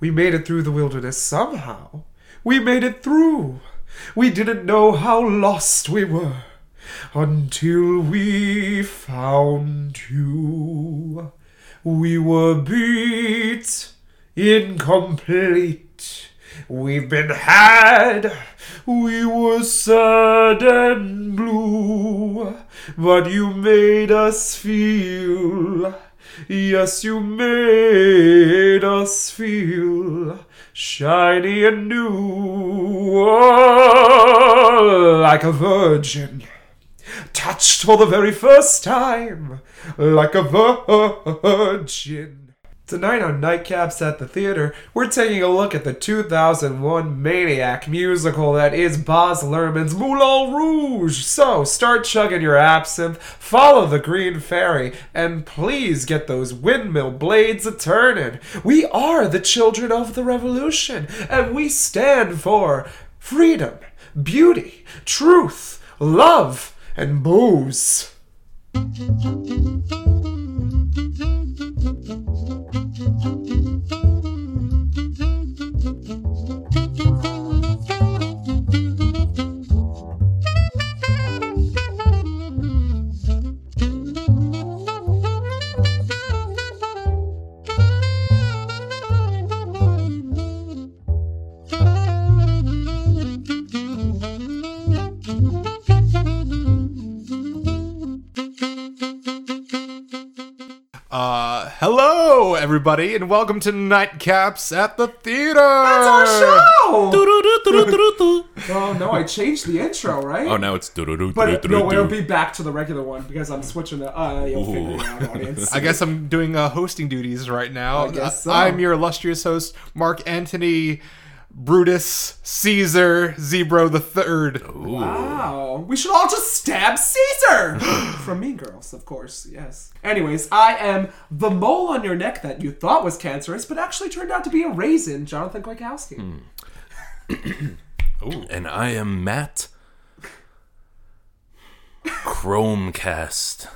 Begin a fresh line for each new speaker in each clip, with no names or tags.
We made it through the wilderness somehow. We made it through. We didn't know how lost we were until we found you. We were beat, incomplete. We've been had. We were sad and blue, but you made us feel. Yes, you made us feel shiny and new, oh, like a virgin touched for the very first time, like a virgin. Tonight on Nightcaps at the Theater, we're taking a look at the 2001 Maniac musical that is Boz Luhrmann's Moulin Rouge. So start chugging your absinthe, follow the green fairy, and please get those windmill blades a turnin'. We are the children of the revolution, and we stand for freedom, beauty, truth, love, and booze.
Uh, hello, everybody, and welcome to Nightcaps at the Theater. That's
our show! Oh Uh, no, I changed the intro, right?
Oh, now it's do do do do
But uh,
do
no, it'll be
do.
back to the regular one because I'm switching the. Uh, you'll figure it out, audience.
I guess I'm doing uh, hosting duties right now. Uh,
I guess so.
I'm your illustrious host, Mark Antony, Brutus, Caesar, Zebro the Third.
Wow. We should all just stab Caesar! From Mean Girls, of course, yes. Anyways, I am the mole on your neck that you thought was cancerous, but actually turned out to be a raisin, Jonathan Kwiatkowski.
And I am Matt Chromecast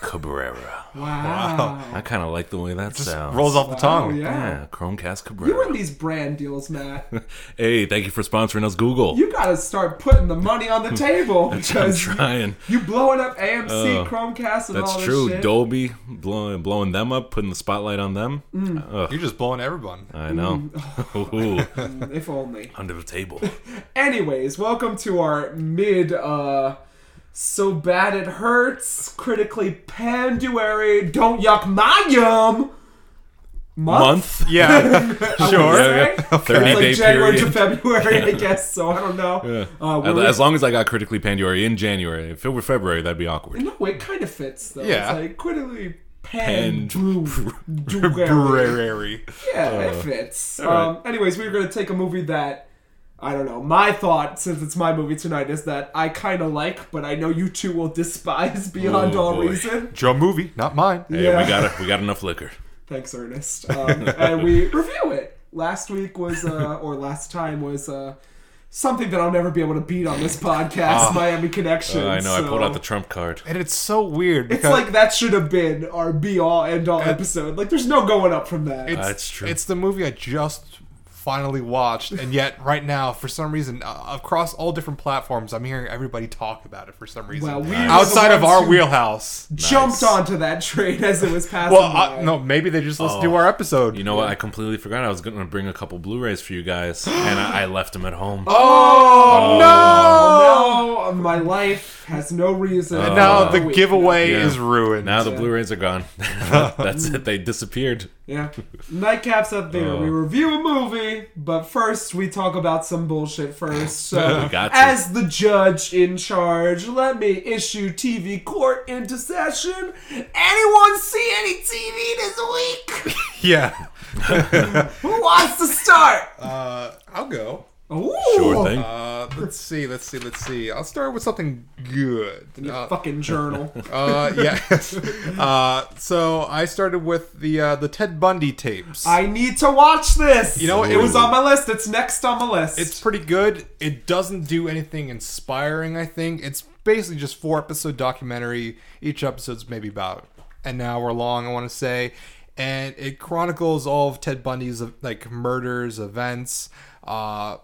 Cabrera.
Wow.
I kind of like the way that sounds.
Rolls off the
Oh,
tongue.
yeah.
Yeah, Chromecast
You
Cabrera.
win these brand deals, Matt.
Hey, thank you for sponsoring us, Google.
You gotta start putting the money on the table
I'm
because
trying.
you blowing up AMC, Chromecast, and all
Oh, That's
this
true.
shit.
Dolby blowing blowing them up, putting the spotlight on them.
Mm.
Ugh,
You're just blowing everyone.
I know. Ooh,
If only.
under the table.
Anyways, welcome to our mid uh so bad it hurts, critically panduary, don't yuck my yum month.
Month.
Yeah,
Sure.
sure.
Yeah, yeah. 30
It's like
day
January to
period.
February, I guess. So I don't know. Uh,
As,
we're-
as long as I got critically Panduary in January, if it were February, that'd be awkward.
no, it kind of fits though.
Yeah.
It's like critically
Pan-
panduary.
Brary.
Yeah,
Oh.
it fits. Um, anyways, we were going to take a movie that, I don't know, my thought, since it's my movie tonight, is that I kind of like, but I know you two will despise beyond
Oh,
all
boy.
reason.
Your movie, not mine.
Hey,
Yeah.
we got we got enough liquor.
Thanks, Ernest. Um, and we review it. Last week was, uh, or last time was, uh, something that I'll never be able to beat on this podcast, Miami Connection.
Ah. Uh, I know. I pulled
so-
out the trump card.
And it's so weird
It's
because
like that should have been our be all end all episode. Like, there's no going up from that.
It's,
That's true.
It's the movie I just finally watched, and yet right now, for some reason, uh, across all different platforms, I'm hearing everybody talk about it for some reason.
Well, we were the
outside of
ones
our
who
wheelhouse.
Jumped onto that train as it was passing.
Well,
by.
uh, no, maybe they just listened to our episode.
Oh. You know what? I completely forgot I was going to bring a couple Blu-rays for you guys, and I, I left them at home.
Oh,
Oh.
no! No, Oh, my life has no reason. Oh,
and now the
Wait,
giveaway
Yeah.
is ruined.
Now the Blu-rays are gone. That's it. They disappeared.
Yeah, nightcaps up there. We
Oh.
review a movie, but first we talk about some bullshit first. So,
We got to.
as the judge in charge, let me issue TV court into session. Anyone see any TV this week?
yeah,
Who wants to start?
uh, I'll go.
Ooh,
Sure thing.
Uh, let's see, let's see, let's see. I'll start with something good. Uh,
Fucking journal.
uh, yeah. uh, so I started with the uh, the Ted Bundy tapes.
I need to watch this.
You know,
it
it
was
was-
on my list. It's next on my list.
It's pretty good. It doesn't do anything inspiring, I think. It's basically just four episode documentary. Each episode's maybe about an hour long, I want to say. and it chronicles all of Ted Bundy's uh, like murders, events, uh,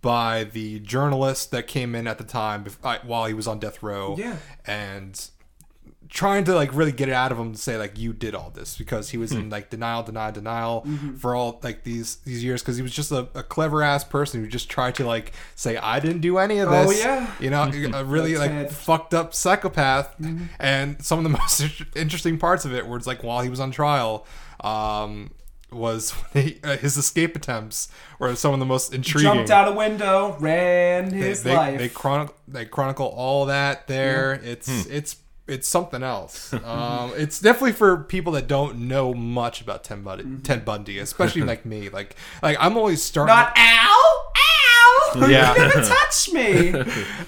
by the journalist that came in at the time bef- uh, while he was on death row.
Yeah.
and trying to like really get it out of him to say like you did all this because he was in like denial denial denial
Mm-hmm.
for all like these these years because he was just a, a clever ass person who just tried to like say i didn't do any of
Oh,
this
yeah.
you know a really
That's Mm-hmm.
like
Ted.
fucked up psychopath and some of the most interesting parts of it were it's like while he was on trial um was when he, uh, his escape attempts were some of the most intriguing
Jumped out a window, ran
they,
his
they,
life.
they chronicle they chronicle all that there. It's it's it's something else. um, it's definitely for people that don't know much about Ted Bundy,
Mm-hmm.
Ted Bundy, especially like me. Like like I'm always starting.
Not ow, ow.
Yeah. Uh,
You're gonna touch me.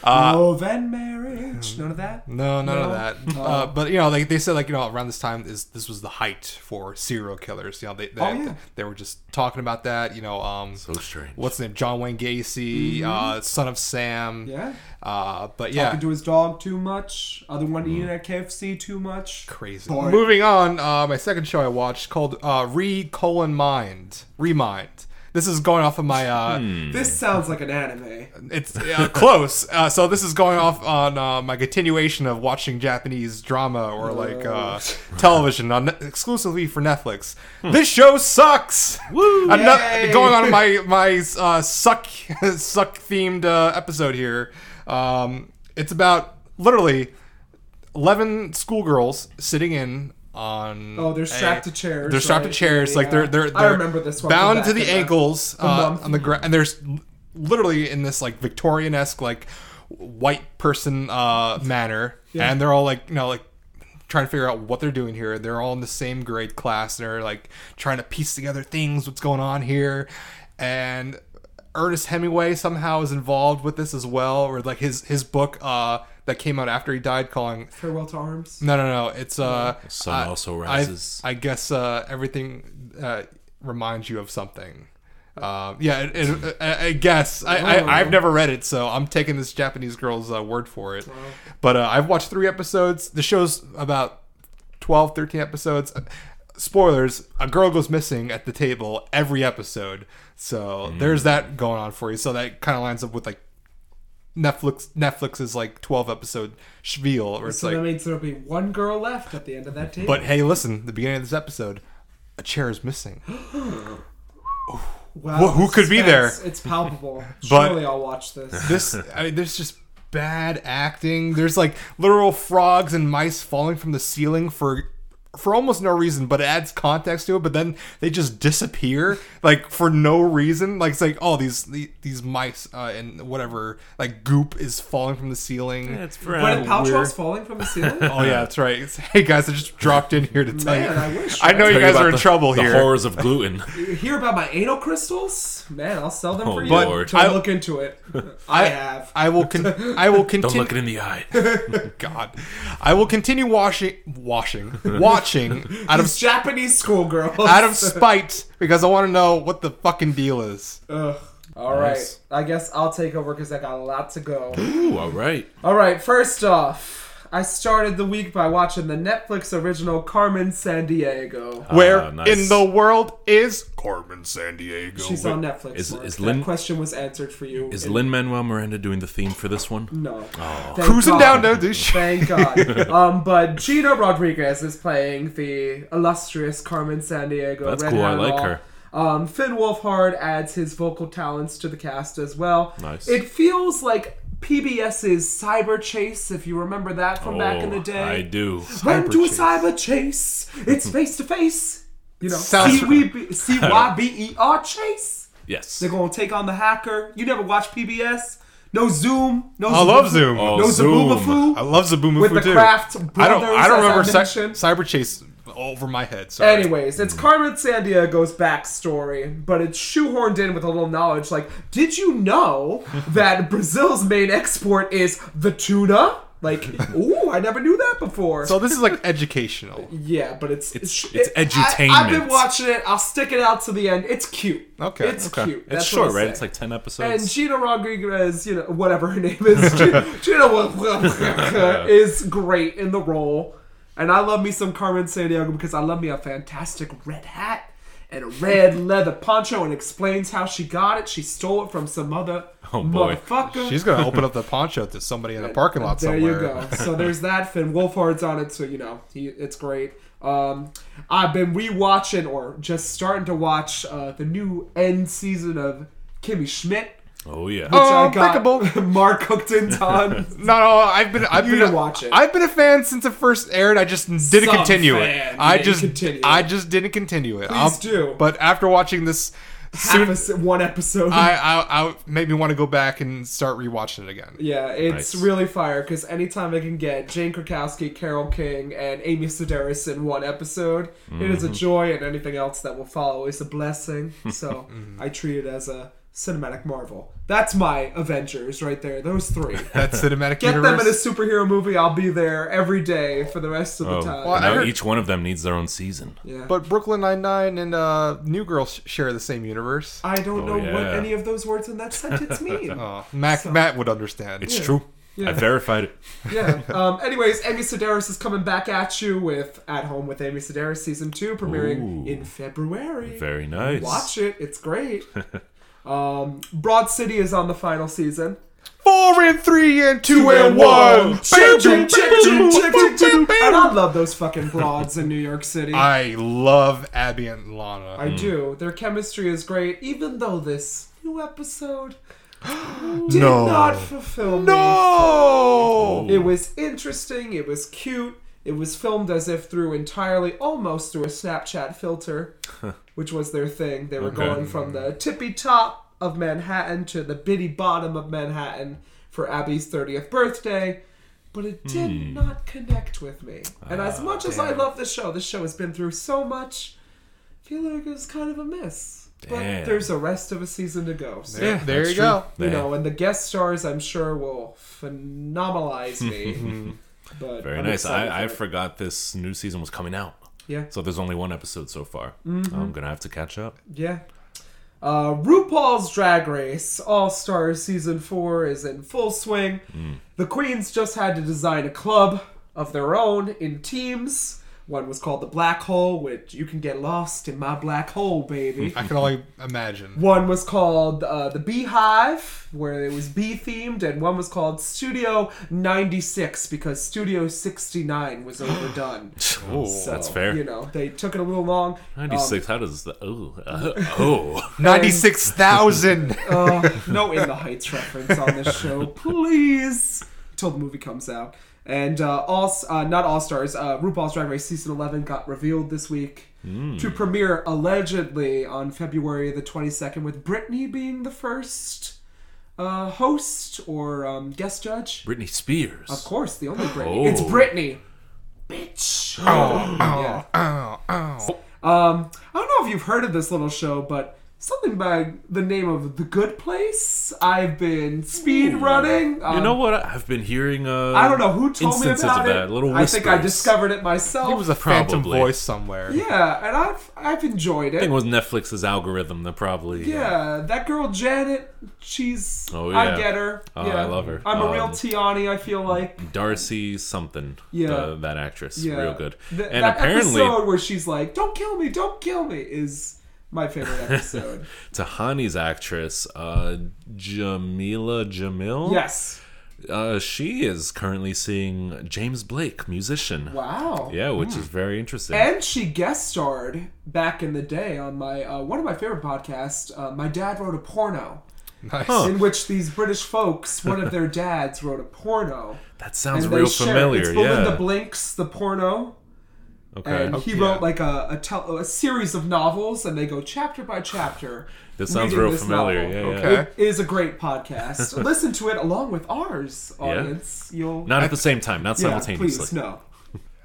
oh, then marriage. None of that.
no, none of
No.
that. Uh, but you know, like they said, like you know, around this time, is this was the height for serial killers. You know, they they,
Oh, yeah.
they were just talking about that. You know, um,
So strange.
what's his name? John Wayne Gacy, uh, son of Sam.
Mm-hmm. Yeah.
Uh, but
Yeah.
yeah,
Talking to his dog too much. Other one eating at KFC too much.
crazy.
Boring.
Moving on, uh, my second show I watched called uh, Re colon Mind. Remind. This is going off of my. Uh,
This sounds like an anime.
It's uh, close. Uh, so this is going off on uh, my continuation of watching Japanese drama or like uh, television on exclusively for Netflix. This show sucks. Woo!
Yay!
going on my my uh, suck suck themed uh, episode here. Um, it's about literally eleven schoolgirls sitting in on.
Oh, they're strapped
a-
to chairs,
They're strapped
right?
to chairs. Like they're
Yeah.
they're,
I
they're
remember this one from
bound
back
to
in
the
the-
ankles uh,
month.
on the ground, and there's l- literally in this like Victorian-esque like white person uh, manner,
Yeah.
and they're all like you know like trying to figure out what they're doing here. They're all in the same grade class, and they're like trying to piece together things, what's going on here, and Ernest Hemingway somehow is involved with this as well, or like his his book uh, that came out after he died, calling
Farewell to arms.
no, no, no. It's uh.
Sun
I-
also
I-
rises.
I, guess uh, everything uh, reminds you of something. Um, yeah, it, it, I, I guess I,
Oh.
I, I've never read it, so I'm taking this Japanese girl's uh, word for it. But uh, I've watched three episodes. The show's about 12, 13 episodes. Uh, Spoilers: A girl goes missing at the table every episode, so
Hmm.
there's that going on for you. So that kind of lines up with like Netflix Netflix's like 12 episode spiel, or it's
So
like
that means there'll be one girl left at the end of that table.
but hey, listen, the beginning of this episode, a chair is missing.
wow,
wh- who could be there?
suspense. It's palpable.
But-
Surely I'll watch this.
This, I mean, there's just bad acting. There's like literal frogs and mice falling from the ceiling for for almost no reason, but it adds context to it. But then they just disappear like for no reason. Like it's like oh these the- these mice uh, and whatever like goop is falling from the ceiling.
That's
When
pretty
Paltrow's
weird.
falling from the ceiling.
Oh yeah, that's right. It's- hey guys, I just dropped in here to tell
Man, I
you.
wish.
I know you guys are in
the,
trouble
the
here.
horrors of gluten.
You hear about my anal crystals? Man, I'll sell them
Oh,
for you.
But Lord.
Don't
I-
look into it. I, have.
I will. Con- I will continue.
Don't look it in the eye.
God, I will continue washing, washing, watching out of
These Japanese schoolgirls.
out of spite because I want to know what the fucking deal is.
Ugh. All right.
Nice.
I guess I'll take over because I got a lot to go.
Ooh, all right.
All right. First off, I started the week by watching the Netflix original Carmen San
Oh,
Diego.
Where
Ah, nice.
in the world is Carmen San Diego?
She's on Netflix.
is-
Mark.
is
that
Lin-
question was answered for you.
Is
in-
Lin Oh. Manuel Miranda doing the theme for this one?
No. Thank
Cruising
God.
down no douche.
Thank God. um, but Gina Rodriguez is playing the illustrious Carmen San Diego.
That's cool, I like her.
Um, Finn Wolfhard adds his vocal talents to the cast as well.
Nice.
It feels like PBS's Cyber Chase, if you remember that from back in the
Oh,
day.
I do.
When do a
Cyber Chase.
cyber chase? It's face to face. You know,
Sounds-
C-Y-B- C-Y-B-E-R E chase.
Yes.
They're gonna take on the hacker. You never watch PBS? No Zoom. No
I love Zoom.
Oh,
No
Zoom.
Zaboobafu.
I love Zabumu
With
Fu
the
too.
Kraft
I don't. I
brothers,
don't
as I
remember Cy-
mentioned.
Cyber Chase over my head. Sorry.
Anyways, it's Carmen Sandiego's backstory, but it's shoehorned in with a little knowledge. Like, did you know that Brazil's main export is the tuna? Like, ooh, I never knew that before.
So this is like educational.
yeah, but it's
It's-
it-
it's edutainment.
I, have been watching it. I'll stick it out to the end. It's cute.
Okay,
it's
Okay.
cute. That's
it's short,
what I
right?
say.
It's like ten episodes.
and Gina Rodriguez, you know, whatever her name is, Gina, Gina is great in the role. And I love me some Carmen Sandiego because I love me a fantastic red hat and a red leather poncho and explains how she got it. She stole it from some other
Oh, boy.
motherfucker.
She's gonna open up the poncho to somebody in a parking lot
there
somewhere.
you go. So there's that. Finn Wolfhard's on it, so you know he, it's great. Um, I've been rewatching or just starting to watch uh, the new end season of Kimmy Schmidt,
Oh yeah.
which I
Unbreakable.
got Mark Hookton on.
No, no, I've been, I've
You
been,
didn't watch it.
I've been a fan since it first aired. I just didn't
Some
continue
fan.
it.
You
I
didn't
just,
continue
I
it.
just didn't continue it. Um,
Please do.
But after watching this,
Half
soon,
a se- one episode.
I, I, I made me want to go back and start rewatching it again.
Yeah, it's
Nice.
really fire because anytime I can get Jane Krakowski, Carol King, and Amy Sedaris in one episode, it
Mm-hmm.
is a joy, and anything else that will follow is a blessing. So I treat it as a cinematic marvel. That's my Avengers right there. Those three.
That cinematic
Get them
universe.
in a superhero movie. I'll be there every day for the rest of the
Oh,
time.
Well, I
now
heard-
each one of them needs their own season.
yeah.
but Brooklyn Nine Nine and uh, New Girl sh- share the same universe.
I don't
Oh,
know what
yeah.
any of those words in that sentence mean.
Oh, Mac, Matt would understand.
It's true.
Yeah.
I verified it.
Yeah. Um, anyways, Amy Sedaris is coming back at you with At Home with Amy Sedaris season two, premiering
Ooh.
in February.
Very nice.
Watch it; it's great. um, Broad City is on the final season.
Four and three and two,
Bam,
and one.
bam, bam, bam, bam, bam, bam, bam. And I love those fucking broads in New York City. I,
I Mm. love Abby and Lana.
do. Their chemistry is great, even though this new episode did
No.
not fulfill me.
No.
It was interesting. It was cute. It was filmed as if through entirely, almost through a Snapchat filter, which was their thing. They were
Okay.
going from the tippy top of Manhattan to the bitty bottom of Manhattan for Abby's 30th birthday. But it did
Hmm.
not connect with me. And
Ah,
as much as I love this show, this show has been through so much, I feel like it was kind of a miss. But
Damn.
there's a rest of a season to go. So
Yeah, there
that's
you
true.
go.
you
Yeah.
know, and the guest stars I'm sure will phenomenalize me. but
Very
I'm
nice.
excited
I, I
for it.
forgot this new season was coming out.
yeah
So there's only one episode so far.
Mm-hmm.
I'm gonna have to catch up.
yeah. Uh, RuPaul's Drag Race All Stars season four is in full swing.
Hmm.
The queens just had to design a club of their own in teams. One was called the Black Hole, which you can get lost in my black hole, baby.
I can only imagine.
One was called uh, The Beehive, where it was bee themed, and one was called Studio 96 because Studio 69 was overdone. So,
that's fair.
You know, they took it a little long.
96. how does the oh uh, oh
Ninety-six thousand.
Uh, no In the Heights reference on this show, please. Till the movie comes out. And uh, all, uh, not All Stars, uh, RuPaul's Drag Race season 11 got revealed this week to premiere allegedly on February the 22nd, with Brittany being the first uh, host or um, guest judge.
Britney Spears?
Of course, the only Britney.
Oh.
It's Britney. Bitch.
Oh.
Yeah. Um, I don't know if you've heard of this little show, but something by the name of The Good Place. I've been speed running.
You
um,
know what? I've been hearing. Uh,
I don't know who told me
instances
about
of
it.
that. Little
I think I
whispers.
discovered it myself.
It was a phantom
Probably.
voice somewhere.
yeah, and I've I've enjoyed
I think
it.
it was Netflix's algorithm that probably. uh,
Yeah, that girl Janet, she's
Oh,
I
yeah.
get her.
Oh,
yeah.
I love her.
I'm a real
Um,
Tiani, I feel like.
Darcy something.
Yeah.
uh, that actress.
Yeah.
Real good.
Th-
and
that
apparently,
episode where she's like, "Don't kill me, don't kill me," is my favorite episode.
Tahani's actress, uh, Jamila Jamil.
yes.
Uh, she is currently seeing James Blake, musician.
Wow.
Yeah, which is very interesting.
Hmm. And she guest starred back in the day on my uh, one of my favorite podcasts. Uh, my dad wrote a porno
Nice.
Oh.
in which these British folks, one of their dads, wrote a porno.
that sounds
and they
real
share-
familiar.
It's Belinda
yeah.
Blinks, the porno,
okay.
and he
Okay.
wrote like a a, tel- a series of novels, and they go chapter by chapter.
This sounds
reading
real
this
familiar.
novel.
Yeah,
Okay.
yeah.
It is a great podcast. Listen to it along with ours, audience. You'll
Not at the same time, not
yeah,
simultaneously.
please no.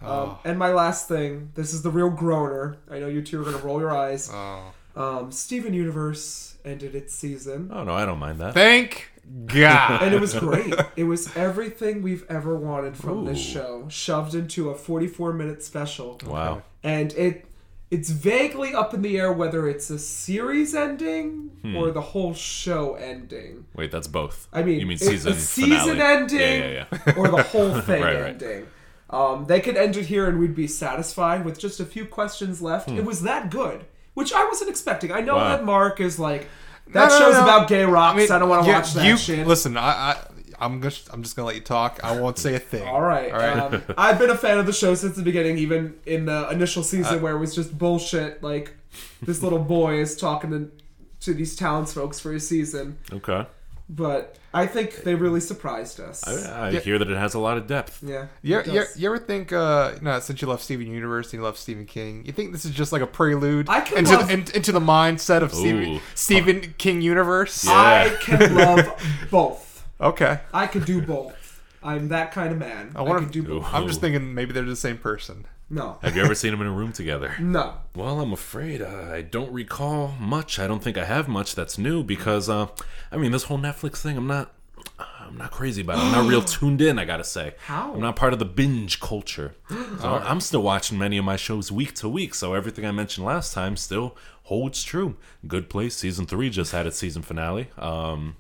Um, and my last thing. This is the real groaner. I know you two are gonna roll your eyes.
Oh.
Um, Steven Universe ended its season,
Oh no, I don't mind that.
Thank
and
God.
it was great. it was everything we've ever wanted from this
Ooh.
show, shoved into a 44-minute special.
Wow.
and it it's vaguely up in the air whether it's a series ending
Hmm.
or the whole show ending
Wait, that's both.
I mean,
you mean
it's
season
a season
finale.
ending
Yeah, yeah, yeah.
or the whole thing
Right, right.
ending. Um, they could end it here and we'd be satisfied with just a few questions left. It was that good, which I wasn't expecting. I know
Hmm. Wow.
that Mark is like, that
no, no,
show's
no.
about gay rocks. I, don't want to
you-
watch that
you-
shit.
Listen, I, I, I'm just, I'm just gonna let you talk. I won't say a thing.
All right.
all right.
Um, I've been a fan of the show since the beginning, even in the initial season
Uh,
where it was just bullshit. Like this little boy is talking to, to these townsfolk for a season,
Okay.
but I think they really surprised us.
I, I hear that it has a lot of depth.
yeah.
you,
it
you,
does.
you ever think, uh, you know, since you left Steven Universe and you left Stephen King, you think this is just like a prelude
I could
into,
love-
the, in, into the mindset of Stephen,
Ooh.
Stephen King Universe?
Yeah.
I can love both.
Okay.
I could do both. I'm that kind of man.
I
I,
wonder
could do
if,
both.
I'm just thinking maybe they're the same person.
No.
Have you ever seen them in a room together?
No.
Well, I'm afraid uh, I don't recall much. I don't think I have much that's new because, uh, I mean, this whole Netflix thing, I'm not, uh, I'm not crazy about. it. I'm not real tuned in. I gotta say,
How?
I'm not part of the binge culture. So I'm still watching many of my shows week to week. So everything I mentioned last time still holds true. Good Place season three just had its season finale. Um,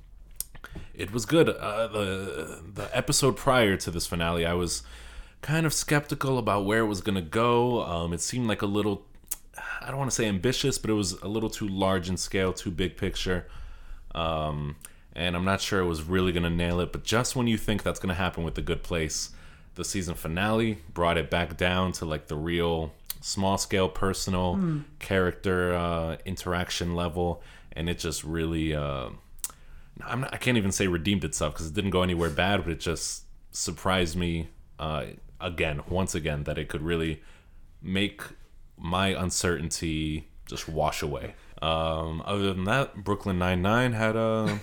it was good. Uh, the the episode prior to this finale, I was kind of skeptical about where it was gonna go. Um, it seemed like a little, I don't want to say ambitious, but it was a little too large in scale, too big picture. Um, and I'm not sure it was really gonna nail it. But just when you think that's gonna happen with the Good Place, the season finale brought it back down to like the real small scale personal character uh, interaction level and it just really uh, I'm not, I can't even say redeemed itself because it didn't go anywhere bad, but it just surprised me uh, again, once again, that it could really make my uncertainty just wash away. Um, other than that, Brooklyn Nine Nine had um,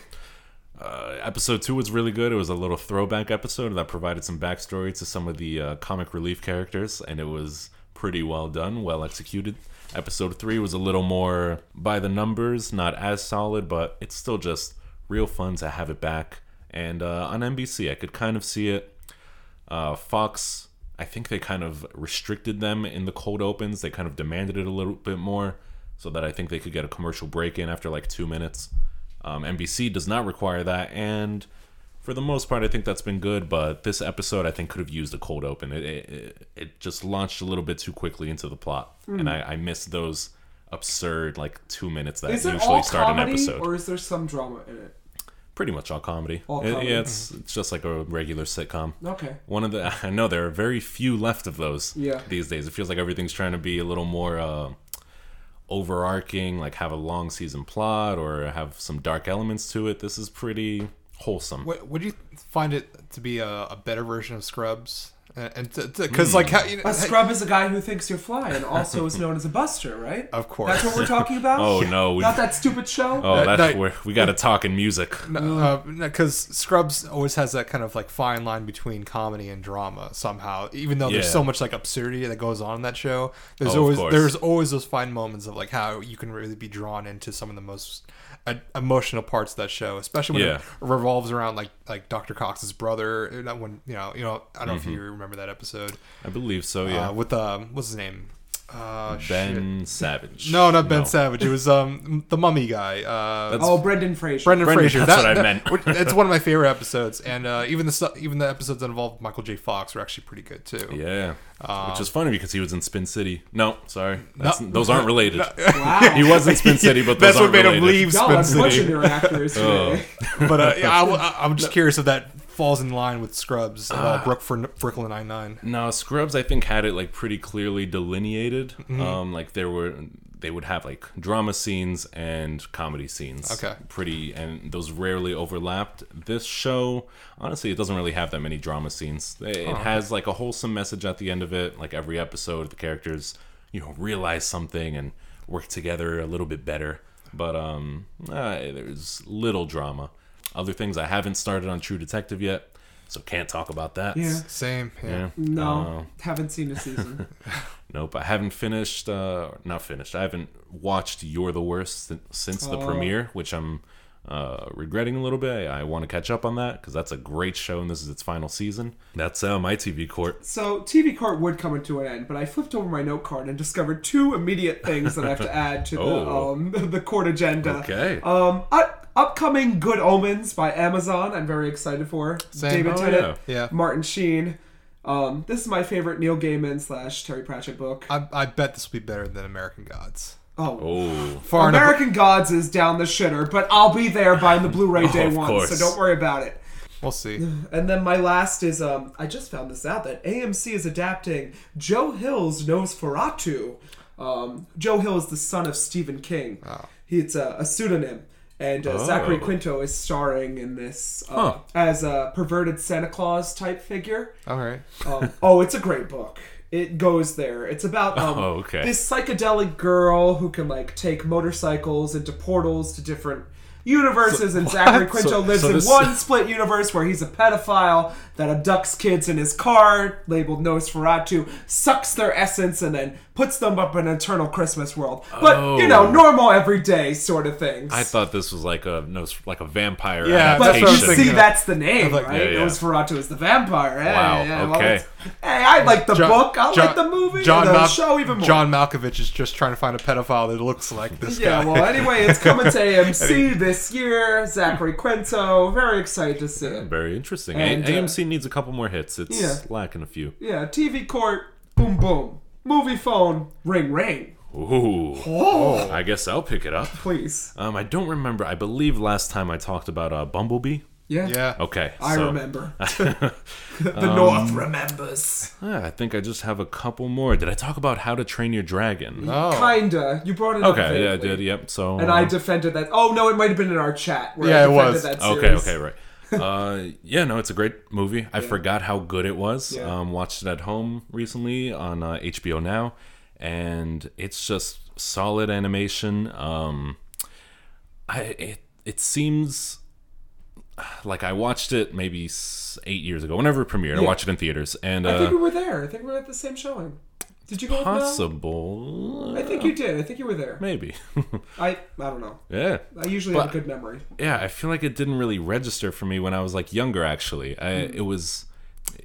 a. Uh, episode two was really good. It was a little throwback episode that provided some backstory to some of the uh, comic relief characters, and it was pretty well done, well executed. Episode three was a little more by the numbers, not as solid, but it's still just real fun to have it back. And uh, on NBC, I could kind of see it. Uh, Fox, I think they kind of restricted them in the cold opens. They kind of demanded it a little bit more so that I think they could get a commercial break in after like two minutes. Um, NBC does not require that. And for the most part, I think that's been good. But this episode, I think, could have used a cold open. It, it, it- it just launched a little bit too quickly into the plot. And I, I missed those absurd like two minutes that
Is it
usually
all
start an
comedy
episode
or is there some drama in it?
pretty much all comedy.
All
It-
comedy.
yeah, it's it's just like a regular sitcom.
Okay.
One of the I know there are very few left of those
Yeah.
these days. It feels like everything's trying to be a little more uh, overarching, like have a long season plot or have some dark elements to it. This is pretty wholesome.
What, would you find it to be a, a better version of Scrubs? And because like how you know,
A scrub is a guy who thinks you're fly and also is known as a buster, right?
of course.
That's what we're talking about?
Oh no, we
Not that stupid show?
oh
That-
that's
that-
where we got to talk in music.
because uh, Scrubs always has that kind of like fine line between comedy and drama somehow. Even though there's
Yeah.
so much like absurdity that goes on in that show, there's
Oh, of
always
course.
there's always those fine moments of like how you can really be drawn into some of the most uh, emotional parts of that show, especially when
Yeah.
it revolves around like like Dr. Cox's brother. and that When you know you know I don't know if you remember that episode
I believe so.
uh,
Mm-hmm. Yeah,
with um what's his name uh, shit.
Ben Savage.
No, not Ben Savage. It was um the mummy guy. Uh,
That's-
Oh, Brendan Fraser.
Brendan,
Brendan,
Fraser.
that's what I meant.
which- It's one of my favorite episodes, and uh, even the stu- even the episodes that involved Michael J. Fox were actually pretty good too.
Yeah, which is funny because he was in Spin City. No, sorry, that's,
Ah. No.
those aren't related.
Wow.
He was in Spin City, but
That's
those
what
aren't
made
related.
him leave
Y'all
Spin
are butchering
City.
your actors
Oh.
today.
But uh, yeah, I, w- I- I'm just curious if that falls in line with Scrubs,
Ah.
uh, Brook for Brooklyn Nine Nine.
No, Scrubs I think had it like pretty clearly delineated. Um, like there were they would have like drama scenes and comedy scenes.
Okay.
Pretty and those rarely overlapped. This show, honestly, it doesn't really have that many drama scenes. It, it has like a wholesome message at the end of it. Like every episode, the characters you know realize something and work together a little bit better. But um, uh, there's little drama. Other things I haven't started on True Detective yet, so can't talk about that.
Yeah.
Same. Yeah.
Yeah. Oh.
No, haven't seen a season.
Nope, I haven't finished. Uh, not finished. I haven't watched "You're the Worst" sin- since the
Oh.
premiere, which I'm uh, regretting a little bit. I want to catch up on that because that's a great show, and this is its final season. That's uh, my TV court.
So TV court would come to an end, but I flipped over my note card and discovered two immediate things that I have to add to the
Oh.
um, the court agenda.
Okay.
Um, up- upcoming Good Omens by Amazon. I'm very excited for
Same.
David
Oh,
Tennant,
yeah. Yeah.
Martin Sheen. Um, this is my favorite Neil Gaiman slash Terry Pratchett book.
I, I bet this will be better than American Gods.
Oh,
Oh,
Far enough.
American Gods is down the shitter, but I'll be there buying the Blu-ray day
of
one, so
course.
don't worry about it.
We'll see.
And then my last is um, I just found this out that AMC is adapting Joe Hill's Nosferatu. Um, Joe Hill is the son of Stephen King. He, it's a, a pseudonym. And uh, Zachary
Ah. Oh.
Quinto is starring in this uh,
Huh.
as a perverted Santa Claus type figure.
All right.
Um, oh, it's a great book. It goes there. It's about um,
Oh, okay.
this psychedelic girl who can like take motorcycles into portals to different universes, and Zachary
what?
Quinto
So-
lives
so
in
this-
one split universe where he's a pedophile that abducts kids in his car, labeled Nosferatu, sucks their essence, and then puts them up in an eternal Christmas world. But you know,
Oh.
normal everyday sort of things.
I thought this was like a no, like a vampire
Yeah, that's what I
But
was
adaptation.
you
thinking.
see,
of.
that's the name,
like,
right?
yeah, yeah.
Nosferatu is the vampire. Hey,
Wow,
yeah, well,
okay.
it's- hey, I like the
John-
book. I
John-
like the movie.
John
and the
Mal-
show even more.
John Malkovich is just trying to find a pedophile that looks like this
yeah.
guy.
Well, anyway, it's coming to AMC this year. Zachary Quinto. Very excited to see it.
Very interesting.
And, uh,
a- AMC needs a couple more hits. It's
Yeah.
lacking a few.
Yeah. TV court. Boom boom. Movie phone. Ring ring.
Ooh.
Oh,
I guess I'll pick it up.
please.
Um, I don't remember. I believe last time I talked about uh, Bumblebee.
Yeah.
yeah.
Okay.
I
so-
remember. the North remembers.
Ah, I think I just have a couple more. Did I talk about How to Train Your Dragon?
Oh.
Kinda. You brought it up.
okay, yeah, I
vaguely.
did. Yep. So.
And I
um,
defended that. Oh no, it might have been in our chat. Where
Yeah,
I
it
defended
was.
That
Okay,
series.
okay, right. Uh, yeah, no, it's a great movie. I forgot how good it was.
Yeah.
Um, watched it at home recently on uh, HBO Now, and it's just solid animation. Um, I it it seems like I watched it maybe s- eight years ago, whenever it premiered. I watched it in theaters, and
I think we
uh,
were there. I think we were at the same showing. Did you go? with Mel?
possible,
I think you did. I think you were there.
maybe,
I I don't know.
yeah.
I usually have a
But-
good memory.
yeah, I feel like it didn't really register for me when I was like younger. Actually, I, it was,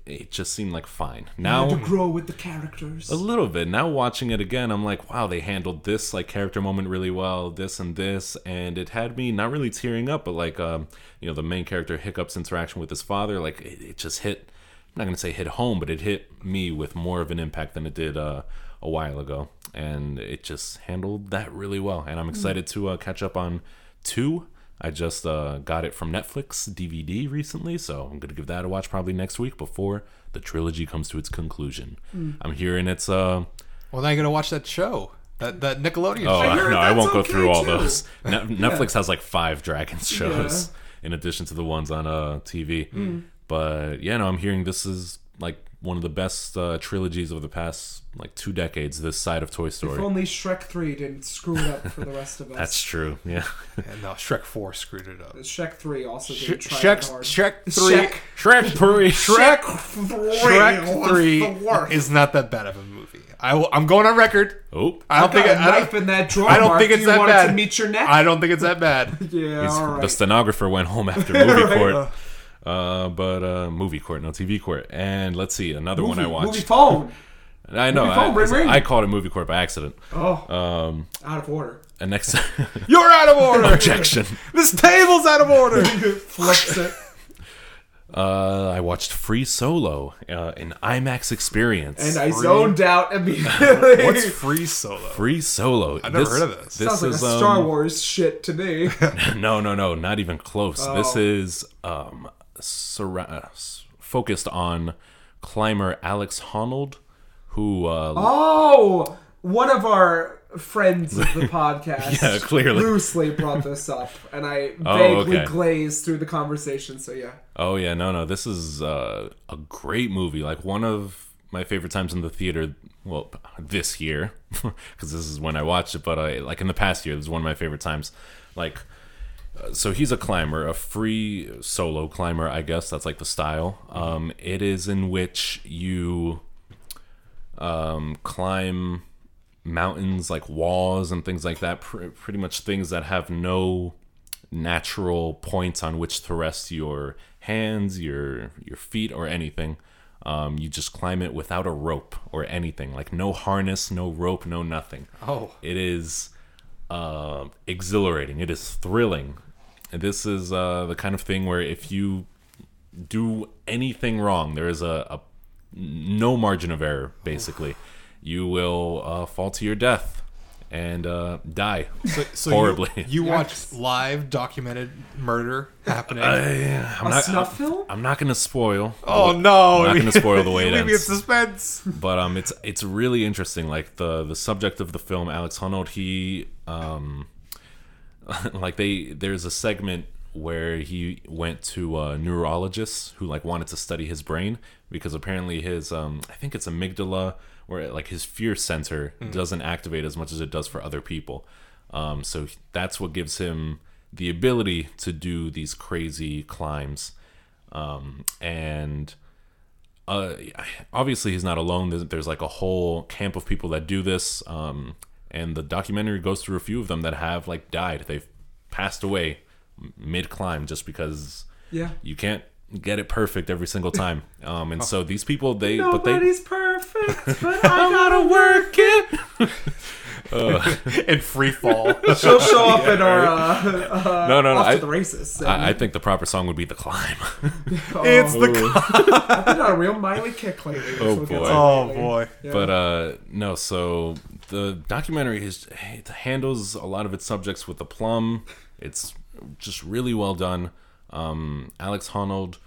it just seemed like fine.
To
Now
grow with the characters.
a little bit. Now watching it again, I'm like, wow, they handled this like character moment really well. This and this, and it had me not really tearing up, but like, um, you know, the main character Hiccup's interaction with his father, like, it, it just hit. I'm not gonna say hit home, but it hit me with more of an impact than it did uh, a while ago, and it just handled that really well. And I'm excited to uh, catch up on two. I just uh, got it from Netflix DVD recently, so I'm gonna give that a watch probably next week before the trilogy comes to its conclusion. I'm hearing it's uh
Well, now you're gonna watch that show, that that Nickelodeon
oh
show.
I
heard
no I
that's
won't go
okay,
through all
too.
those. Ne- Netflix has like five Dragons shows in addition to the ones on uh TV.
Hmm.
But yeah, no, I'm hearing this is like one of the best uh, trilogies of the past like two decades. This side of Toy
If
Story.
only Shrek three didn't screw it up for the rest of us.
That's true. Yeah.
And no, Shrek Four screwed it up.
Shrek three also
Sh-
didn't try
Shrek,
that hard.
Shrek Three,
Shrek.
Shrek Puri.
Shrek three.
Shrek
was the
Three
worst.
is not that bad of a movie. I will, I'm going on record.
Oh.
I don't
I got
think it,
a
I
knife
don't,
in that drawer.
I don't
Mark.
think it's
you
that
want it
bad.
To meet your neck.
I don't think it's that bad.
yeah,
He's-
all right.
The stenographer went home after movie court. Uh, but uh, movie court, no TV court. And let's see, another one I
Movie-
watched.
Movie phone.
I know.
movie phone,
I,
ring, ring.
I called it movie court by accident.
Oh,
Um,
out of order.
and next
You're out of order.
objection.
this table's out of order.
Flips it.
Uh, I watched Free Solo, uh, an IMAX experience.
And I zoned out immediately.
What's free solo?
Free Solo. I've
never heard of this.
This
Sounds like
is
a
um,
Star Wars shit to me.
No, no, no, not even close. This
Oh.
is um, surra- uh, s- focused on climber Alex Honnold, who uh,
Oh, one of our friends of the podcast
Yeah, clearly.
loosely brought this up, and I vaguely
Oh, okay.
glazed through the conversation. So yeah,
Oh yeah, no, no. This is uh, a great movie. Like one of my favorite times in the theater. Well, this year, because this is when I watched it. But I like in the past year, this is one of my favorite times. Like, uh, so he's a climber, a free solo climber, I guess. That's like the style. Um, it is in which you um, climb mountains like walls and things like that pr- pretty much things that have no natural points on which to rest your hands your your feet or anything um, you just climb it without a rope or anything like no harness no rope no nothing
Oh.
it is uh, exhilarating it is thrilling And this is uh, the kind of thing where if you do anything wrong there is a, a no margin of error, basically. You will uh, fall to your death and uh, die
you-
horribly.
You, watched live documented murder happening.
I'm
A
not,
snuff film?
I'm not gonna spoil.
oh no!
I'm not gonna spoil the way it
Leave me in
ends.
suspense.
but um, it's it's really interesting. Like the the subject of the film, Alex Honnold, he um, like they there's a segment where he went to a neurologist who like wanted to study his brain because apparently his um, I think it's amygdala or like his fear center doesn't activate as much as it does for other people. Um, so that's what gives him the ability to do these crazy climbs. Um, and uh, obviously he's not alone. There's, there's like a whole camp of people that do this, um, and the documentary goes through a few of them that have like died. They've passed away mid climb just because
Yeah.
you can't get it perfect every single time. Um, and so these people they but they
Nobody's perfect, but I gotta work it.
In free fall.
She'll show up in our uh,
no no no.
off
I,
to the races. and-
I, I think the proper song would be the climb.
oh,
it's the.
I've been on a real Miley kick lately. That's
Oh,
what gets
boy.
me
Oh
lately.
boy.
But uh, no, so the documentary is it handles a lot of its subjects with the plum. It's just really well done. Um, Alex Honnold,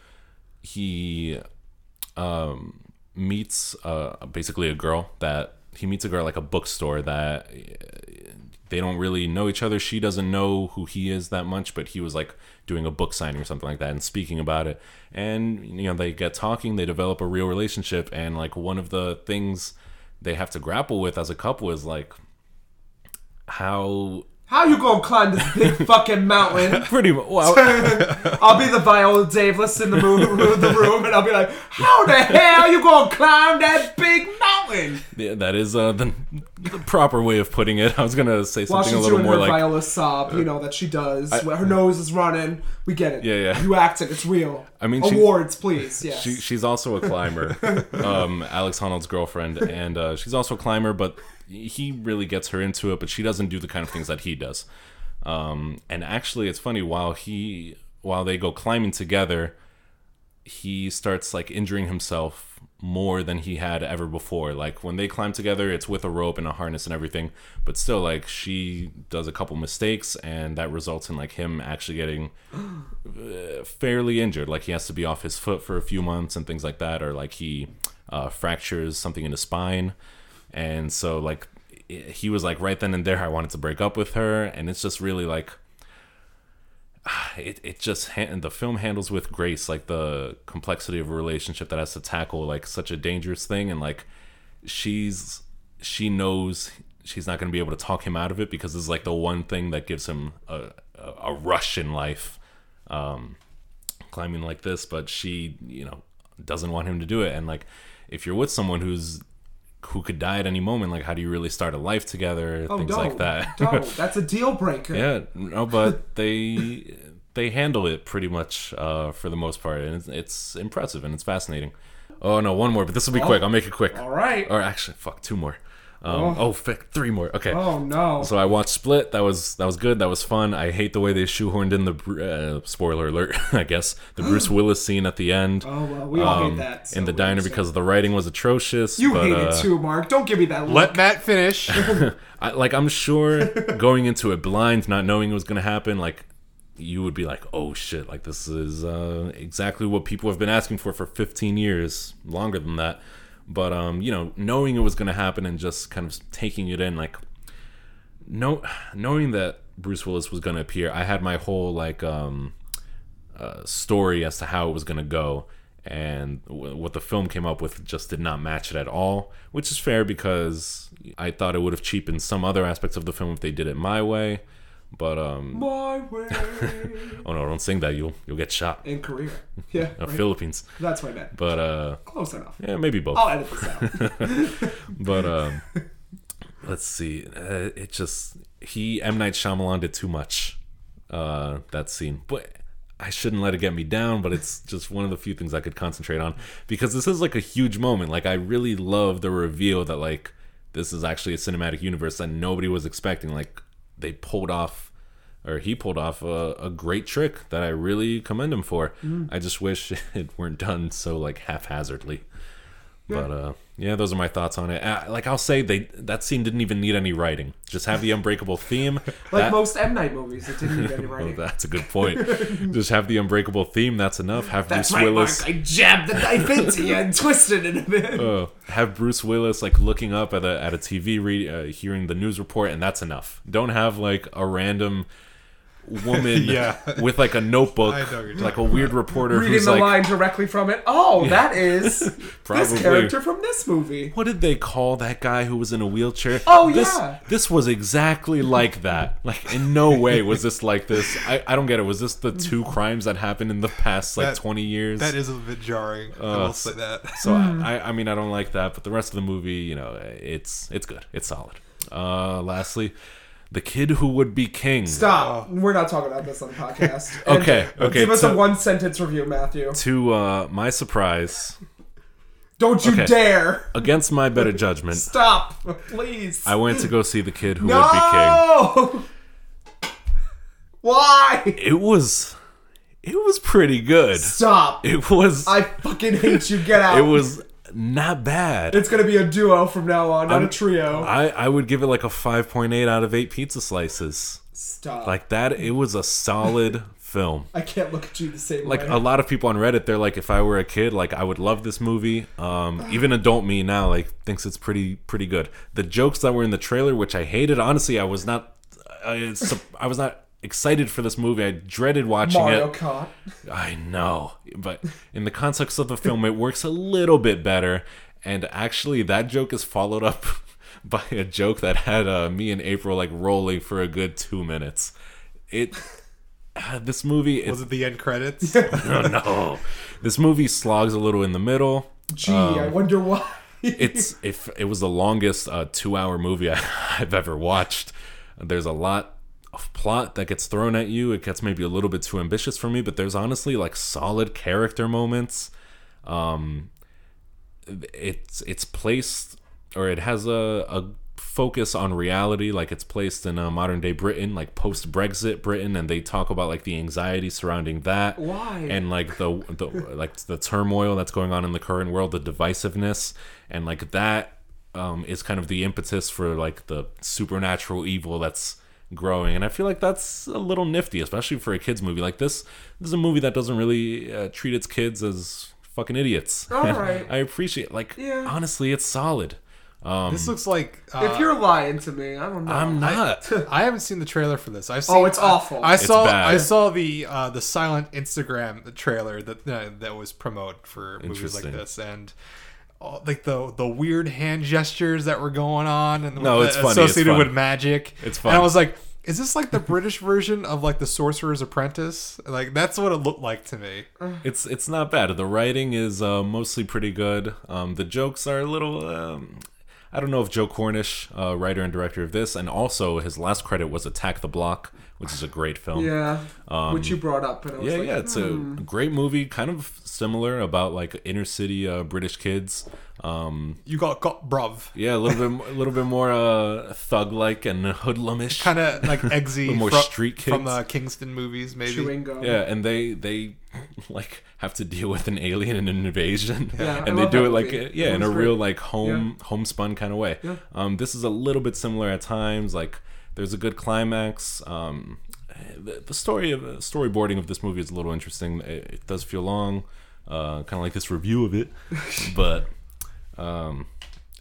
he um, meets uh, basically a girl that he meets a girl at, like a bookstore that uh, they don't really know each other. She doesn't know who he is that much, but he was like doing a book signing or something like that and speaking about it. And you know, they get talking, they develop a real relationship, and like one of the things they have to grapple with as a couple is like how
How you gonna climb this big fucking mountain?
pretty much well,
I'll be the Viola Davis in the, mo- the room, and I'll be like, "How the hell you gonna climb that big mountain?"
yeah, that is uh, the, the proper way of putting it. I was gonna say
While
something
she's
a little
doing
more
her
like uh,
Viola sob, you know that she does. her nose is running. We get it.
Yeah, yeah.
You act it. It's real.
I mean, she-
awards, please. Yes.
She, she's also a climber, um, Alex Honnold's girlfriend, and uh, she's also a climber. But he really gets her into it, but she doesn't do the kind of things that he does. Um, and actually, it's funny while he while they go climbing together, he starts like injuring himself more than he had ever before. Like when they climb together, it's with a rope and a harness and everything, but still, like she does a couple mistakes, and that results in like him actually getting fairly injured. Like he has to be off his foot for a few months and things like that, or like he uh, fractures something in his spine. And so, like, i- he was like, right then and there, I wanted to break up with her. And it's just really like, it, it just, han- the film handles with grace, like the complexity of a relationship that has to tackle, like, such a dangerous thing. And, like, she's, she knows she's not going to be able to talk him out of it because this is, like, the one thing that gives him a, a, a rush in life um, climbing like this, but she, you know, doesn't want him to do it. And like, if you're with someone who's who could die at any moment, like, how do you really start a life together?
Oh,
things
don't,
like that.
don't. That's a deal breaker.
yeah, no, but they they handle it pretty much uh, for the most part, and it's, it's impressive and it's fascinating. Oh no, one more, but this will be quick. I'll make it quick.
All right.
Or actually, fuck, two more. Um, oh, fuck, three more. Okay.
Oh no.
So I watched Split. That was that was good. That was fun. I hate the way they shoehorned in the Bru- uh, spoiler alert. I guess the Bruce Willis scene at the end
oh well, we all
um,
hate that. so
in the
we're
diner
just-
because the writing was atrocious.
you
but,
hate
uh,
it too, Mark. Don't give me that. look.
Let Matt finish.
I, like I'm sure going into it blind, not knowing it was going to happen, like you would be like, "Oh shit!" Like this is uh, exactly what people have been asking for for 15 years, longer than that. But um, you know, knowing it was going to happen and just kind of taking it in, like no, knowing that Bruce Willis was going to appear, I had my whole like um uh, story as to how it was going to go and w- what the film came up with just did not match it at all which is fair because i thought it would have cheapened some other aspects of the film if they did it my way but um
my way
oh no don't sing that you'll you'll get shot
in Korea. Yeah,
uh,
right.
philippines
that's my bad.
but uh
Close enough.
yeah maybe both
I'll edit this out.
but um let's see uh, it just he M Night Shyamalan did too much uh that scene but I shouldn't let it get me down but it's just one of the few things I could concentrate on because this is like a huge moment like I really love the reveal that like this is actually a cinematic universe that nobody was expecting like they pulled off or he pulled off a, a great trick that I really commend him for. I just wish it weren't done so like haphazardly. But uh, yeah, those are my thoughts on it. Uh, like I'll say, they that scene didn't even need any writing. Just have the unbreakable theme.
Like
That-
most M Night movies, it didn't need any
Oh,
writing.
that's a good point. Just have the unbreakable theme. That's enough. Have
That's
Bruce
my
Willis.
mark. I jabbed the knife into you and twisted it a bit.
Uh, have Bruce Willis like looking up at a at a TV, read, uh, hearing the news report, and that's enough. Don't have like a random woman
Yeah.
with like a notebook,
I know what you're
like a weird reporter
Reading
who's
the
like,
line directly from it. Oh, that is
Probably.
this character from this movie.
what did they call that guy who was in a wheelchair?
Oh,
this,
yeah.
this was exactly like that. Like in no way was this like this. I, I don't get it. Was this the two crimes that happened in the past like
That-
twenty years?
That is a bit jarring. I will say that.
So
Hmm.
I, I, I mean, I don't like that, but the rest of the movie, you know, it's it's good. It's solid. Uh, lastly, the kid who would be king.
Stop. We're not talking about this on the podcast. And
Okay, okay.
Give us
so-
a one sentence review, Matthew.
to uh, my surprise,
Don't you
Okay.
dare.
against my better judgment,
Stop. Please.
I went to go see the kid who would be king.
no! Why?
It was, it was pretty good.
Stop.
It was,
I fucking hate you. Get out.
it was not bad.
It's gonna be a duo from now on, not a trio.
I, I would give it like a 5.8 out of 8 pizza slices.
Stop.
Like that, it was a solid film.
I can't look at you the same
like
way.
a lot of people on Reddit, they're like, if I were a kid, like I would love this movie. Um, even adult me now like thinks it's pretty pretty good. The jokes that were in the trailer, which I hated, honestly, I was not, uh, I, I was not excited for this movie. I dreaded watching
Mario
it.
Kart.
I know, but in the context of the film, it works a little bit better. And actually, that joke is followed up by a joke that had uh, me and April like rolling for a good two minutes. It. Uh, this movie it
Was it the end credits?
no, no. This movie slogs a little in the middle.
Gee,
Um,
I wonder why.
It's if it was the longest uh, two-hour movie I, I've ever watched. There's a lot of plot that gets thrown at you. It gets maybe a little bit too ambitious for me, but there's honestly like solid character moments. Um, it's it's placed or it has a, a focus on reality like it's placed in uh, modern day britain like post brexit britain and they talk about like the anxiety surrounding that
Why?
and like the, the like the turmoil that's going on in the current world the divisiveness and like that um, is kind of the impetus for like the supernatural evil that's growing and i feel like that's a little nifty especially for a kids movie like this this is a movie that doesn't really uh, treat its kids as fucking idiots
All right.
I appreciate like
Yeah.
honestly, it's solid.
this looks like uh,
if you're lying to me, I don't know.
I'm not.
I haven't seen the trailer for this. I've seen,
Oh, it's awful.
I, I saw
bad.
I saw the uh, the silent Instagram trailer that uh, that was promoted for movies like
Interesting.
this and. all- Like the the weird hand gestures that were going on and
No, it's
the-
funny, it's
associated
fun.
with magic.
It's
And
fun.
I was like, is this like the British version of like the Sorcerer's Apprentice? Like that's what it looked like to me.
it's it's not bad. The writing is uh, mostly pretty good. Um, the jokes are a little. Um, I don't know if Joe Cornish, uh, writer and director of this, and also his last credit was Attack the Block, which is a great film.
yeah, which you brought up, and I was
Um, Yeah,
like, Hmm.
yeah, it's a great movie, kind of similar about like inner city uh, British kids. Um,
You got got bruv.
yeah, a little bit, a little bit more uh, thug like and hoodlumish.
Kind of like Eggsy
more
fro-
street
from
kids.
the Kingston movies, maybe.
chewing gum.
Yeah, and they they like have to deal with an alien and an invasion,
Yeah, I
and they
love
do
that
it like
movie.
yeah,
That
in a
was great.
real like home homespun kind of way. Um, this is a little bit similar at times. Like there's a good climax. Um, the, the story of uh, storyboarding of this movie is a little interesting. It, it does feel long, uh, kind of like this review of it, but um,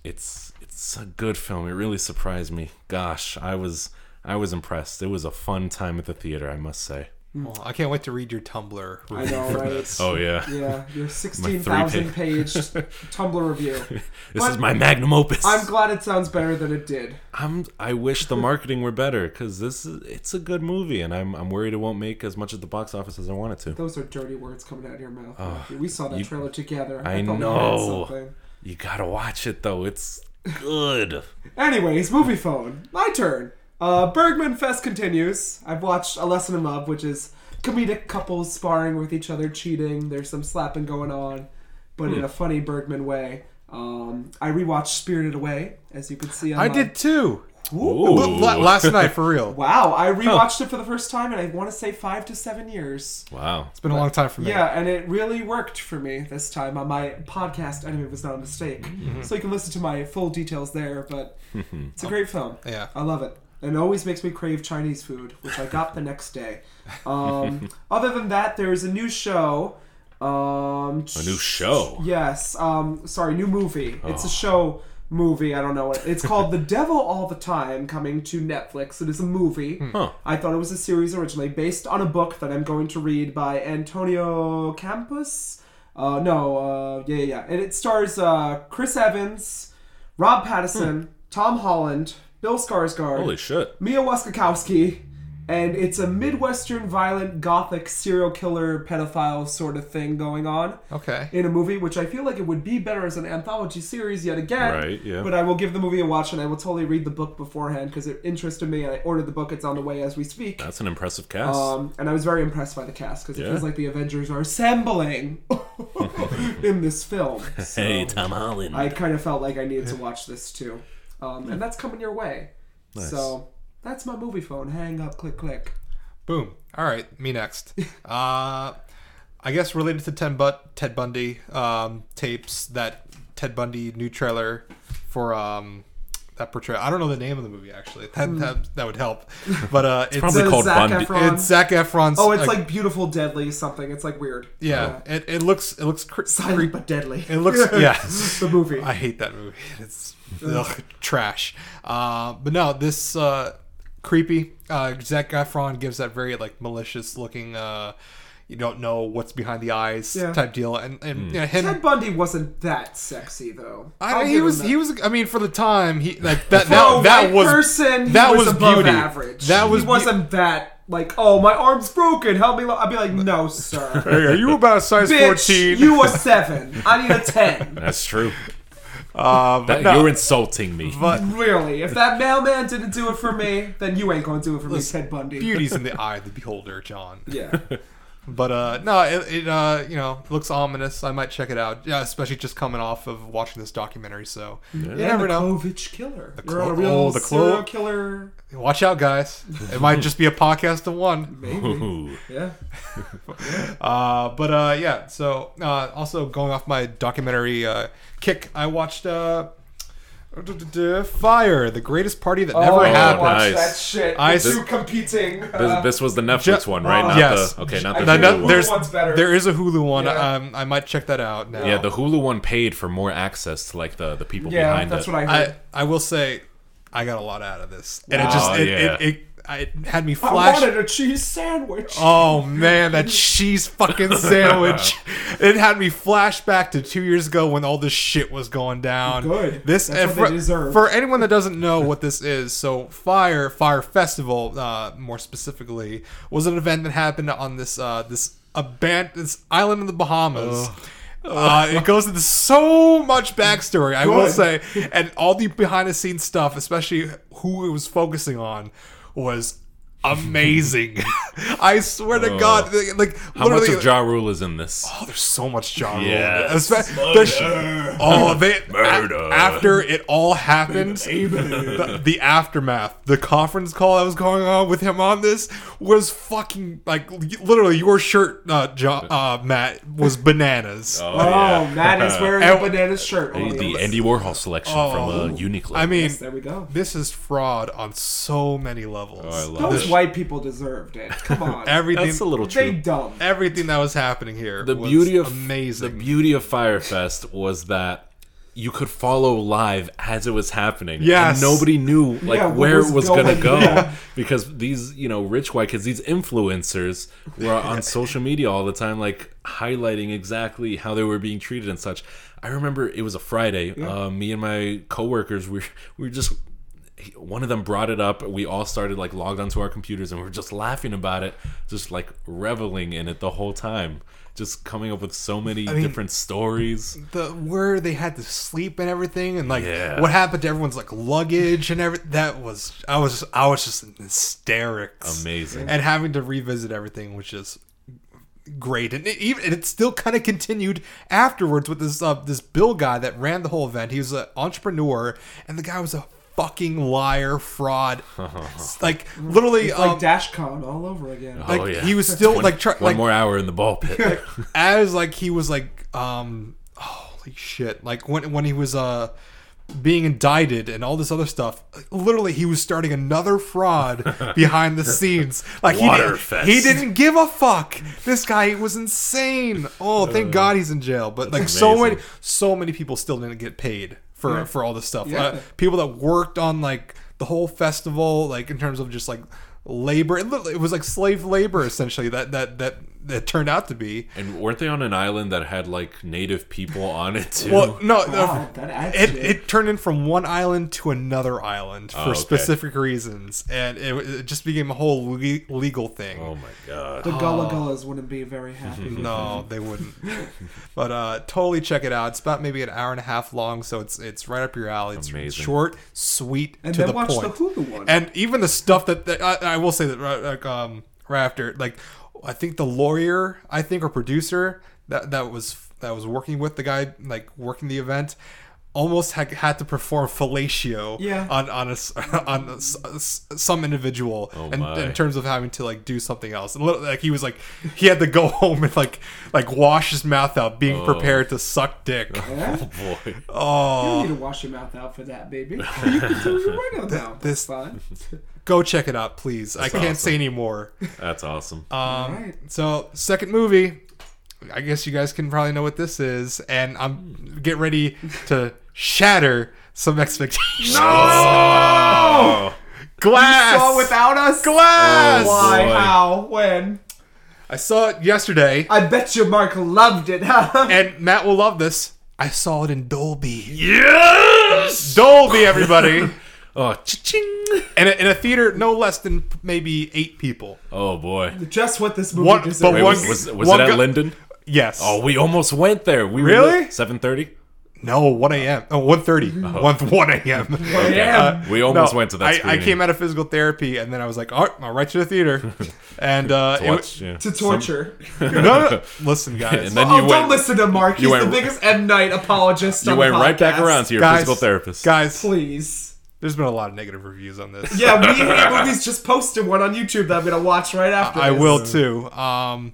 it's it's a good film. It really surprised me. Gosh, I was I was impressed. It was a fun time at the theater, I must say.
Well, I can't wait to read your Tumblr.
I
review
know,
for
right?
this.
Oh yeah.
Yeah, your
three
16,000 page Tumblr review.
This
But-
is my magnum opus.
I'm
I'm,
glad it sounds better than it did.
I wish the marketing were better because this is it's a good movie, and I'm I'm worried it won't make as much at the box office as I want it to.
Those are dirty words coming out of your mouth. Matthew. we saw that
you-
trailer together.
I
thought we had
know.
something.
You gotta watch it though. It's good.
Anyways, movie phone. My turn. Uh, Bergman Fest continues. I've watched A Lesson in Love, which is comedic couples sparring with each other, cheating. There's some slapping going on, but in a funny Bergman way. Um, I rewatched Spirited Away, as you can see. On
I
my-
did too.
Ooh.
La- last night for real.
Wow, I rewatched it for the first time, and I want to say five to seven years.
Wow.
It's been a long time for me.
Yeah, and it really worked for me this time on my podcast. Enemy was not a mistake,
Mm-hmm.
so you can listen to my full details there. But it's a great film.
Yeah.
I love it. And it always makes me crave Chinese food, which I got the next day. Um, other than that, there's a new show. Um,
A new show.
Yes. Um, sorry, new movie. It's a show movie. I don't know what it's called. the Devil All the Time, coming to Netflix. It is a movie.
Huh.
I thought it was a series originally, based on a book that I'm going to read by Antonio Campos. Uh, no, uh, yeah, yeah, yeah, and it stars uh, Chris Evans, Rob Pattinson, Tom Holland, Bill Skarsgård,
Holy shit.
Mia Wasikowski, and it's a Midwestern violent gothic serial killer pedophile sort of thing going on
Okay.
in a movie, which I feel like it would be better as an anthology series yet again.
Right, yeah.
But I will give the movie a watch and I will totally read the book beforehand because it interested me and I ordered the book. It's on the way as we speak.
That's an impressive cast.
Um, and I was very impressed by the cast because it
Yeah.
feels like the Avengers are assembling in this film. So
hey, Tom Holland.
I kind of felt like I needed to watch this too. Um, and that's coming your way. So that's my movie phone. Hang up, click, click.
Boom. All right, me next. Uh, I guess related to Ted, but- Ted Bundy um, tapes, that Ted Bundy new trailer for um, that portrayal. I don't know the name of the movie actually. That
Hmm.
that, that would help. But uh, it's
probably
The
called
Zac
Bundy.
Efron-
it's Zac Efron's.
Oh, it's
uh,
like, beautiful, deadly something. It's like weird.
yeah. It, it looks it looks cre-
Silent but deadly.
it looks yeah.
the movie.
I hate that movie. It's ugh, trash. Uh, but no, this uh, creepy uh, Zac Efron gives that very like malicious looking. Uh, you don't know what's behind the eyes
Yeah.
type deal, and and you know, him.
Ted Bundy wasn't that sexy though.
I,
I'll
he
give
was
him
he
that.
was I mean for the time he like that
For a
that, that
white
was
person, he
that
was,
was
above
beauty.
average.
That was
he
beau-
wasn't that like oh my arm's broken help me. lo-" I'd be like no sir,
are you about a size
bitch you a seven I need a ten.
That's true.
Um,
That,
no,
You're insulting me.
but
Really, if that mailman didn't do it for me, then you ain't gonna do it for me, Ted Bundy.
beauty's in the eye of the beholder, John.
Yeah,
But uh, no, it, it uh, you know looks ominous. I might check it out, yeah, especially just coming off of watching this documentary. So you
yeah,
never
the
know.
Klovich killer. We're on a
Klo-
real
oh, the Klo-
serial killer.
Watch out, guys. It might just be a podcast of one.
Maybe.
Ooh.
Yeah.
Uh, but uh, yeah. So uh, also going off my documentary uh, kick, I watched uh, Fire, the greatest party that never
oh,
happened.
Watch
Nice.
that shit.
I
The two
s-
competing.
This,
uh,
this was the Netflix
Ju-
one, right?
uh,
Not
yes.
the, okay, not
I
the
No,
think
no,
Hulu one.
there's
one's better.
there is a Hulu one.
Yeah.
Um, I might check that out now.
Yeah, the Hulu one paid for more access to like the, the people
yeah,
behind
that's
it.
what I heard.
I I will say, I got a lot out of this, and it
Wow.
just it,
Yeah.
it, it, I- it had me
I
flash.
wanted a cheese sandwich.
Oh man, that cheese fucking sandwich. it had me flash back to two years ago when all this shit was going down.
Good.
This
That's
and
what
for,
they deserve.
for anyone that doesn't know what this is, so Fire Fire Festival, uh, more specifically, was an event that happened on this uh, this aban- this island in the Bahamas. Uh, it goes into so much backstory, I will
Good.
say, and all the behind the scenes stuff, especially who it was focusing on, was amazing. I swear to God, like- like
How much
literally,
of Ja Rule is in this?
Oh, there's so much John
Yes.
oh, they a-
Murder.
after it all happened, the, the aftermath, the conference call that was going on with him on this was fucking like li- literally your shirt, uh, John, uh, Matt was bananas.
Oh,
Oh,
yeah.
Matt is wearing a
And-
banana shirt. Oh,
the
yes.
Andy Warhol selection from uh, Uniqlo.
Oh, I mean,
Yes, there we go.
this is fraud on so many levels.
Oh, I love
Those
it.
white people deserved it. Come on.
everything,
that's a little
they
true.
dumb.
everything that was happening here.
The
was
beauty of
amazing.
The beauty of Firefest was that you could follow live as it was happening.
Yes.
and nobody knew like
Yeah, what
where
was
it was
going
gonna go
on.
because these you know rich white kids, these influencers, were on social media all the time, like highlighting exactly how they were being treated and such. I remember it was a Friday. Uh, me and my coworkers we we were just he- one of them brought it up. We all started like logged onto our computers and we were just laughing about it, just like reveling in it the whole time. Just coming up with so many different stories.
the where they had to sleep and everything and like
Yeah.
what happened to everyone's like luggage and everything that was i was just i was just in hysterics
Amazing.
and having to revisit everything was just great and it even and it still kind of continued afterwards with this uh, this bill guy that ran the whole event he was an entrepreneur and the guy was a fucking liar, fraud. It's like literally,
Like
um,
DashCon all over again.
Oh,
like
yeah.
he was still like try,
One
like
more hour in the ball pit.
as like he was like um holy shit like when when he was uh being indicted and all this other stuff literally he was starting another fraud behind the scenes like he,
Water
didn't-
fest.
he didn't give a fuck this guy was insane oh thank god he's in jail but like so
Uh, amazing.
many so many people still didn't get paid for for all this stuff
Yeah.
Uh, people that worked on like the whole festival like in terms of just like labor it looked- it was like slave labor essentially that that that that turned out to be
and weren't they on an island that had like native people on it too?
Well, no,
Wow,
the-
that adds
it,
to it.
it turned in from one island to another island for
Oh, okay.
specific reasons, and it, it just became a whole le- legal thing.
oh my god.
The Gullah Gullahs wouldn't be very happy. Eh?
No, they wouldn't. but uh, totally check it out. It's about maybe an hour and a half long, so it's it's right up your alley. It's
Amazing.
short, sweet,
And
to
then
the
watch
point.
the Hulu one.
And even the stuff that, that I, I will say that right, like um right after like I think the lawyer I think or producer that that was that was working with the guy like working the event almost had, had to perform fellatio
Yeah.
on on a s on a s- s- some individual
Oh
in,
my.
in terms of having to like do something else and little, like he was like he had to go home and like like wash his mouth out being prepared to suck dick
Oh. Yeah?
Oh boy.
oh
You don't need to wash your mouth out for that, baby. You can do your right now. That's fine.
go check it out please I can't
awesome.
say any more
That's awesome.
Um,
All right.
So second movie, I guess you guys can probably know what this is, and I'm get ready to shatter some expectations.
oh!
Glass.
Saw without us.
Glass.
Oh, Why?
boy.
How? When?
I saw it yesterday,
I bet you Mark loved it. huh?
and Matt will love this. I saw it in Dolby.
Yes!
Dolby, everybody,
Oh, cha-ching.
and a- in a theater no less than maybe eight people.
Oh boy.
Just what this movie
One- but
deserves.
Wait,
one-
was, was, was
one
it at
gu-
Linden?
Yes.
Oh, we almost went there. We
Really?
Seven thirty.
no, one a.m. Oh, one thirty. One one a.m.
Yeah.
We almost
No,
went to that.
I, I
screening.
came out of physical therapy, and then I was like, "All right, I'll write to the theater." And uh, it
Watch, yeah.
to torture.
wa- no, no, no. listen, guys,
And then
oh,
you
don't
went.
listen to Mark. He's
you
the
went-
biggest M Night apologist.
You
on
went
the
right back
podcast.
around to your
Guys,
physical therapist.
guys,
Please.
there's been a lot of negative reviews on this.
Yeah, we hate movies just posted one on YouTube that I'm gonna watch right after.
I
this.
will too. Um,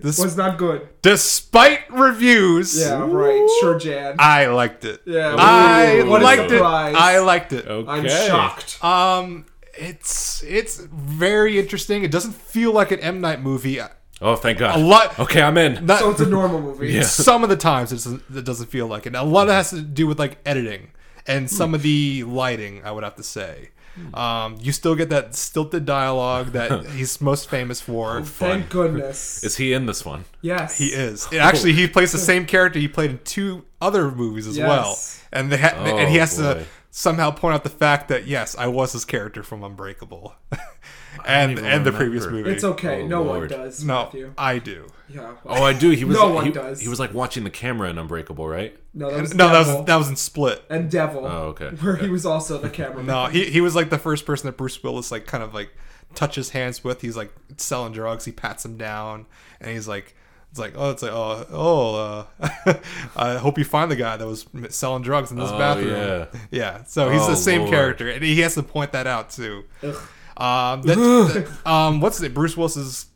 this,
Was not good.
despite reviews,
Yeah, right. Sure, Jan.
I liked it.
Yeah.
I
Ooh. What a
liked it.
surprise.
I liked it.
Okay.
I'm shocked.
Um, it's it's very interesting. It doesn't feel like an M Night movie.
Oh, thank God.
A lot-
Okay, I'm in.
Not,
So it's a normal movie.
some of the times it's, it doesn't feel like it. A lot of it has to do with like editing and some of the lighting. I would have to say, um, you still get that stilted dialogue that he's most famous for.
Thank goodness.
Is he in this one?
yes.
He is
Oh.
And actually he plays the same character he played in two other movies as
Yes.
well, and they ha-
Oh,
and he has
boy.
to somehow point out the fact that yes, I was his character from Unbreakable, and
even
and the previous
remember.
movie.
It's okay.
Oh,
no
Lord.
one does.
No,
Matthew.
I do.
Yeah.
Oh, I do. He was.
No one
he,
does.
He was like watching the camera in Unbreakable, right?
No, that
No,
was
that
Devil.
was that was in Split.
and Devil.
Oh, okay.
Where he was also the cameraman.
No, he, he was like the first person that Bruce Willis like kind of like touches hands with. He's like selling drugs. He pats him down, and he's like, it's like oh, it's like oh oh, uh, I hope you find the guy that was m- selling drugs in this
Oh,
bathroom.
yeah.
Yeah, So he's
Oh,
the same
Lord.
character, and he has to point that out too.
Ugh.
Um, that, that- um, what's it? Bruce Willis's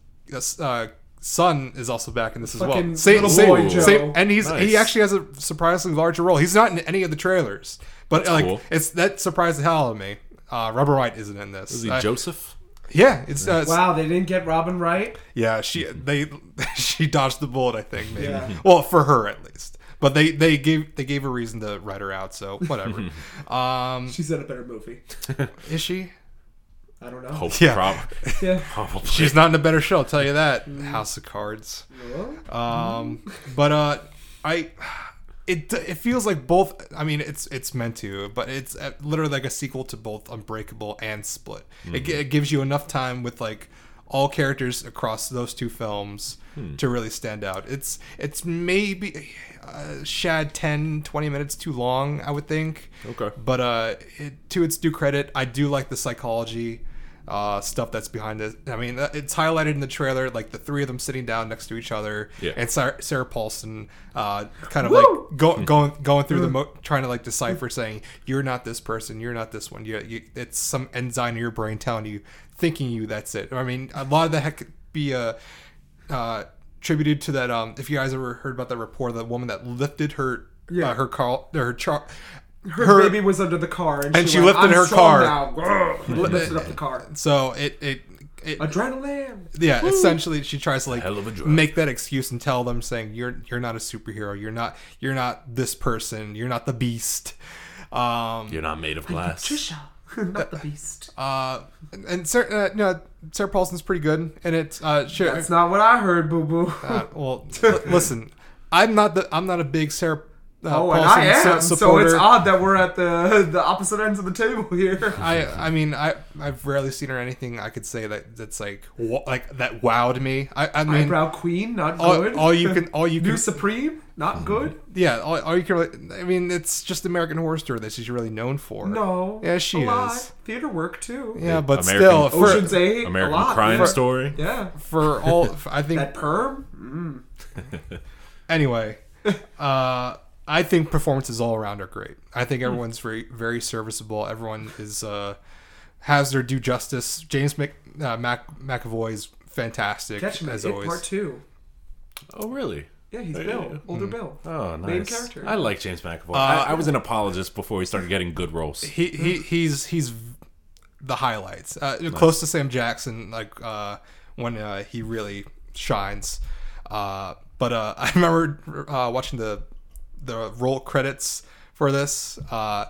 uh, son is also back in this as
Fucking
well. Same,
little
same,
boy Joe.
same, and he's
Nice.
he actually has a surprisingly larger role. He's not in any of the trailers, but like
cool.
it's that surprised the hell out of me. Uh, Robert Wright isn't in this.
Is he
I-
Joseph?
Yeah, it's uh, it's-
Wow, they didn't get Robin right.
yeah. She they she dodged the bullet, I think. Maybe.
Yeah.
Well, for her at least. But they they gave they gave a reason to write her out, so whatever. um,
She's in a better movie.
is she?
I don't know.
Oh,
Yeah.
prob-
Yeah.
probably.
She's not in a better show. I'll tell you that. House of Cards.
Well,
Um, but uh, I it it feels like both. I mean, it's it's meant to, but it's uh, literally like a sequel to both Unbreakable and Split. It, gi- it gives you enough time with like all characters across those two films to really stand out. It's it's maybe uh, shad 10 20 minutes too long, I would think.
Okay.
But uh, it, to its due credit, I do like the psychology uh, stuff that's behind it. I mean, uh, it's highlighted in the trailer, like the three of them sitting down next to each other,
Yeah.
and Sarah, Sarah Paulson uh, kind of
Woo! Mm.
like go, going going through the mo- trying to like decipher, saying you're not this person, you're not this one. You, you, it's some enzyme in your brain telling you, thinking you that's it. I mean, a lot of that could be uh, uh, attributed to that. Um, if you guys ever heard about that report, of the woman that lifted her
Yeah.
uh, her car her char.
Her, baby was under the car, and,
and she
went,
lifted
"I'm
her
strong
car."
now." Grrr, lifted up the car.
So it it, it
Adrenaline.
yeah, essentially she tries to like
Hell of a drug.
make that excuse and tell them saying you're you're not a superhero, you're not you're not this person, you're not the beast. Um
You're not made of glass.
Trisha, not the beast.
uh and, and Sarah, uh, no, Sarah Paulson's pretty good and it's uh sure
That's not what I heard, boo boo.
uh, well li- listen, I'm not the I'm not a big Sarah uh,
oh, and
Paulson
I am.
su-
so it's
supporter.
odd that we're at the the opposite ends of the table here.
I I mean I I've rarely seen her anything I could say that that's like wa- like that wowed me. I I mean
Eyebrow queen, not good.
all, all you Hmm. can all you
New
can
supreme, not good.
Yeah, all, all you can. Really, I mean, it's just American Horror Story that she's really known for.
No.
Yeah, she
a lot.
is.
Theater work too.
Yeah, but
American-
still, for,
Ocean's Eight. a
American
lot.
crime
For-
story.
Yeah.
for all, for- I think.
That perm.
Mm, anyway, uh, I think performances all around are great. I
Hmm.
think everyone's very, very serviceable. Everyone is uh, has their due justice. James Mc, uh, Mac, McAvoy is fantastic
Catchman.
as
Hit
always.
part two.
Oh, really?
Yeah, he's
There you
Bill,
go.
older
Hmm.
Bill.
Oh, nice.
Main character.
I like James McAvoy. I, I was an apologist before he started getting good roles.
Uh, he, he he's he's the highlights uh, close to sam jackson like uh when uh, he really shines uh but uh i remember uh watching the the roll credits for this uh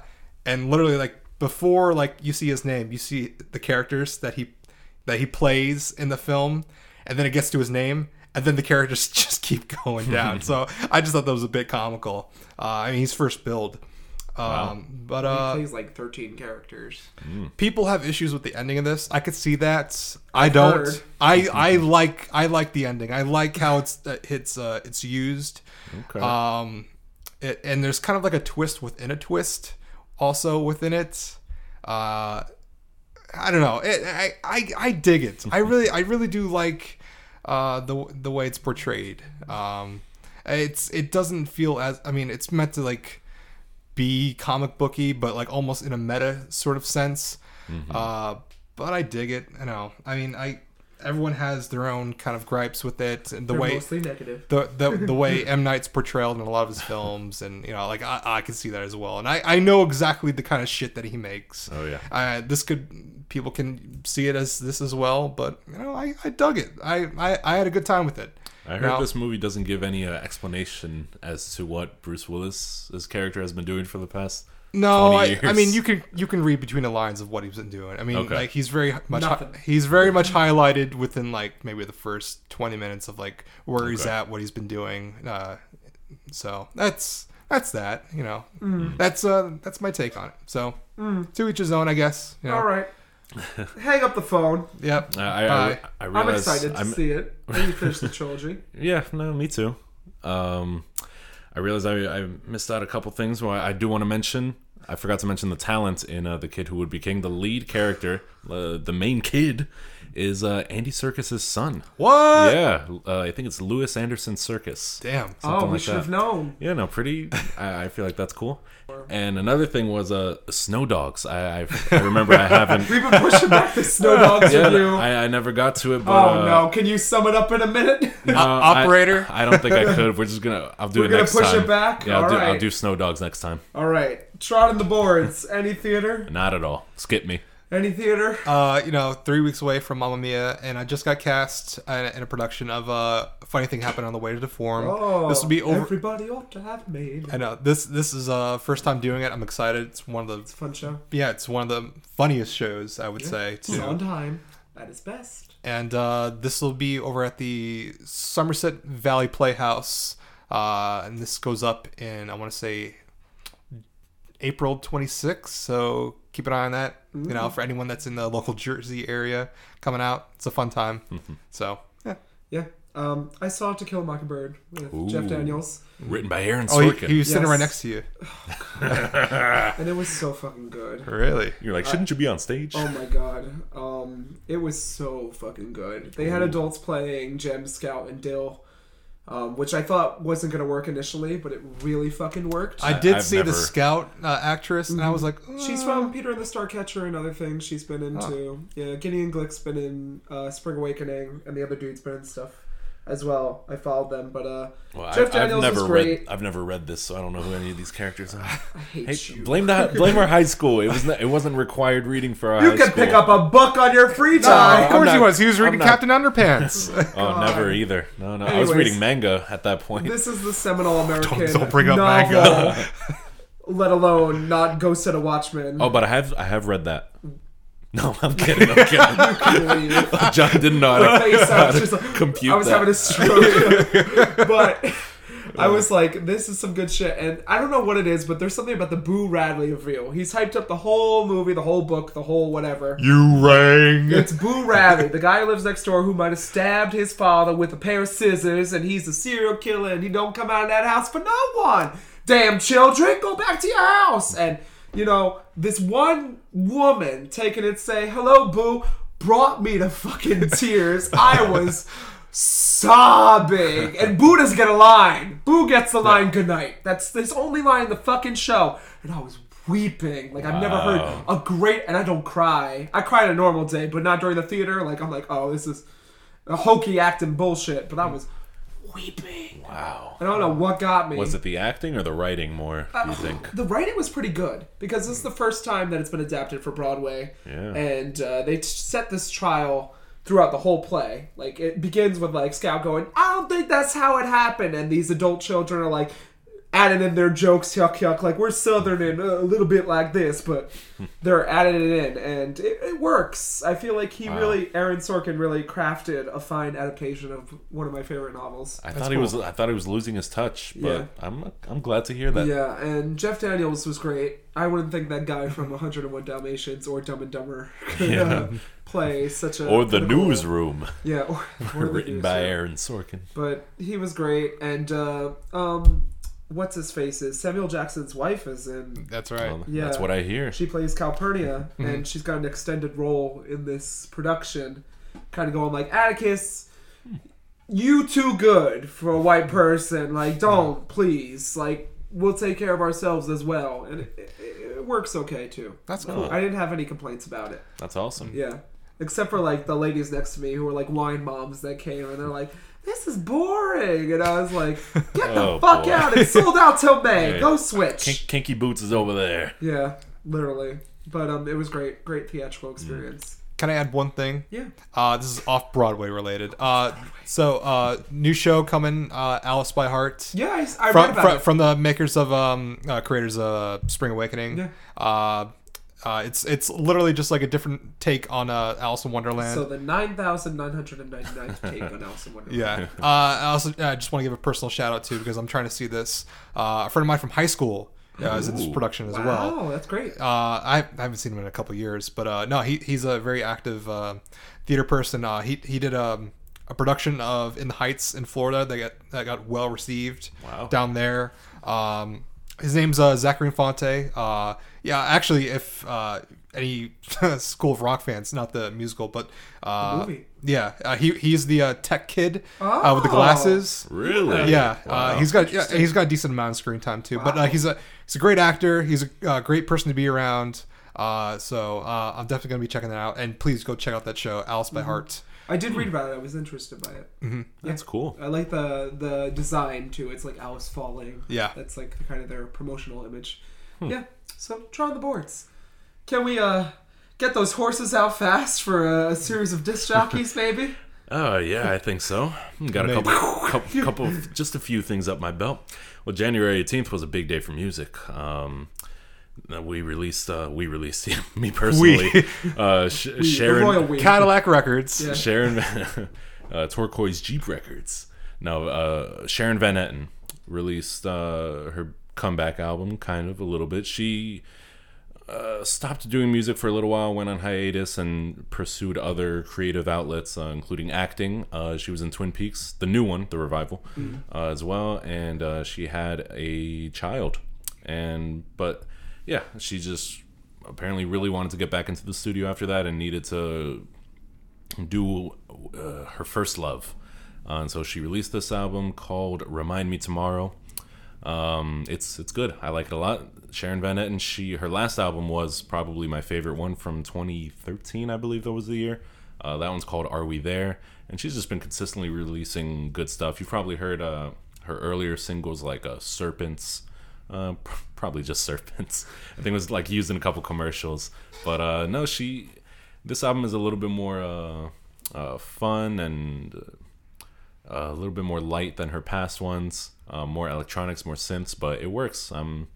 and literally like before like you see his name you see the characters that he that he plays in the film and then it gets to his name and then the characters just keep going down so i just thought that was a bit comical uh i mean he's first build um but uh
Plays like thirteen characters.
people have issues with the ending of this. I could see that. I don't.
heard.
I I like I like the ending. I like how it's that it's uh, it's used.
Okay.
Um, it, and there's kind of like a twist within a twist, also within it. Uh, I don't know. It, I, I I dig it. I really I really do like uh, the the way it's portrayed. Um, it's it doesn't feel as I mean it's meant to like be comic booky, but like almost in a meta sort of sense. Uh, but I dig it. You know, I mean, I everyone has their own kind of gripes with it, and the
They're
way
mostly negative.
the, the the way M Night's portrayed in a lot of his films, and you know, like I, I can see that as well, and I, I know exactly the kind of shit that he makes.
Oh, yeah.
uh, this could people can see it as this as well, but you know, I, I dug it. I, I I had a good time with it.
I heard
Now-
this movie doesn't give any uh, explanation as to what Bruce Willis' his character has been doing for the past.
No,
20
I,
years.
I mean you can you can read between the lines of what he's been doing. I mean,
Okay.
like he's very much
Nothing.
he's very much highlighted within like maybe the first twenty minutes of like where he's
Okay.
at, what he's been doing. Uh, so that's that's that. You know,
Mm.
that's uh that's my take on it. So to each his own, I guess. You know?
All right. Hang up the phone.
Yep.
uh, I I,
Bye.
I, I
Uh, I'm
realize
excited to
I'm-
see it. Let me finish the trilogy.
Yeah, no, me too. Um, I realize I, I missed out a couple things. Where I do want to mention, I forgot to mention the talent in uh, the kid who would be king. The lead character, uh, the main kid, is uh, Andy Circus's son.
What?
Yeah, uh, I think it's Lewis Anderson Circus.
Damn.
oh, we
like
should have
that.
known.
Yeah, no, pretty. I, I feel like that's cool. And another thing was uh, Snow Dogs. I, I, I remember I haven't.
We've been pushing back the Snow Dogs
Yeah,
review.
I, I never got to it. But,
oh
uh,
no! Can you sum it up in a minute?
No, I-
Operator?
I, don't think I could. We're just gonna. I'll do
We're
it
gonna
next time.
push it back?
Yeah, I'll
All
do. I'll
right.
do Snow Dogs next time.
All right. Trot on the boards. Any theater?
Not at all. Skip me.
Any theater?
Uh, you know, three weeks away from Mamma Mia, and I just got cast in a, in a production of uh, Funny Thing Happened on the Way to the Forum.
Oh,
this will be over.
Everybody ought to have made.
I know this. This is uh first time doing it. I'm excited. It's one of the
It's a fun show.
yeah, it's one of the funniest shows I would say
It's
too.
on time. At its best.
And uh, this will be over at the Somerset Valley Playhouse, uh, and this goes up in I want to say April 26th. So keep an eye on that. You
Mm-hmm.
know, for anyone that's in the local Jersey area coming out, it's a fun time. So yeah,
Yeah. Um, I saw To Kill a Mockingbird with Jeff
Ooh.
Daniels,
Written by Aaron
Oh, he,
Sorkin.
he was sitting
Yes.
right next to you.
Ah.
and it was so fucking good.
Really?
You're like, shouldn't you be on stage?
Oh my god. Um, it was so fucking good. They had adults playing Gem, Scout, and Dill, um, which I thought wasn't going to work initially, but it really fucking worked.
I did
I've
see
never-
the scout uh, actress, and I was
Mm-hmm.
like,
She's
uh,
from Peter and the Starcatcher and other things she's
Ah.
been into. Yeah, Gideon Glick's been in uh, Spring Awakening, and the other dude's been in stuff as well. I followed them, but uh,
Well,
Jeff
I, I've
Daniels
never
is great.
read. I've never read this, so I don't know who any of these characters are.
I hate
Hey,
you.
blame the blame our high school. It was not, it wasn't required reading for our
You
high
can
school.
pick up a book on your free time.
of course
I'm
he
not-
was. He was
I'm
reading
not-
Captain Underpants.
Oh, never either. No, no. I was
Anyways.
reading manga at that point.
This is the seminal American
Don't- don't bring up
novel,
manga.
let alone not Ghost at a Watchman.
oh, but I have I have read that. No, I'm kidding. I'm kidding.
Leave.
John didn't know how to,
Face up,
how to
just like-
compute
I was
that.
having a stroke, but I was like, "This is some good shit." And I don't know what it is, but there's something about the Boo Radley reveal. He's hyped up the whole movie, the whole book, the whole whatever.
you rang.
It's Boo Radley, the guy who lives next door, who might have stabbed his father with a pair of scissors, and he's a serial killer, and he don't come out of that house for no one. Damn children, go back to your house. And you know, this one woman taking it, say, "Hello, Boo," brought me to fucking tears. I was sobbing, and Boo doesn't get a line. Boo gets the line, "Good night." That's his only line in the fucking show, and I was weeping. Like I've never heard a great and I don't cry. I cry on a normal day, but not during the theater. Like I'm like, oh, this is a hokey acting bullshit. But I was weeping.
Wow.
I don't know what got me.
Was it the acting or the writing more? Do you think?
The writing was pretty good because this is the first time that it's been adapted for Broadway.
Yeah.
And uh, they t- set this trial throughout the whole play. Like it begins with like Scout going, "I don't think that's how it happened," and these adult children are like adding in their jokes, yuck yuck, like we're Southern and uh, a little bit like this, but they're adding it in, and it, it works. I feel like he really, Aaron Sorkin really crafted a fine adaptation of one of my favorite novels.
I thought he was. I thought he was losing his touch, but
Yeah.
I'm. I'm glad to hear that.
Yeah, and Jeff Daniels was great. I wouldn't think that guy from 101 Dalmatians or Dumb and Dumber could uh, play such a
Or the
critical-
newsroom,
Yeah, or, or the
written by
newsroom.
Aaron Sorkin.
But he was great, and uh, um, what's his face is Samuel Jackson's wife is in.
That's right.
Well,
Yeah.
That's what I hear.
She plays Calpurnia,
Mm-hmm.
and she's got an extended role in this production. Kind of going like Atticus. You too good for a white person. Like, don't please. Like, we'll take care of ourselves as well, and it, it, it works okay too.
That's
Oh.
cool.
I didn't have any complaints about it.
That's awesome.
Yeah. Except for like the ladies next to me who were like wine moms that came and they're like, This is boring and I was like, Get the
Oh,
fuck
boy.
out, it's sold out till May.
Yeah.
Go switch.
Kink, Kinky Boots is over there.
Yeah, literally. But um it was great, great theatrical experience.
Can I add one thing?
Yeah.
Uh, this is off Broadway related. Uh, so uh, new show coming, uh, Alice by Heart.
Yeah, I, s- I read
From,
about
from,
it.
from the makers of um, uh, creators of Spring Awakening.
Yeah.
Uh, uh, it's it's literally just like a different take on uh, Alice in Wonderland.
So the nine thousand nine hundred and ninety ninth take on Alice in Wonderland.
Yeah. Uh, I also I just want to give a personal shout out too because I'm trying to see this. Uh, a friend of mine from high school uh, is in this
Ooh.
production as well.
Wow, Oh, that's great.
Uh, I, I haven't seen him in a couple years, but uh, no, he, he's a very active uh, theater person. Uh, he he did um, a production of In the Heights in Florida that got that got well received
Wow.
down there. Um, his name's uh, Zachary Infante. Uh, yeah, actually, if uh, any School of Rock fans, not the musical, but uh,
movie.
yeah, uh, he he's the uh, tech kid uh, with the
Oh.
glasses.
Really?
Yeah,
Wow.
uh, he's got yeah, he's got a decent amount of screen time too. But uh, he's a he's a great actor. He's a uh, great person to be around. Uh, so uh, I'm definitely gonna be checking that out. And please go check out that show, Alice
Mm-hmm.
by Heart.
I did read about it, I was interested by it.
Mm-hmm.
That's cool.
I like the the design too. It's like Alice falling.
Yeah. Hmm.
that's like the kind of their promotional image. Yeah. So try on the boards. Can we uh get those horses out fast for a, series of disc jockeys, maybe?
Oh yeah, I think so. Hmm, Got a
Maybe.
couple, couple, couple, of- just a few things up my belt. Well, January 18th was a big day for music. Um, we released, uh, we released, me personally, uh, Sh-
the Royal
Sharon,
We.
Cadillac Records.
Yeah.
Sharon, uh, Turquoise Jeep Records. No, uh, Sharon Van Etten released uh, her comeback album, kind of a little bit. She uh, stopped doing music for a little while, went on hiatus, and pursued other creative outlets, uh, including acting. Uh, she was in Twin Peaks, the new one, the revival, uh, as well, and uh, she had a child. And but yeah, she just apparently really wanted to get back into the studio after that and needed to do uh, her first love. Uh, and so she released this album called "Remind Me Tomorrow." Um, it's it's good. I like it a lot. Sharon Van Etten, she her last album was probably my favorite one from 2013, I believe that was the year. Uh, that one's called "Are We There," and she's just been consistently releasing good stuff. You've probably heard uh, her earlier singles like uh, "Serpents." Uh, p- probably just serpents. I think it was like used in a couple commercials, but uh, no, she. This album is a little bit more uh, uh, fun and uh, a little bit more light than her past ones. Uh, more electronics, more synths, but it works. I'm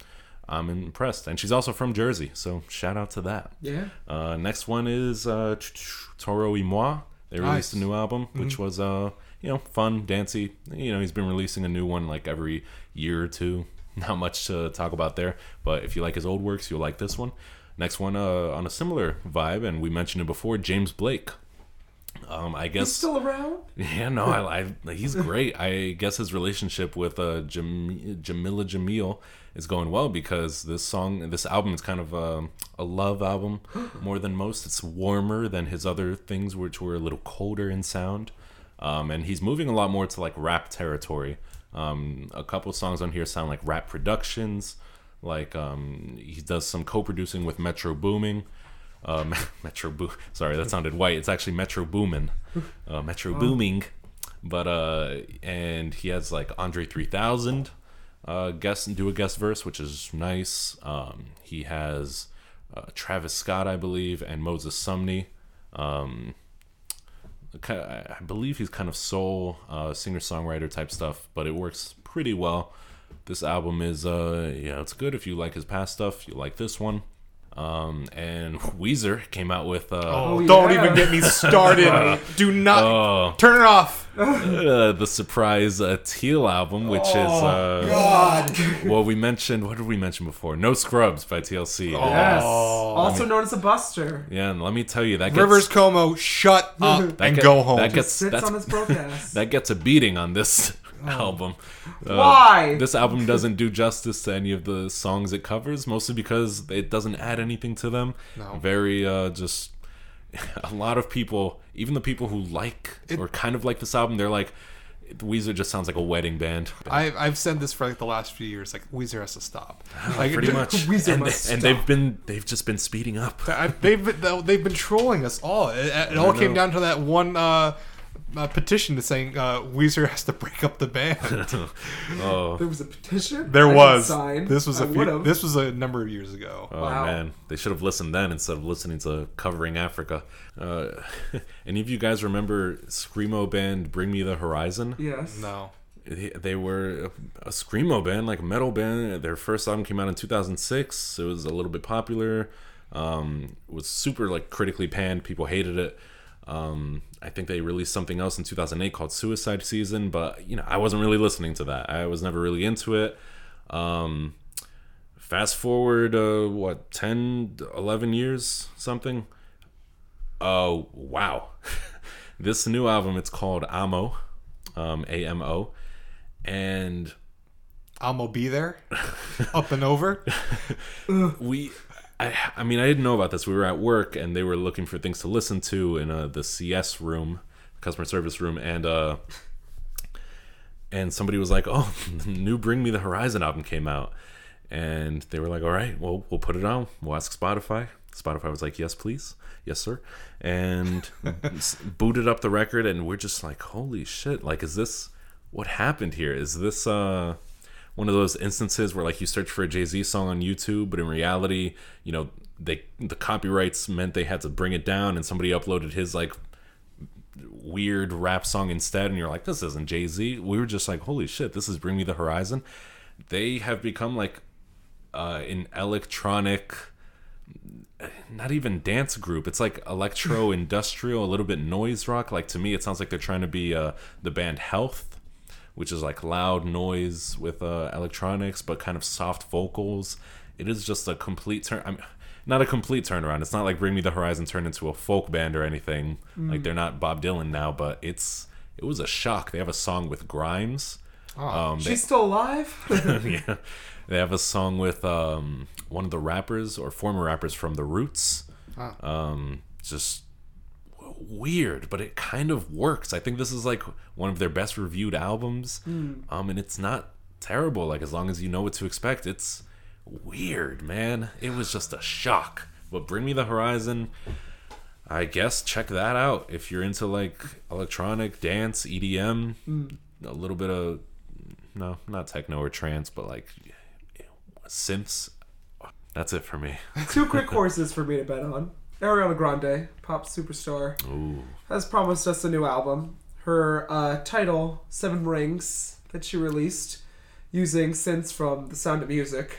I'm impressed, and she's also from Jersey, so shout out to that.
Yeah.
Uh, next one is uh, Toro y Moi. They released
Nice.
a new album, which was uh, you know fun, dancey. You know he's been releasing a new one like every year or two. Not much to talk about there, but if you like his old works, you'll like this one. Next one uh, on a similar vibe, and we mentioned it before, James Blake. Um, I guess
He's still around.
yeah, no, I, I he's great. I guess his relationship with uh, Jam- Jamila Jamil is going well because this song, this album, is kind of a, a love album more than most. It's warmer than his other things, which were a little colder in sound. Um, and he's moving a lot more to like rap territory. Um, a couple songs on here sound like rap productions. Like um, he does some co-producing with Metro Booming. Uh, Metro Boom. Sorry, that sounded white. It's actually Metro Boomin. Uh, Metro Booming. But uh, and he has like Andre 3000 uh, guest do a guest verse, which is nice. Um, he has uh, Travis Scott, I believe, and Moses Sumney. Um, ki- I I believe he's kind of soul uh, singer songwriter type stuff, but it works pretty well. This album is uh yeah, it's good if you like his past stuff. You like this one. Um, and Weezer came out with uh,
Oh,
Oh,
don't
yeah.
even get me started. Do not
Oh.
turn it off.
uh, the surprise uh, Teal album, which is uh,
God.
well, we mentioned what did we mention before? No Scrubs by TLC.
Yeah.
Yes. also known as a Buster.
Yeah, and let me tell you that gets,
Rivers Como, shut up
that
and
get-
go home.
That gets
Sits
that's-
on his broke ass.
that gets a beating on this album. Uh,
Why?
This album doesn't do justice to any of the songs it covers, mostly because it doesn't add anything to them.
No.
Very uh, just a lot of people, even the people who like or kind of like this album, they're like, Weezer just sounds like a wedding band.
I, I've said this for like the last few years. Like Weezer has to stop. Like,
pretty much.
Weezer
and,
must
and
stop.
they've been they've just been speeding up.
I, they've been, they've been trolling us all. It, it all came down to that one uh, uh, petition to saying uh, Weezer has to break up the band.
Oh,
There was a petition. I
There
didn't
was
sign.
this was
I
a few,
would've.
this was a number of years ago.
oh,
Wow.
man, they should have listened then instead of listening to covering Africa. Uh, any of you guys remember screamo band Bring Me the Horizon?
Yes.
No,
they they were a, a screamo band, like a metal band. Their first album came out in 2006. It was a little bit popular. Um, it was super like critically panned. People hated it. Um, I think they released something else in 2008 called Suicide Season, but you know I wasn't really listening to that. I was never really into it. Um, fast forward uh, what 10 11 years something oh wow this new album it's called amo um, amo and
I'm gonna be there, up and over.
we I, I mean i didn't know about this we were at work and they were looking for things to listen to in uh, the cs room customer service room and uh and somebody was like oh the new bring me the horizon album came out and they were like all right well we'll put it on we'll ask spotify spotify was like yes please yes sir and s- booted up the record and we're just like holy shit like is this what happened here is this uh one of those instances where like you search for a Jay-Z song on YouTube, but in reality, you know, they the copyrights meant they had to bring it down and somebody uploaded his like weird rap song instead and you're like, this isn't Jay-Z. We were just like, holy shit, this is Bring Me the Horizon. They have become like uh an electronic not even dance group. It's like electro industrial, a little bit noise rock. Like to me, it sounds like they're trying to be uh, the band Health, which is like loud noise with uh, electronics, but kind of soft vocals. It is just a complete turn. I mean, not a complete turnaround. It's not like Bring Me the Horizon turned into a folk band or anything. Like they're not Bob Dylan now, but it's it was a shock. They have a song with Grimes. Um, they-
She's still alive.
yeah. They have a song with um, one of the rappers or former rappers from The Roots. Um, it's just w- weird, but it kind of works. I think this is like one of their best reviewed albums. Um, and it's not terrible. Like, as long as you know what to expect, it's weird, man. It was just a shock. But Bring Me the Horizon, I guess check that out if you're into like electronic dance, EDM, a little bit of no, not techno or trance, but like synths. That's it for me.
Two quick horses for me to bet on. Ariana Grande, pop superstar,
Ooh,
has promised us a new album. Her uh, title, Seven Rings, that she released using synths from The Sound of Music.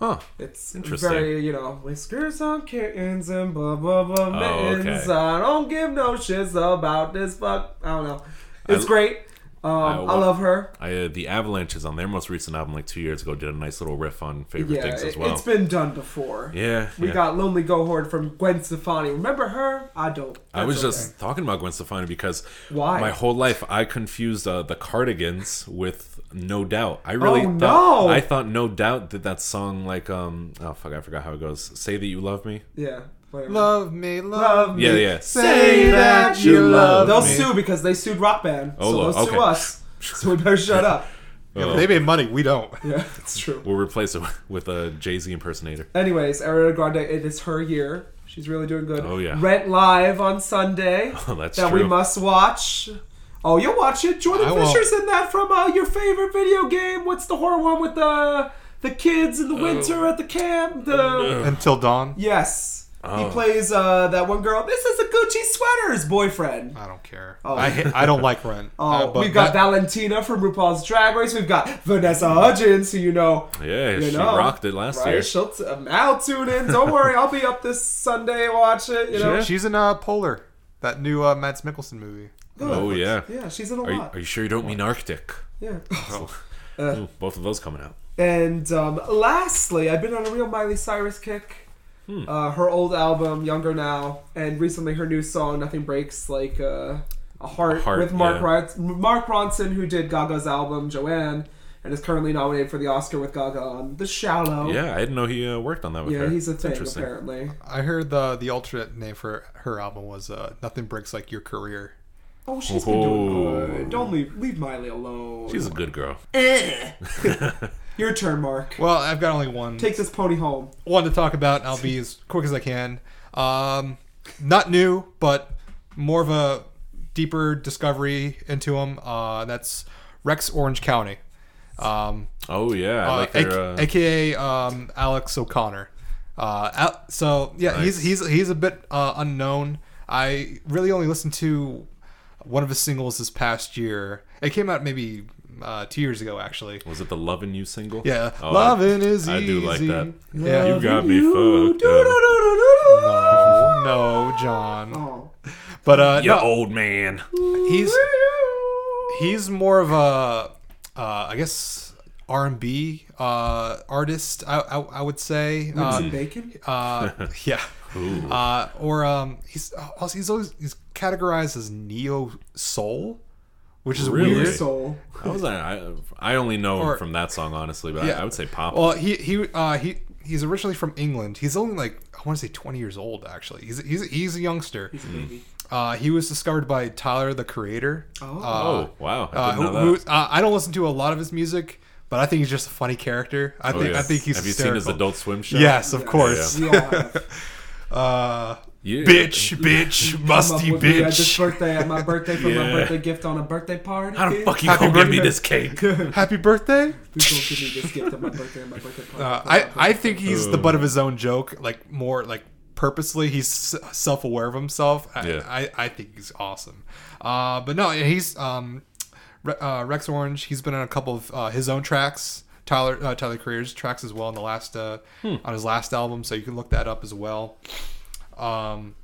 huh?
It's
Interesting.
very, you know, whiskers on kittens and blah blah blah
Oh, okay.
mittens. I don't give no shits about this fuck. I don't know. It's
I-
great. Um, I,
wa-
love her.
I uh, the Avalanches on their most recent album, like two years ago, did a nice little riff on favorite
Yeah,
things as
it,
well.
has been done before.
yeah,
We
yeah.
got Lonely Go Horde from Gwen Stefani. Remember her? I don't.
I was
That's okay.
just talking about Gwen Stefani because
Why?
my whole life I confused uh, the Cardigans with No Doubt. I really
Oh,
thought
no!
I thought No Doubt did that song like um oh fuck I forgot how it goes. Say that you love me.
yeah. Whatever.
Love me, love,
Love
me.
me.
Yeah, yeah.
Say that you love
They'll
me.
sue because they sued Rock Band.
Oh,
so
look,
they'll sue
okay.
us. So we better shut up.
Yeah, but they made money. We don't.
Yeah, it's true.
We'll replace it with a Jay Z impersonator.
Anyways, Ariana Grande, it is her year. She's really doing good.
Oh, yeah.
Rent live on Sunday.
Oh, that's
that we
true.
must watch. Oh, you'll watch it. Jordan
I won't.
Fisher's in that from uh, your favorite video game. What's the horror one with the the kids
Oh.
in the winter at the camp? The
Until dawn.
yes,
Oh.
he plays uh, that one girl. This is a Gucci sweater's boyfriend.
I don't care.
Oh.
I ha- I don't like Uh, Ren.
Oh, we've got Valentina from RuPaul's Drag Race. We've got Vanessa Hudgens, who you know,
Yeah,
You
she
know,
rocked it last
right?
year.
She'll t- um, I'll tune in. Don't worry, I'll be up this Sunday. Watch it. You know,
She- She's in uh, Polar, that new uh, Mads Mikkelsen movie.
Oh yeah.
yeah, she's in a
Are you,
lot.
are you sure you don't mean Arctic?
yeah.
Ooh, both of those coming out.
And um, lastly, I've been on a real Miley Cyrus kick.
Hmm.
Uh, her old album, Younger Now, and recently her new song, Nothing Breaks Like uh, a Heart,
Heart,
with Mark,
yeah.
Ron- Mark Ronson, who did Gaga's album, Joanne, and is currently nominated for the Oscar with Gaga on The Shallow.
Yeah, I didn't know he uh, worked on that with
Oh. Yeah,
her.
he's a
It's
thing, apparently.
I heard the the alternate name for her album was uh, "Nothing Breaks Like Your Career."
Oh, she's been
Oh.
doing good. Don't leave, leave Miley alone.
She's a good girl.
Your turn, Mark.
Well, I've got only one
Take this pony home.
one to talk about, and I'll be as quick as I can. Um, not new, but more of a deeper discovery into him. Uh, that's Rex Orange County. Um,
Oh yeah, I
uh,
like their,
A-
uh,
aka um, Alex O'Connor. Uh, Al- so yeah, he's he's he's a bit uh, unknown. I really only listened to one of his singles this past year. It came out maybe uh, two years ago, actually.
was it the "Lovin' You" single?
Yeah,
Oh,
loving is
I, I
easy.
do like that.
Yeah.
you got me
You
fucked. up.
do-do-do-do-do-do.
No, no, John.
Oh.
But uh,
You
no,
old man.
he's he's more of a uh, I guess R and B uh, artist. I, I I would say.
Want
Uh,
some bacon?
uh, yeah. Uh, or um, he's also he's always he's categorized as neo soul, which is
Really?
weird.
Soul.
I was I, I only know him
Or-
from that song honestly, but I-
Yeah.
I would say pop.
Well, he he uh, he he's originally from England. He's only like I want to say twenty years old actually. He's he's he's a youngster. Uh, he was discovered by Tyler the Creator.
Oh.
Uh,
oh wow, I
uh,
didn't
who,
know that.
who- uh, I don't listen to a lot of his music, but I think he's just a funny character. I
Oh,
think
yeah.
I think he's.
Have you seen his
hysterical.
Adult Swim show?
Yes, of
Yeah.
course.
We all have.
Uh,
Yeah.
bitch, bitch,
Come up
musty
with me at this
bitch.
birthday at my birthday for my
Yeah.
birthday gift on a birthday party.
How the fuck you
Happy
gonna give me
birthday.
this cake?
Happy birthday.
People give me this gift on my birthday and my birthday party.
Uh, I I think he's
Oh.
the butt of his own joke, like more like purposely. He's s- self-aware of himself. I,
Yeah.
I, I think he's awesome. Uh, but no, he's um, Re- uh, Rex Orange. He's been on a couple of uh, his own tracks, Tyler uh, Tyler Creator's tracks as well in the last uh,
Hmm.
on his last album. So you can look that up as well. Um,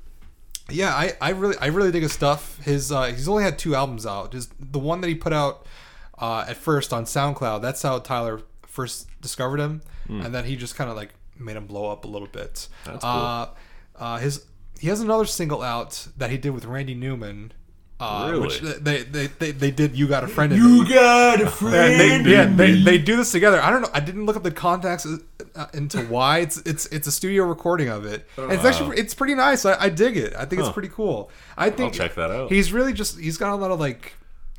yeah, I, I really I really dig his stuff. His uh, he's only had two albums out. Just the one that he put out uh, at first on SoundCloud. That's how Tyler first discovered him, and then he just kind of like made him blow up a little bit.
Hmm. That's
Uh, uh, his he has another single out that he did with Randy Newman. Uh,
Really?
Which they, they, they, they did. You got a friend. in Me.
You got a
And
friend.
they, yeah, they,
Me.
they do this together. I don't know. I didn't look up the contacts uh, into why it's it's it's a studio recording of it. And it's actually it's pretty nice. I, I dig it. I think it's pretty cool. I think
check that out.
He's really just he's got a lot of like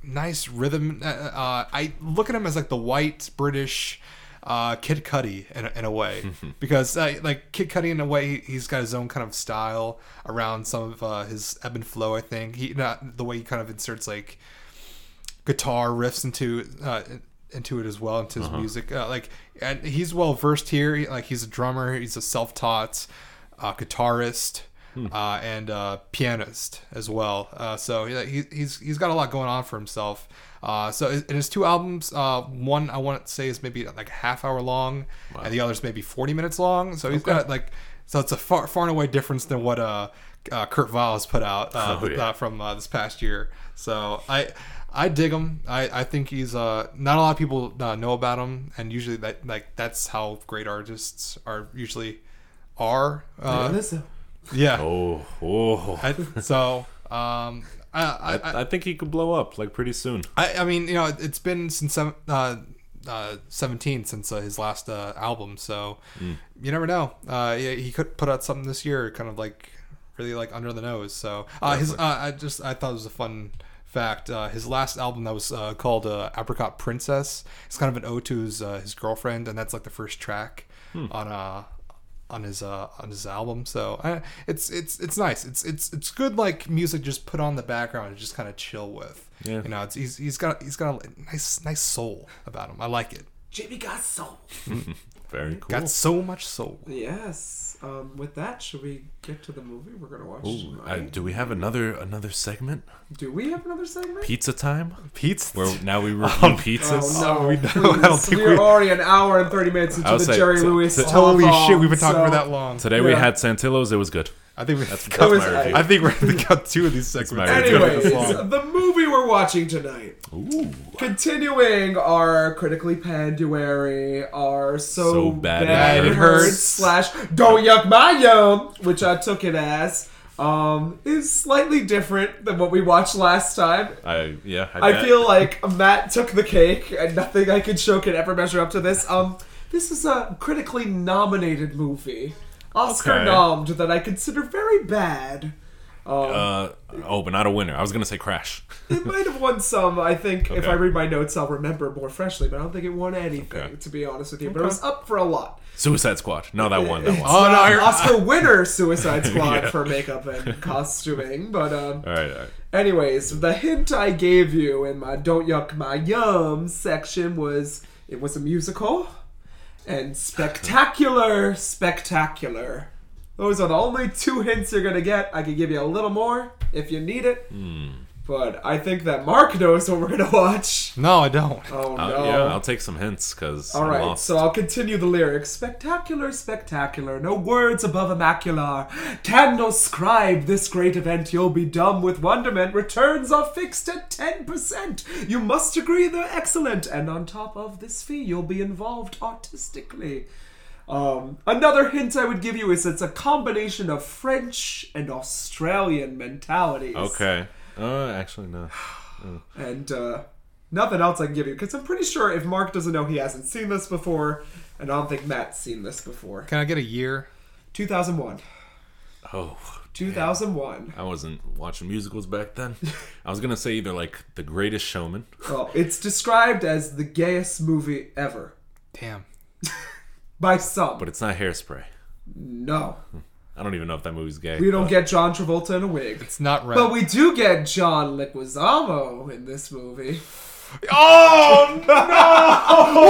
nice rhythm. Uh, uh, I look at him as like the white British. Uh, Kid Cudi in a, in a way because uh, like Kid Cudi in a way he's got his own kind of style around some of uh, his ebb and flow I think he not the way he kind of inserts like guitar riffs into uh, into it as well into
Uh-huh.
his music. Uh, like, and he's well versed here. He- Like, he's a drummer. He's a self taught uh, guitarist.
Hmm.
Uh, and uh, pianist as well, uh, so yeah, he, he's he's got a lot going on for himself. Uh, so in his two albums, uh, one I want to say is maybe like a half hour long, and the other's maybe forty minutes long. So he's got like so it's a far far and away difference than what uh, uh, Kurt Viles put out uh,
Oh, yeah.
uh, from uh, this past year. So I I dig him. I, I think he's uh not a lot of people uh, know about him, and usually that like that's how great artists are usually are. Uh,
Listen.
yeah.
Oh, oh. I,
I- so um I I, I,
I think he could blow up like pretty soon.
I, I mean you know it's been since seven, uh, uh, seventeen since uh, his last uh, album, so you never know. Uh, yeah, he could put out something this year, kind of like really like under the nose. So uh, his uh, I just I thought it was a fun fact. Uh, his last album that was uh, called uh, Apricot Princess. It's kind of an ode to his, uh, his girlfriend, and that's like the first track on uh on his uh on his album so I, it's it's it's nice it's it's it's good like music just put on the background and just kind of chill with
Yeah.
you know it's he's, he's got he's got a nice nice soul about him i like it
Jimmy got soul.
Very cool.
got so much soul
Yes. Um, with that, should we get to the movie we're gonna watch?
Ooh, I,
tonight?
do we have another another segment?
Do we have another segment?
Pizza time?
pete's
Where now we review pizzas.
Oh no,
we
please.
don't- I don't think
we're
we-
already an hour and thirty minutes into
I was
the
like,
Jerry
t-
Lewis.
t-
holy
telethon,
shit we've been talking
so-
for that long
Today we
Yeah.
had Santillo's. It was good.
i think we
That's
was-
my review.
i think we're gonna got two of these segments
my
It's gonna be
Anyways,
review.
long.
the movie we're watching tonight.
Ooh.
Continuing our critically panduary, our so,
So
bad,
bad
it
it
hurts.
hurts slash don't yuck my yum, which I took it as, um, is slightly different than what we watched last time.
I yeah.
I
bet.
feel like Matt took the cake, and nothing I could show can ever measure up to this. Um, this is a critically nominated movie, Oscar
Okay.
nommed, that I consider very bad. Um,
Uh, oh, but not a winner. I was gonna say Crash.
it might have won some. I think if
Okay.
I read my notes, I'll remember more freshly. But I don't think it won anything,
Okay.
to be honest with you. But it was up for a lot.
Suicide Squad. No, that one. That one.
Oh, no,
Uh,
you're-
Oscar winner Suicide Squad
Yeah.
for makeup and costuming. But um,
All right, all right.
Anyways, the hint I gave you in my Don't Yuck My Yum section was it was a musical and spectacular, spectacular. Those are the only two hints you're gonna get. I could give you a little more if you need it.
Hmm.
But I think that Mark knows what we're gonna watch.
no i don't
Oh
Uh,
no.
Yeah, I'll take some hints because
All right,
lost.
so I'll continue the lyrics. Spectacular, spectacular, no words above immacular. Can no scribe this great event, you'll be dumb with wonderment. Returns are fixed at 10%. You must agree they're excellent, and on top of this fee, you'll be involved artistically. Um, another hint I would give you is it's a combination of French and Australian mentalities.
okay. Uh, actually no.
And uh, nothing else I can give you because I'm pretty sure if Mark doesn't know, he hasn't seen this before, and I don't think Matt's seen this before.
can i get a year
2001.
Oh,
2001.
I wasn't watching musicals back then. I was gonna say either like The Greatest Showman.
Well, it's described as the gayest movie ever
damn
by some.
But it's not hairspray.
no,
I don't even know if that movie's gay.
we don't get John Travolta in a wig.
it's not right
But we do get John Leguizamo in this movie.
oh no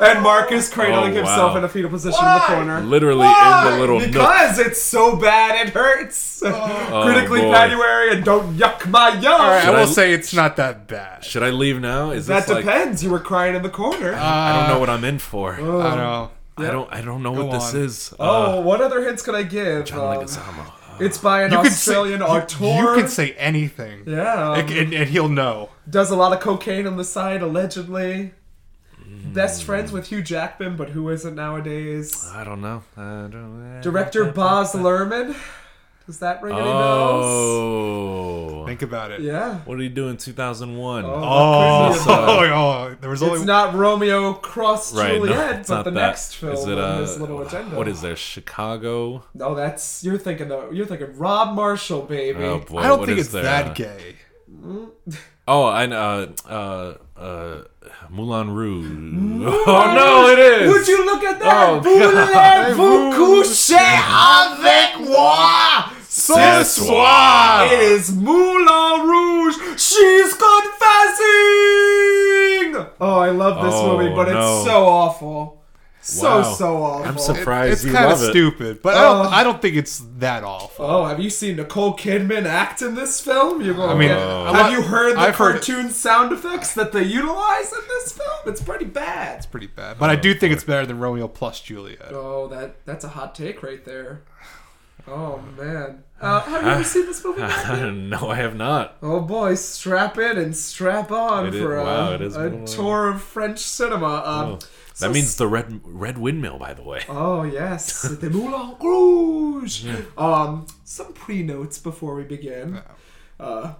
And Mark is cradling
Oh,
himself
wow.
in a fetal position in the corner.
Literally
Ah!
in the little nook.
because it's so bad it hurts. Critically
Oh, boy.
Panuary and don't yuck my yum.
i
Should I
will
l-
say it's not that bad
Should I leave now? Is
That
this like Uh,
depends. Uh, You were crying in the corner.
I don't know what I'm in for.
i
Um,
don't know
I don't. I don't know
Go
what this
on.
is. Uh,
oh, what other hints could I give?
John
Um,
Leguizamo.
it's by an
you could say
Australian
you,
auteur.
you could say anything
yeah, um,
and, and, and he'll know
does a lot of cocaine on the side allegedly.
Mm.
best friends with Hugh Jackman, but who isn't nowadays?
I don't know. I don't. eh.
Director Boz Lerman. Does that ring any bells?
Oh.
Think about it.
Yeah.
What did he do in 2001?
Oh,
Prisoner.
oh, there was only
It's not Romeo cross
Right, no,
Juliet,
it's
but
not
the
that.
next film
Is it,
on
uh,
this little agenda.
What is there? Chicago.
No, that's you're thinking of you're thinking Rob Marshall, baby.
Oh boy,
I don't
what
think
is
it's
there?
that gay.
Oh, and uh, uh, uh, Moulin Rouge. oh no, it is.
Would you look at that?
Oh,
Voulez-vous coucher avec moi?
Ce
Ce
soir.
It is Moulin Rouge. She's confessing. Oh, I love this
Oh,
movie, but
no.
it's so awful. So
Wow.
so awful.
I'm surprised
it's
you
kind of
love it.
stupid, but I don't.
Oh.
I don't think it's that awful.
Oh, have you seen Nicole Kidman act in this film? You're going.
I mean,
get-
a
uh,
have
lot-
you heard the
I've heard-
cartoon sound effects that they utilize in this film? It's pretty bad.
Pretty bad, but I do think it's better than Romeo plus Juliet.
Oh, that that's a hot take right there. Oh man, uh, have you ever seen this movie? Matthew?
no, I have not.
oh boy, strap in and strap on
It is-
for a,
wow, it is
a
more-
tour of French cinema. Uh,
Oh,
so
that means the red red windmill, by the way.
Oh yes, the Moulin Rouge. Um, some pre-notes before we begin. Uh,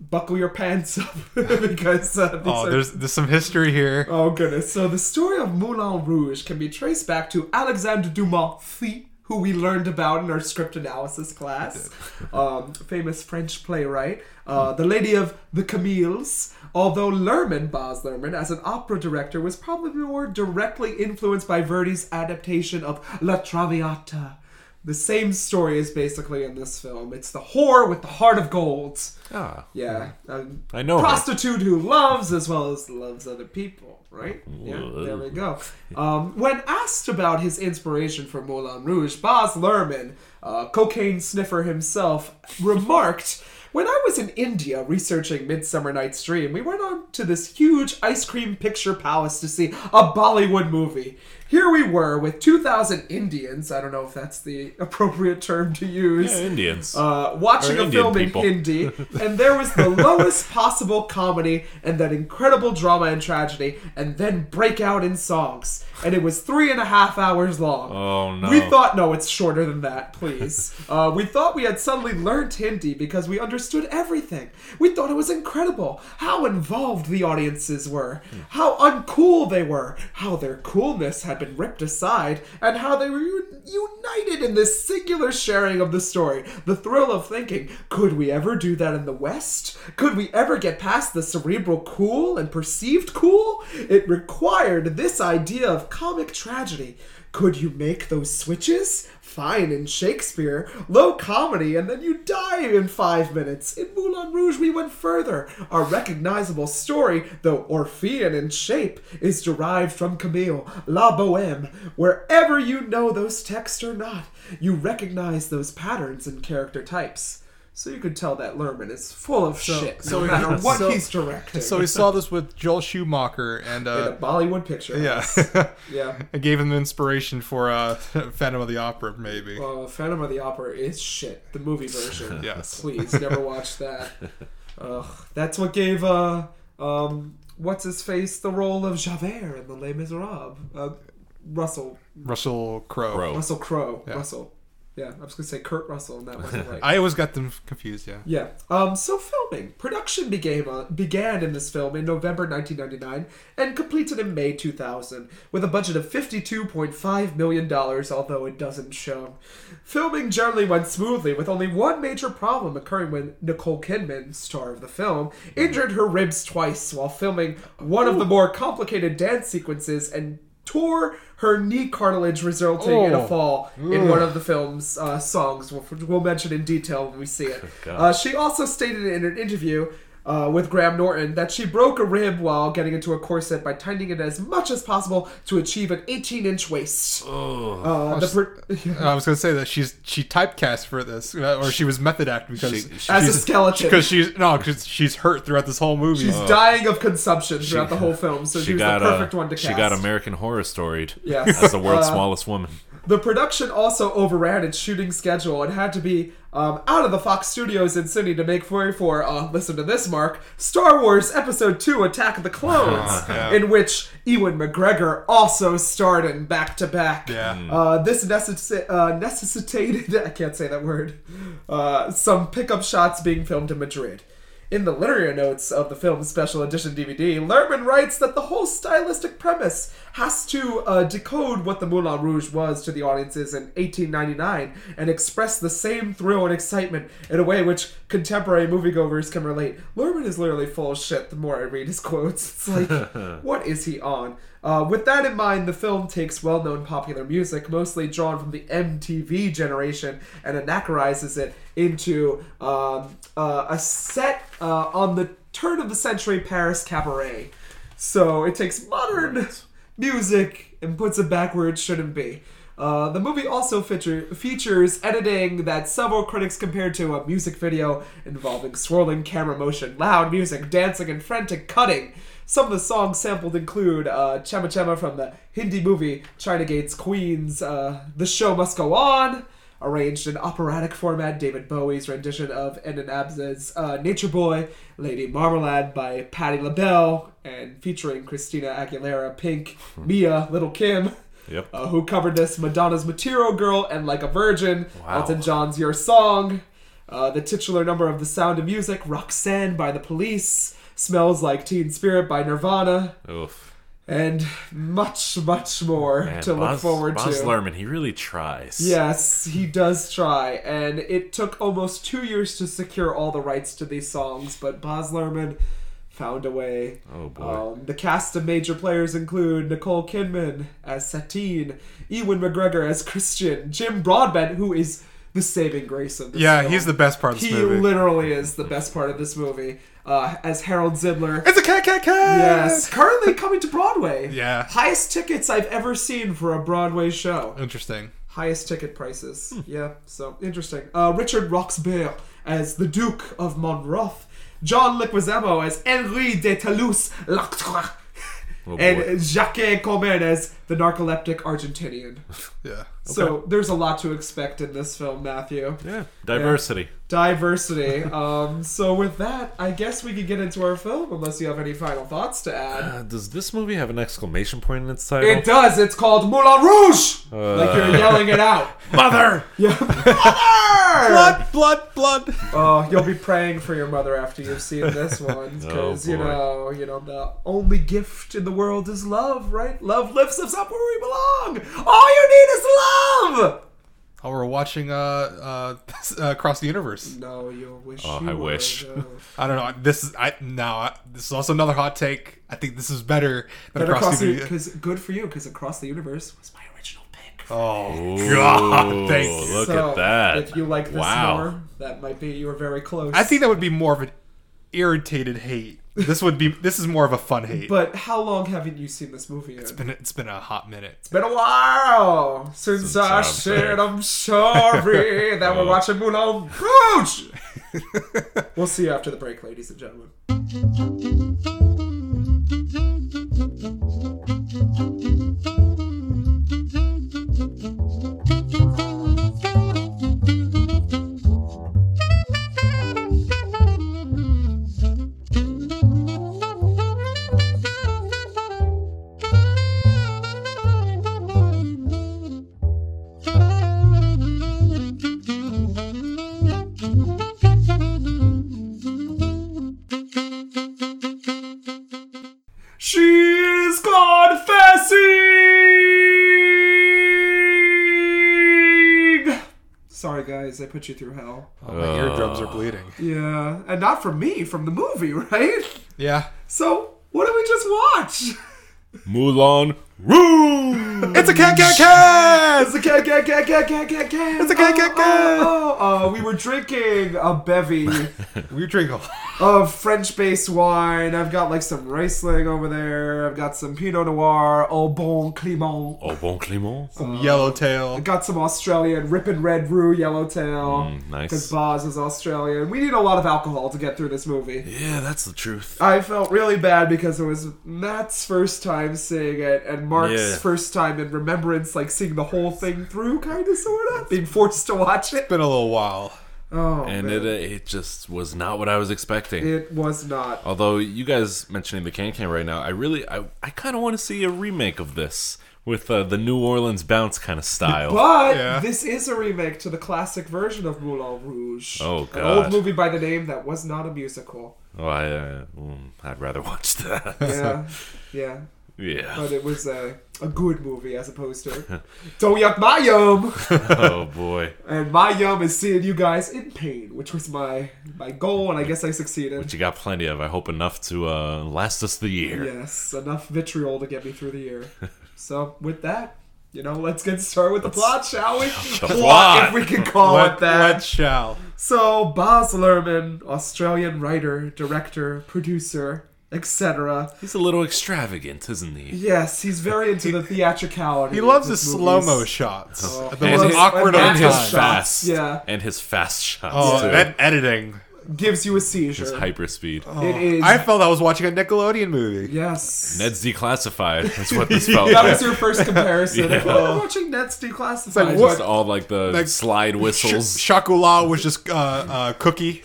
buckle your pants up because uh, these
Oh,
are-
there's there's some history here.
oh goodness. So the story of Moulin Rouge can be traced back to Alexandre Dumas Fee, who we learned about in our script analysis class. um, famous French playwright, uh, the Lady of the Camilles. Although Lerman, Boz Lerman, as an opera director, was probably more directly influenced by Verdi's adaptation of La Traviata. The same story is basically in this film. It's the whore with the heart of gold.
Ah,
Yeah, um,
I know her.
prostitute who loves as well as loves other people, right? Yeah, there we go. Um, when asked about his inspiration for Moulin Rouge, Boz Lerman, uh, cocaine sniffer himself, remarked. When I was in India researching Midsummer Night's Dream, we went on to this huge ice cream picture palace to see a Bollywood movie. Here we were with 2,000 Indians, I don't know if that's the appropriate term to use,
yeah, Indians.
uh, watching
Or
a
Indian
film
people.
in Hindi, and there was the lowest possible comedy and that incredible drama and tragedy, and then break out in songs. And it was three and a half hours long.
Oh, no.
We thought, no, it's shorter than that, please. uh, we thought we had suddenly learned Hindi because we understood everything. We thought it was incredible how involved the audiences were, how uncool they were, how their coolness had been ripped aside, and how they were u- united in this singular sharing of the story. The thrill of thinking, could we ever do that in the West? Could we ever get past the cerebral cool and perceived cool? It required this idea of comic tragedy. Could you make those switches? Fine in Shakespeare, low comedy, and then you die in five minutes. In Moulin Rouge, we went further. Our recognizable story, though Orphean in shape, is derived from Camille, La Boheme. Wherever you know those texts or not, you recognize those patterns and character types. So you could tell that Lerman is full of shit, no matter what
so-
he's directing.
So we saw this with Joel Schumacher, and
in a
uh,
Bollywood picture.
yeah,
Yeah.
it gave him inspiration for uh, Phantom of the Opera, maybe.
Uh, Phantom of the Opera is shit. The movie version.
Yes.
Please never watch that. Ugh. That's what gave uh um what's his face the role of Javert in The Les Miserables. Uh, Russell
Russell Crowe.
Crowe.
Russell Crowe. Russell. Yeah, I was gonna say Kurt Russell, and that wasn't right.
I always got them confused. Yeah.
Yeah. Um, so filming. Production began, uh, began in this film in November 1999 and completed in May 2000 with a budget of $52.5 million, although it doesn't show. Filming generally went smoothly with only one major problem occurring when Nicole Kidman, star of the film, injured her ribs twice while filming one of the more complicated dance sequences and tore her knee cartilage resulting in a
Oh.
fall in one of the film's uh, songs, which we'll mention in detail when we see it. Uh, she also stated in an interview uh, with Graham Norton that she broke a rib while getting into a corset by tightening it as much as possible to achieve an 18 inch waist. Uh, the per-
I was gonna say that she's she typecast for this, uh, or she was method acting because
She- she-
as a skeleton.
because she's no, 'cause she's hurt throughout this whole movie.
She's
Oh.
dying of consumption throughout the whole film, so she,
She
was
got
the perfect
a,
one to cast.
she got American Horror Storied
Yes.
as the world's
Uh,
smallest woman.
The production also overran its shooting schedule and had to be um, out of the Fox studios in Sydney to make way for, uh, listen to this, Mark, Star Wars Episode 2 Attack of the Clones,
yeah.
in which Ewan McGregor also starred in back to back.
Yeah. Mm.
Uh, this necessi- uh, necessitated, I can't say that word, uh, some pickup shots being filmed in Madrid. In the literary notes of the film's special edition DVD, Lerman writes that the whole stylistic premise has to uh, decode what the Moulin Rouge was to the audiences in 1899 and express the same thrill and excitement in a way which contemporary moviegoers can relate. Lerman is literally full of shit the more I read his quotes. It's like, what is he on? Uh, with that in mind, the film takes well known popular music, mostly drawn from the MTV generation, and anachronizes it into um, uh, a set uh, on the turn of the century Paris cabaret. So it takes modern music and puts it back where it shouldn't be. Uh, the movie also feature, features editing that several critics compared to a music video involving swirling camera motion, loud music, dancing, and frantic cutting. Some of the songs sampled include uh, Chema Chema from the Hindi movie China Gates Queens, uh, The Show Must Go On, arranged in operatic format, David Bowie's rendition of Enan Abza's uh, Nature Boy, Lady Marmalade by Patti LaBelle, and featuring Christina Aguilera, Pink,
Hmm.
Mia, Little Kim.
Yep.
Uh, who covered this Madonna's Material Girl and Like a Virgin,
Wow.
Elton John's Your Song, uh, the titular number of The Sound of Music, Roxanne by The Police, Smells Like Teen Spirit by Nirvana,
Oof.
and much, much more
Man,
to look
Baz-
forward
Baz
to.
Luhrmann, he really tries.
Yes, he does try, and it took almost two years to secure all the rights to these songs, but Baz Luhrmann found a way.
Oh, boy.
Um, the cast of major players include Nicole Kidman as Satine, Ewan McGregor as Christian, Jim Broadbent, who is the saving grace of this
Yeah,
film.
he's the best part of this
He
movie.
literally is the best part of this movie. Uh, as Harold Zibler.
it's a cat, cat, cat.
Yes, currently coming to Broadway.
Yeah.
Highest tickets I've ever seen for a Broadway show
Interesting.
highest ticket prices.
Hmm.
Yeah, so interesting. Uh, Richard Roxburgh as the Duke of Monroth, John Leguizamo as Henri de Toulouse Lacroix,
Oh, boy.
and Jacques Comer as the narcoleptic Argentinian.
Yeah.
So there's a lot to expect in this film, Matthew.
Yeah. Diversity.
Diversity. um, so with that, I guess we could get into our film, unless you have any final thoughts to add.
Uh, does this movie have an exclamation point in its title?
It does. It's called Moulin Rouge. like you're yelling it out.
Uh. Mother!
Yeah. Mother!
Blood, blood, blood.
Oh, you'll be praying for your mother after you've seen this one, because
Oh,
you
boy.
know, you know, the only gift in the world is love, right? Love lifts us up where we belong. All you need is love.
Oh, we're watching uh, uh, uh, Across the Universe.
No, you'll wish.
Oh,
you
I
were,
wish.
though.
I don't know. This is I no. I, this is also another hot take. I think this is better
But
than Across,
across
the
the
Universe.
because good for you, because across the universe was my original pick.
Oh
Ooh,
God! Thank you.
Look
So,
at that.
If you like this
wow.
more, that might be you were very close.
I think that would be more of an irritated hate. This would be. This is more of a fun hate.
But how long haven't you seen this movie? in?
Been- it's been a hot minute.
Been a while since,
Since
I
I've
said
said-
I'm sorry that we're watching Moulin Rouge. we'll see you after the break, ladies and gentlemen. She's confessing. Sorry, guys, I put you through hell.
Oh, my eardrums are bleeding.
Yeah, and not from me, from the movie, right?
Yeah.
So, what did we just watch?
Moulin Rouge!
It's a cat, cat, cat.
It's a cat, cat, cat, cat, cat, cat, cat. It's
a cat, cat, cat.
Oh, oh, oh. Uh, we were drinking a bevy
We drink a lot.
of French-based wine. I've got like some Riesling over there. I've got some Pinot Noir, Au Bon Clément.
oh, bon Clément.
Yellowtail.
I've got some Australian Rip and Red Rue Yellowtail.
Mm,
Because
nice.
Boz is Australian. We need a lot of alcohol to get through this movie. Oh,
Yeah, that's the truth.
I felt really bad because it was Matt's first time seeing it, and Mark's
Yeah.
first time in Remembrance, like seeing the whole thing through, kind of, sort of, being forced to watch it.
Been a little while.
Oh,
and
man.
it uh, it just was not what I was expecting.
It was not.
Although you guys mentioning the Can Can right now, I really I, I kind of want to see a remake of this with uh, the New Orleans bounce kind of style.
But
Yeah.
this is a remake to the classic version of Moulin Rouge.
Oh,
An old
God.
movie by the name that was not a musical.
Oh, I, uh, mm, I'd rather watch that.
Yeah, yeah.
yeah.
But it was a, a good movie as opposed to Don't Yuck My Yum!
Oh boy.
And my yum is seeing you guys in pain, which was my my goal, and I guess I
But
succeeded.
you got plenty of. I hope enough to uh, last us the year.
Yes, enough vitriol to get me through the year. So with that, you know, let's get started with the plot, shall we?
plot.
if we can call it
What,
that.
what shall?
So, Baz Luhrmann, Australian writer, director, producer, etc.
He's a little extravagant, isn't he?
Yes, he's very into the theatricality.
He loves
of
his
movies.
slow mo shots.
Oh.
the
And
most
his-
awkward of
and
times.
his shot.
fast.
yeah.
And his fast shots
Oh,
too.
that editing.
Gives you a
his
seizure.
hyper speed.
It is.
Oh. I felt I was watching a Nickelodeon movie.
yes.
Ned's declassified. That's what this felt
that
like.
was your first comparison.
Yeah.
oh, I'm watching Ned's Declassified.
like,
but-
Just all like the
Like,
slide
Sh-
whistles.
Shakula was just uh, uh, Cookie.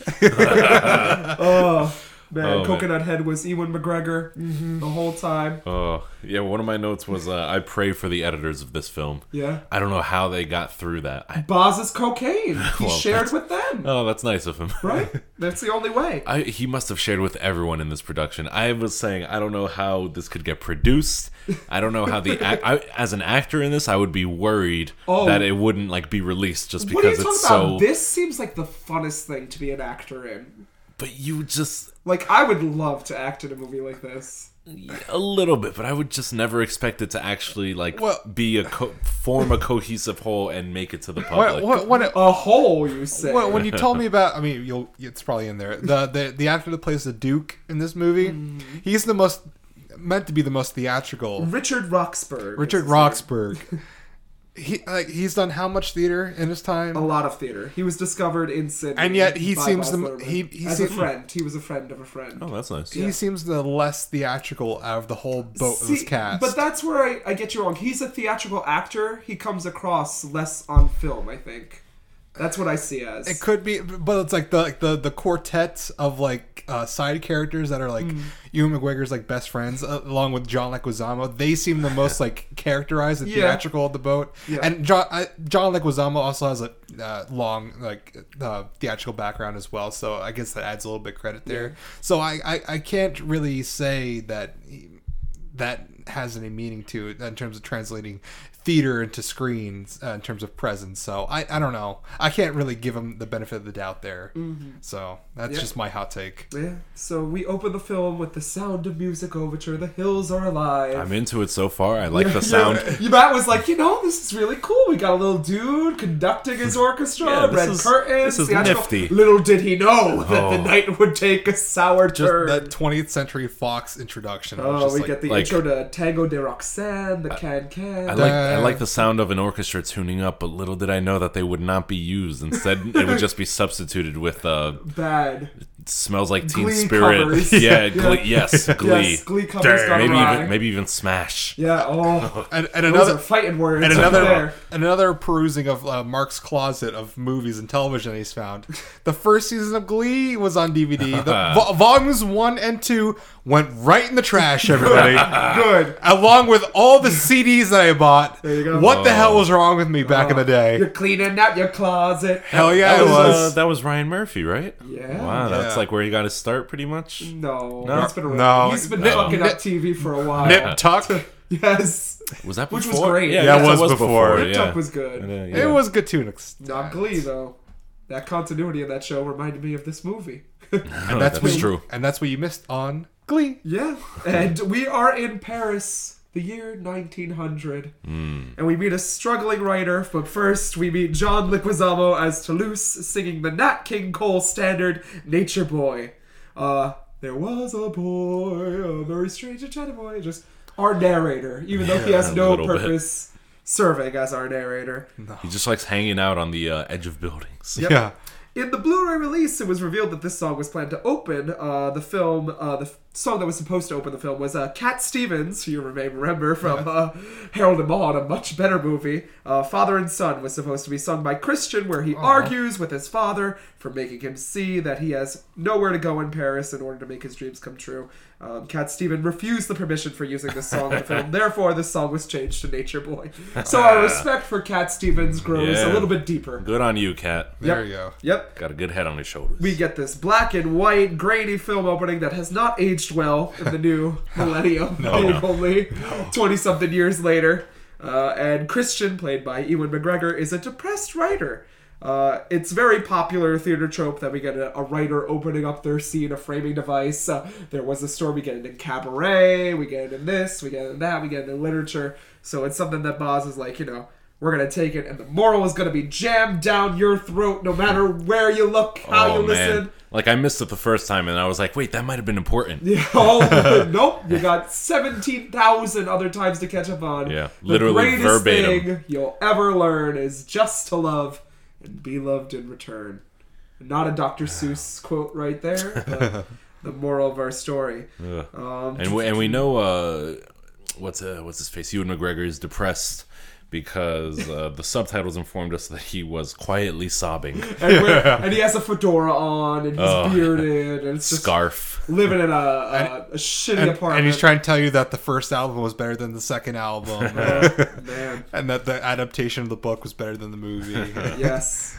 Oh man,
Oh, man.
Coconut Head was Ewan McGregor the whole time.
Oh, yeah. One of my notes was uh, I pray for the editors of this film.
Yeah.
I don't know how they got through that. I,
Boz's cocaine. He
Well,
shared with them.
oh, that's nice of him.
right? That's the only way.
I, he must have shared with everyone in this production. I was saying, I don't know how this could get produced. I don't know how the ac- I, as an actor in this, I would be worried
Oh.
that it wouldn't like be released just
What are you
because
talking
it's
about?
so.
This seems like the funnest thing to be an actor in.
But you just
Like I would love to act in a movie like this.
a little bit, but I would just never expect it to actually like
Well-
be a co- form a cohesive whole and make it to the
what,
public.
what, what,
A hole, you say?
Well, when you told me about, I mean, you'll it's probably in there. The the, the actor that plays the Duke in this movie, he's the most meant to be the most theatrical.
Richard Roxburgh. is
Richard
his
Roxburgh. he like he's done how much theater in his time?
name. A lot of theater. He was discovered in Sydney,
And yet he
by
seems
Baz
the-
Luhrmann.
he- he
as a
seem-
friend. He was a friend of a friend.
Oh, that's nice.
He seems the less theatrical out of the whole boat of this
See,
cast.
But that's where I, I get you wrong. He's a theatrical actor. He comes across less on film, I think. That's what I see as.
it could be, but it's like the like the the quartet of like uh, side characters that are like Ewan McGregor's like best friends, uh, along with John Leguizamo. They seem the most like characterized and
Yeah.
theatrical of the boat.
Yeah.
And John I, John Leguizamo also has a uh, long like uh, theatrical background as well, so I guess that adds a little bit credit there. So I, I I can't really say that he- that has any meaning to it in terms of translating theater into screens uh, in terms of presence. So I, I don't know. I can't really give him the benefit of the doubt there. So that's
Mm-hmm. Yeah.
just my hot take.
yeah. So we open the film with the sound of music overture. The hills are alive.
I'm into it so far. I like the
Yeah,
sound.
you- Matt was like, you know, this is really cool. We got a little dude conducting his orchestra,
Yeah, this
red
is-
curtains.
this is
theatrical-
nifty.
Little did he know that the
Oh.
night would take a sour
Just
turn.
that 20th Century Fox introduction. was
oh,
just
we
like-
get the
like-
intro to Tango de Roxanne, the Can Can.
I like I like the sound of an orchestra tuning up, but little did I know that they would not be used. Instead, it would just be substituted with uh,
bad.
"Smells Like Teen
Glee
Spirit."
covers.
Yeah,
Yeah.
Glee, yes, Glee.
Yes, Glee covers gone
Maybe
awry.
even maybe even Smash.
Yeah. Oh,
and, and
those
another
are fighting words.
and
right
another
there.
and another perusing of uh, Mark's closet of movies and television that he's found. The first season of Glee was on DVD. The, vo- volumes one and two went right in the trash. Everybody.
Good.
along with all the CDs that I bought.
There you go. Oh.
What the
Oh.
hell was wrong with me back in the
You're
day?
cleaning out your closet.
Hell yeah,
That
it
was, uh,
was.
that was Ryan Murphy, right?
Yeah.
Wow, that's
Yeah.
like where he got his start, pretty much.
No,
No.
it's been around.
No.
He's been
No.
fucking up TV for a while.
Nip Tuck.
Yes.
Was that before?
Which was great.
Yeah, it
that
was before.
Nip Tuck was good.
And, uh, yeah.
It was good to an extent.
Not Glee though. That continuity of that show reminded me of this movie.
No,
That's,
that's,
what you-
true.
And that's what you missed on Glee.
yeah. And we are in Paris, the year 1900.
Hmm.
And we meet a struggling writer, but first we meet John Liquizamo as Toulouse singing the Nat King Cole standard Nature Boy. Uh, there was a boy, a very strange and chatty boy, just our narrator, even though he
Yeah,
has
a
no
little bit.
purpose serving as our narrator.
He just likes hanging out on the uh, edge of buildings.
Yeah.
In the Blu-ray release, it was revealed that this song was planned to open uh, the film. Uh, the f- song that was supposed to open the film was uh, Cat Stevens, who you may remember from uh, Harold and Maude, a much better movie. Uh, Father and Son was supposed to be sung by Christian, where he argues with his father for making him see that he has nowhere to go in Paris in order to make his dreams come true. Um, Cat Steven refused the permission for using this song in the film. Therefore, this song was changed to Nature Boy. So our respect for Cat Stevens grows a
Yeah.
little bit deeper.
Good on you, Cat.
There you go.
Yep.
Got a good head on his shoulders.
We get this black and white, grainy film opening that has not aged well in the new millennium, being only 20 something years later. Uh, and Christian, played by Ewan McGregor, is a depressed writer. Uh, it's very popular theater trope that we get a, a writer opening up their scene, a framing device. Uh, there was a story, we get it in cabaret, we get it in this, we get it in that, we get it in literature. So it's something that Boz is like, you know, we're gonna take it, and the moral is gonna be jammed down your throat, no matter where you look, how
oh
you
man,
listen.
like I missed it the first time, and I was like, wait, that might have been important.
Yeah, oh, nope, you got seventeen thousand other times to catch up on.
Yeah, literally verbatim.
thing you'll ever learn is just to love and be loved in return. Not a Dr. Seuss quote right there, but the moral of our story. Um,
And we, and we know uh, what's uh, what's his face? Ewan McGregor is depressed because uh, the subtitles informed us that he was quietly sobbing,
and, we're- and he has a fedora on, and he's
Oh.
bearded, and it's just
scarf.
living in a, a, a shitty
And,
apartment.
and he's trying to tell you that the first album was better than the second album,
Man.
and that the adaptation of the book was better than the movie.
Yes.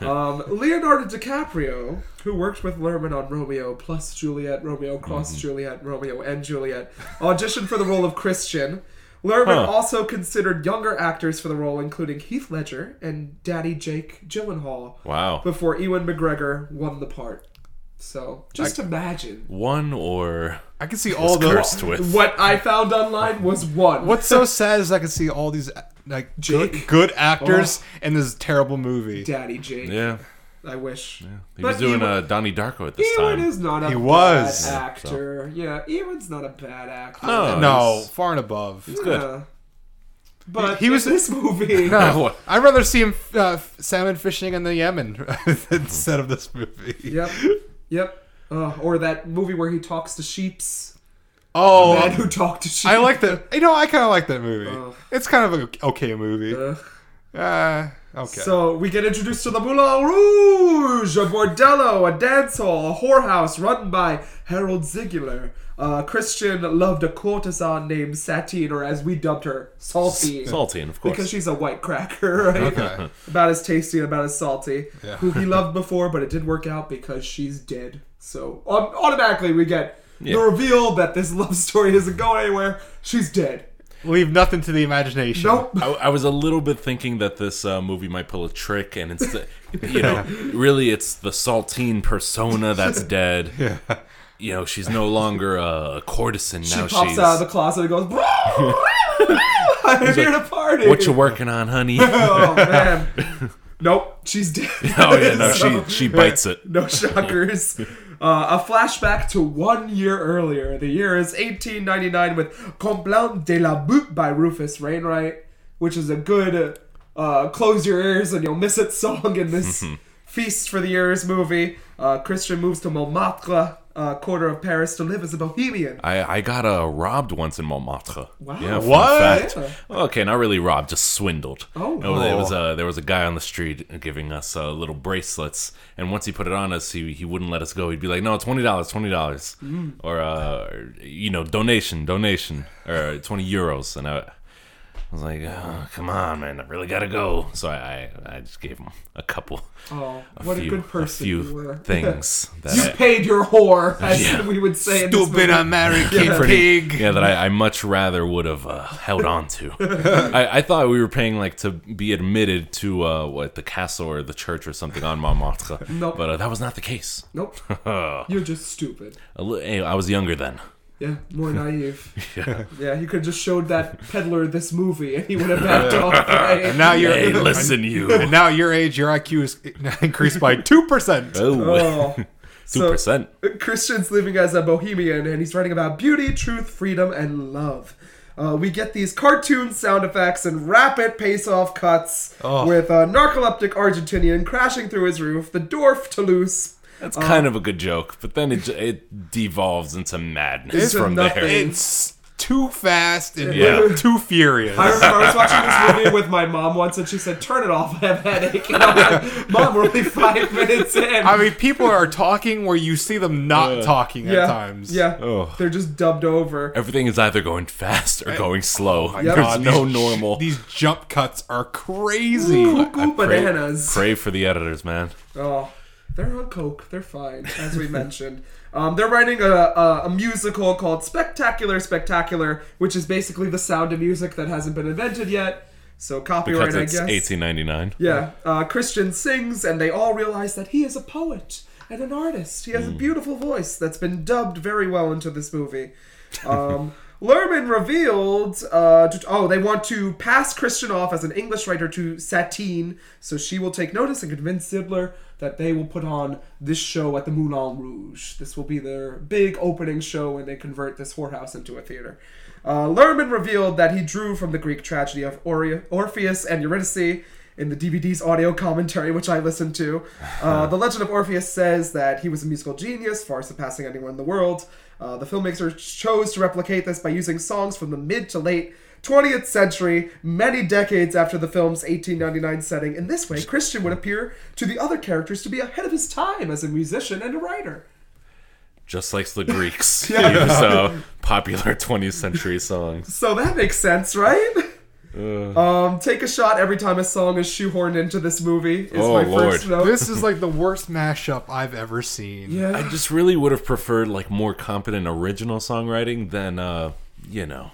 Um, Leonardo DiCaprio, who worked with Lerman on Romeo plus Juliet, Romeo cross
Mm-hmm.
Juliet, Romeo and Juliet, auditioned for the role of Christian. Lerman
Huh.
also considered younger actors for the role, including Heath Ledger and Daddy Jake Gyllenhaal,
Wow.
before Ewan McGregor won the part. So just imagine.
One or
I can see
Oh,
all those.
cursed with.
What I found online was one.
What's so sad is I can see all these like
Jake. Oh.
good, good actors in this terrible movie.
Daddy Jake?
Yeah,
I wish.
he
But
was doing
Ewan-
uh, Donnie Darko at this
Ewan
time.
is not a
He was.
bad actor. Yeah, Ewan's not a bad actor.
No.
No, far and above.
good.
Yeah. But he
He- he
was
was-
in this movie.
No, I'd rather see him uh, f- salmon fishing in the Yemen instead of this movie.
Yep. Yep. Uh, or that movie where he talks to sheeps.
Oh,
Man who Oh. talked to sheep.
I like that. You know, I kind of like that movie.
Ugh.
It's kind of a okay movie.
Ugh.
Uh, okay.
So we get introduced to the Moulin Rouge, a bordello, a dance hall, a whorehouse run by Harold Ziegler. Uh, Christian loved a courtesan named Satine, or as we dubbed her, Salty.
Saltine, of course.
Because she's a white cracker, right?
Okay.
about as tasty and about as salty.
Yeah.
Who he loved before, but it did work out because she's dead. So um, automatically we get
Yeah.
the reveal that this love story isn't going anywhere. She's dead.
Leave nothing to the imagination.
Nope.
I, I was a little bit thinking that this uh, movie might pull a trick, and instead, you know, really, it's the Saltine persona that's dead. Yeah. You know, she's no longer a courtesan
She
now.
pops
she's
out of the closet and goes, I'm here to party.
what you working on, honey? oh
oh, man. Nope, she's dead.
yeah, no,
So-
she she bites it.
No shockers. Uh, a flashback to one year earlier. The year is 1899 with Complaint de la Butte by Rufus Wainwright, which is a good uh, close your ears and you'll miss it song in this Feast for the Years movie. Uh, Christian moves to Montmartre, uh, quarter of Paris, to live as a bohemian.
I, I got uh, robbed once in Montmartre.
Wow.
Yeah, fun
What?
fact.
Yeah.
Okay, not really robbed, just swindled.
Oh.
No, there was a there was a guy on the street giving us uh, little bracelets, and once he put it on us, he, he wouldn't let us go. He'd be like, "No, twenty dollars, twenty dollars,
Mm.
or uh, or, you know, donation, donation, or twenty euros." And I, I was like, oh, "Come on, man, I really gotta go." So I I, I just gave him a couple,
Oh,
a
what
few,
a good person
a few
you were.
things that
You
I-
paid your whore, as we would say in this
Stupid
movie.
American
pretty-
pig.
Yeah, that I, I much rather would have uh, held on to. I, I thought we were paying like to be admitted to uh, what the castle or the church or something on Montmartre,
Nope.
but uh, that was not the case.
Nope,
A
you're just stupid.
li- hey, I was younger then.
Yeah, more naive.
Yeah.
Yeah, he could have just showed that peddler this movie and he would have backed off. right?
And now you're
Hey, listen, you.
And now at your age, your IQ is increased by two percent.
Oh,
Oh.
two percent.
So, Christian's living as a bohemian and he's writing about beauty, truth, freedom, and love. Uh, we get these cartoon sound effects and rapid pace-off cuts
Oh.
with a narcoleptic Argentinian crashing through his roof, the dwarf Toulouse.
That's kind of a good joke, but then it, it devolves into madness
It's
from there.
nothing.
It's too fast and
Yeah.
too furious.
I remember I was watching this movie with my mom once, and she said, "Turn it off. I have a headache." And I'm like, "Mom, we're only five minutes in."
I mean, people are talking where you see them not talking
yeah,
at times.
yeah,
Oh.
they're just dubbed over.
Everything is either going fast or going slow.
My
Yep.
There's
God,
no
Ah, these-
normal.
These jump cuts are crazy.
Cuckoo
Pray-
bananas.
Pray for the editors, man.
Oh, they're on coke. They're fine, as we mentioned. Um, they're writing a, a, a musical called Spectacular Spectacular, which is basically the sound of music that hasn't been invented yet. So copyright,
Because it's
I guess.
1899.
Yeah, uh, Christian sings, and they all realize that he is a poet and an artist. He has a beautiful voice that's been dubbed very well into this movie. Um, Lerman revealed, uh, to, oh, they want to pass Christian off as an English writer to Satine, so she will take notice and convince Zibler that they will put on this show at the Moulin Rouge. This will be their big opening show when they convert this whorehouse into a theater. Uh, Lerman revealed that he drew from the Greek tragedy of Ore- Orpheus and Eurydice in the DVD's audio commentary, which I listened to. Uh, the Legend of Orpheus says that he was a musical genius, far surpassing anyone in the world. Uh, the filmmaker chose to replicate this by using songs from the mid to late 20th century, many decades after the film's 1899 setting. In this way, Christian would appear to the other characters to be ahead of his time as a musician and a writer.
Just like the Greeks. yeah. Use uh, popular 20th century songs.
So that makes sense, right? Um, take a shot every time a song is shoehorned into this movie. Is
Oh,
my first
Lord.
note.
This is like the worst mashup I've ever seen.
yeah.
I just really would have preferred like more competent original songwriting than uh, you know,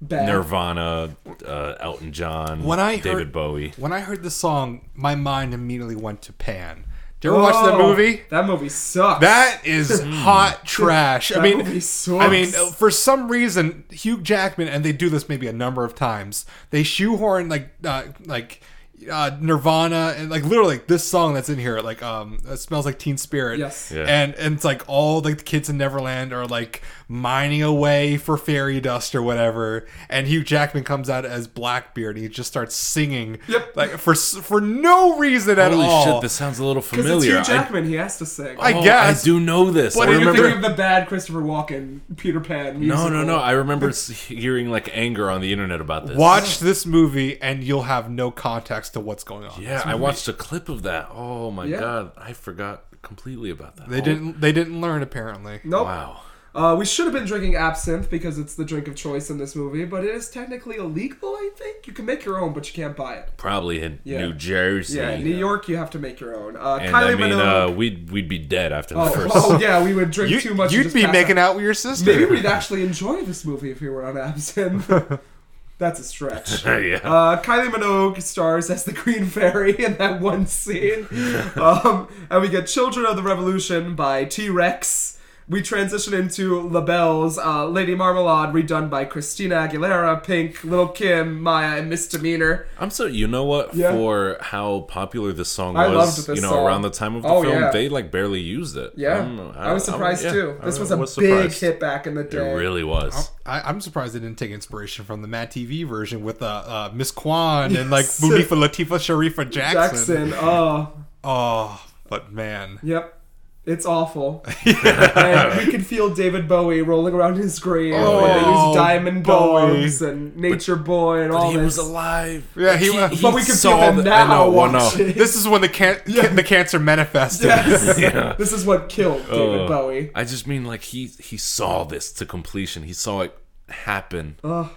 Bad.
Nirvana, uh, Elton John,
When I
David
heard-
Bowie.
When I heard the song, my mind immediately went to Pan. Did you ever watch that
Oh,
movie?
That movie sucks. Mm.
That is hot trash. I
That
mean,
movie sucks.
I mean, uh, for some reason, Hugh Jackman and they do this maybe a number of times. They shoehorn like uh, like uh, Nirvana and like literally like, this song that's in here, like um, it smells like Teen Spirit.
Yes.
Yeah.
And and it's like all like the kids in Neverland are like mining away for fairy dust or whatever, and Hugh Jackman comes out as Blackbeard and he just starts singing.
Yep.
Like for s- for no reason at
Holy
all.
shit, this sounds a little
because it's
familiar.
Hugh Jackman. he has to sing.
I
I
I, oh,
guess.
I do know this.
What do
I
you
remember
remember of the bad Christopher Walken Peter Pan.
No,
Musical.
no, no. I remember s- hearing like anger on the internet about this.
Watch this movie and you'll have no context to what's going on.
Yeah, I watched a clip of that. Oh my
Yeah.
god, I forgot completely about that.
They
Oh,
didn't they didn't learn apparently.
Nope.
Wow.
Uh, we should have been drinking absinthe because it's the drink of choice in this movie, but it is technically illegal. I think you can make your own, but you can't buy it.
Probably in
Yeah.
New Jersey.
Yeah, in New York, you have to make your own. Uh,
uh, And
Kylie
I mean,
Minogue.
uh, we'd we'd be dead after the
oh,
first.
oh, yeah, we would drink
You,
too much. and
you'd
just
be
pass
making
out.
out with your sister.
Maybe we'd actually enjoy this movie if we were on absinthe. That's a stretch.
yeah.
Uh, Kylie Minogue stars as the Green Fairy in that one scene. um, and we get Children of the Revolution by T Rex. We transition into LaBelle's uh, Lady Marmalade, redone by Christina Aguilera, Pink, Little Kim, Maya, and Misdemeanor.
I'm so you know what
Yeah.
for how popular this song
I
was.
loved this
you know,
song.
around the time of the
Oh,
film,
yeah.
they like barely used it.
Yeah,
I, don't know.
I, was
Mm, I- I-
surprised
yeah,
too.
I
This was
I
a big
surprised.
hit back in the
It
day.
really was.
I, I'm surprised they didn't take inspiration from the Matt TV version with uh, uh, Miss Kwan and like
Yes.
Budifa Latifa Sharifa Jackson.
Jackson, oh,
Oh, but man,
yep. It's awful. and we can feel David Bowie rolling around his grave.
Oh,
and they
yeah.
use diamond
Bowie.
dogs and Nature Boy and
But
all
he
this.
was alive.
Yeah,
Like,
he wa-
But we can
saw
feel him
the-
now
I know, well, no.
watching.
this is when the can- the cancer manifested.
Yes.
Yeah. Oh.
This is what killed David
Ugh.
Bowie.
I just mean like he he saw this to completion. He saw it happen.
Ugh.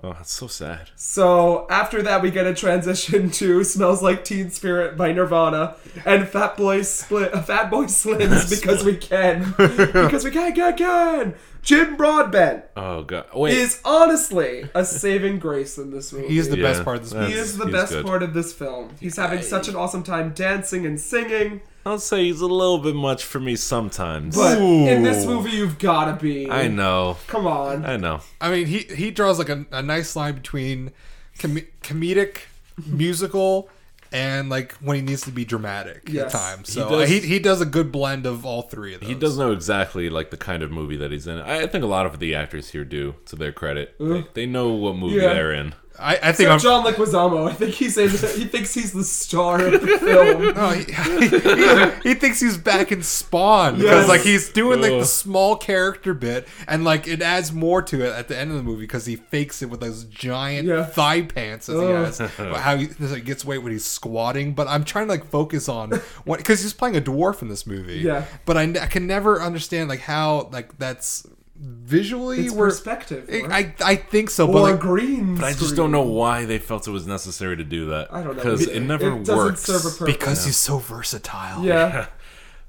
Oh, that's so sad.
So after that, we get a transition to "Smells Like Teen Spirit" by Nirvana and "Fat Boy Split," uh, "Fat Boy Slims" because we can, because we can, can, can. Jim Broadbent
Oh god. Wait.
is honestly a saving grace in this movie.
He is the
Yeah.
best part of this
That's-
movie.
He is the
he's
best
good.
part of this film. He's having such an awesome time dancing and singing,
I'll say he's a little bit much for me sometimes.
but in this
Ooh.
movie, you've gotta be.
I know.
Come on.
I know.
I mean, he he draws like a, a nice line between com- comedic, musical, and like when he needs to be dramatic
Yes.
at times.
He
So uh,
does-
he, he, does a good blend of all three of those.
He does know exactly like the kind of movie that he's in. I I think a lot of the actors here do, to their credit. They, they know what movie
Mm-hmm. Yeah.
they're in.
I, I think I'm.
Except John Leguizamo. I think he's in, he thinks he's the star of the film.
No, he, he, he thinks he's back in Spawn because
Yes.
like he's doing like the
Ugh.
small character bit, and like it adds more to it at the end of the movie because he fakes it with those giant
Yeah.
thigh pants as he
Ugh.
has. But How he he gets weight when he's squatting, but I'm trying to like focus on what because he's playing a dwarf in this movie.
Yeah.
but I, ne- I can never understand like how like that's visually
It's
we're-
perspective. Mark.
I I think so, but
or
like,
green.
But I just
screen.
don't know why they felt it was necessary to do that.
I don't know.
Because it never
doesn't
works.
serve a purpose.
because he's so versatile.
yeah.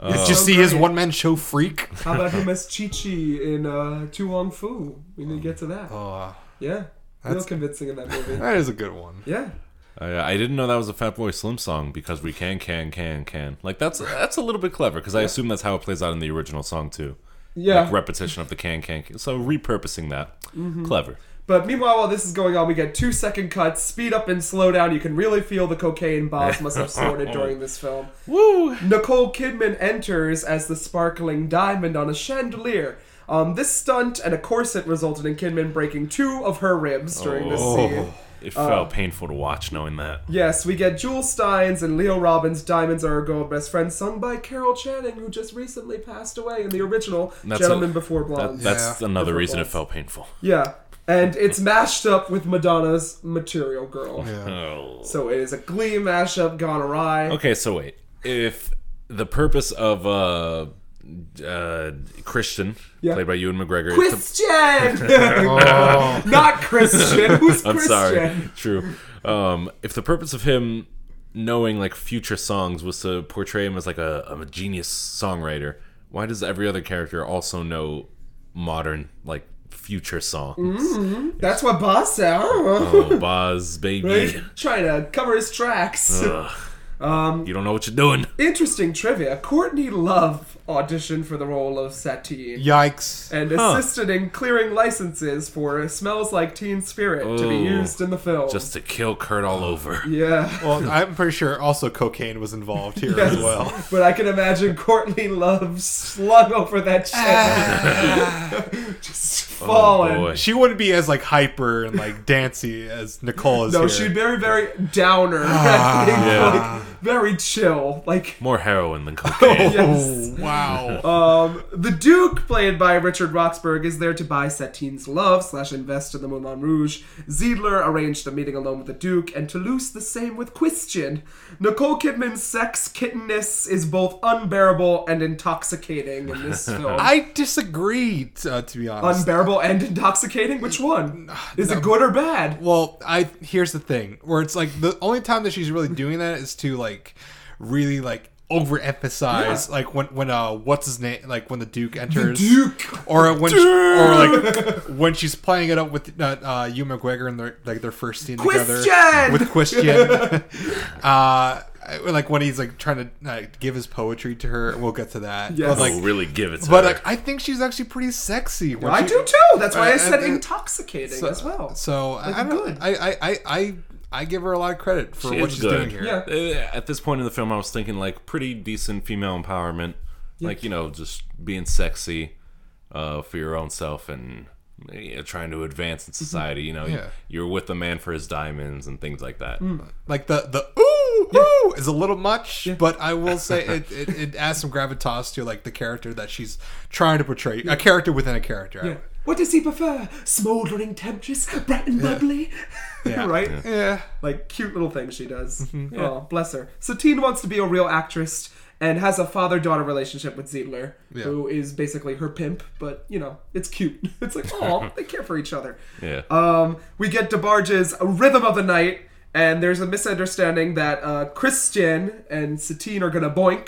Did you
So
see his
great.
one man show freak?
How about him as Chi Chi in uh, Tu Wong Fu? We need to get to that.
Oh,
Yeah. Real convincing in that movie.
that is a good one.
Yeah.
I, I didn't know that was a Fatboy Slim song because we can, can, can, can. Like that's that's a little bit clever because I assume that's how it plays out in the original song too.
Yeah.
Like repetition of the can, can, can. So repurposing that,
Mm-hmm.
clever.
But meanwhile, while this is going on, we get two second cuts, speed up and slow down. You can really feel the cocaine boss must have snorted during this film.
Woo!
Nicole Kidman enters as the sparkling diamond on a chandelier. Um, this stunt and a corset resulted in Kidman breaking two of her ribs during this
Oh.
scene.
It felt painful to watch knowing that.
Yes, we get Jewel Steins and Leo Robbins' Diamonds Are a Girl Best Friend, sung by Carol Channing, who just recently passed away in the original
That's
Gentlemen
a-
Before Blondes.
That's
Yeah.
another
Different
reason it
ones.
felt painful.
yeah, and it's mashed up with Madonna's Material Girl.
Oh.
So it is a Glee mashup gone awry.
Okay, so wait. If the purpose of uh, uh, Christian,
Yeah.
played by Ewan McGregor, is to-
Christian! Not Christian. Who's
I'm
Christian?
sorry, true. Um, if the purpose of him knowing like future songs was to portray him as like a, a genius songwriter, why does every other character also know modern like future songs?
Mm. That's what Boss said. I don't know.
Oh, Boz,
Right?
baby,
Trying to cover his tracks.
you don't know what you're doing.
Interesting trivia. Courtney Love auditioned for the role of Satine
Yikes.
and assisted in clearing licenses for Smells Like Teen Spirit to be
Ooh.
used in the film.
Just to kill Kurt all over.
Oh. yeah.
Well, I'm pretty sure also cocaine was involved here
Yes.
as well.
But I can imagine Courtney Love slung over that shit. Just falling.
Ah. Oh, boy.
She wouldn't be as like hyper and like dancey as Nicole is.
No,
here. Ah,
she'd very, very downer. I think, like, very chill. Like,
More heroin than cocaine.
yes.
Oh wow!
Um, the Duke, played by Richard Roxburgh, is there to buy Satine's love slash invest in the Moulin Rouge. Ziedler arranged a meeting alone with the Duke, and Toulouse the same with Christian. Nicole Kidman's sex kittenness is both unbearable and intoxicating in this film.
I disagree, uh, to be honest.
unbearable and intoxicating? Which one? Is it good or bad?
well, I here's the thing where it's like the only time that she's really doing that is to like really like overemphasize like when when uh what's his name like when the Duke enters
Duke.
or when she, or like when she's playing it up with uh, uh, Hugh McGregor and their like their first scene
Christian!
together with Christian, uh, like when he's like trying to uh, give his poetry to her. We'll get to that.
Yes.
But,
Like,
like,
oh, really give it to
but uh,
her.
like, I think she's actually pretty sexy. when
I
she-
do too. That's why I
Uh,
said
uh,
intoxicating
so-
as well.
So I don't.
good.
I, I I I I give her a lot of credit for
She
what
is
she's
good.
doing here.
Yeah.
Uh, At this point in the film, I was thinking like pretty decent female empowerment, like you know, just being sexy uh, for your own self and yeah, trying to advance
Mm-hmm.
in society. You know,
Yeah.
you're with a man for his diamonds and things like that.
Mm.
Like the the ooh ooh is a little much, but I will say it, it it adds some gravitas to like the character that she's trying to portray. A character within a character. I would-
What does he prefer? Smoldering temptress, bright and bubbly.
Yeah.
right?
Yeah. Mm-hmm.
Like cute little thing she does. Oh, bless her. Satine wants to be a real actress and has a father-daughter relationship with Ziedler,
Yeah.
who is basically her pimp. But you know, it's cute. It's like, oh, they care for each other.
Yeah.
Um, we get DeBarge's Rhythm of the Night, and there's a misunderstanding that uh, Christian and Satine are gonna boink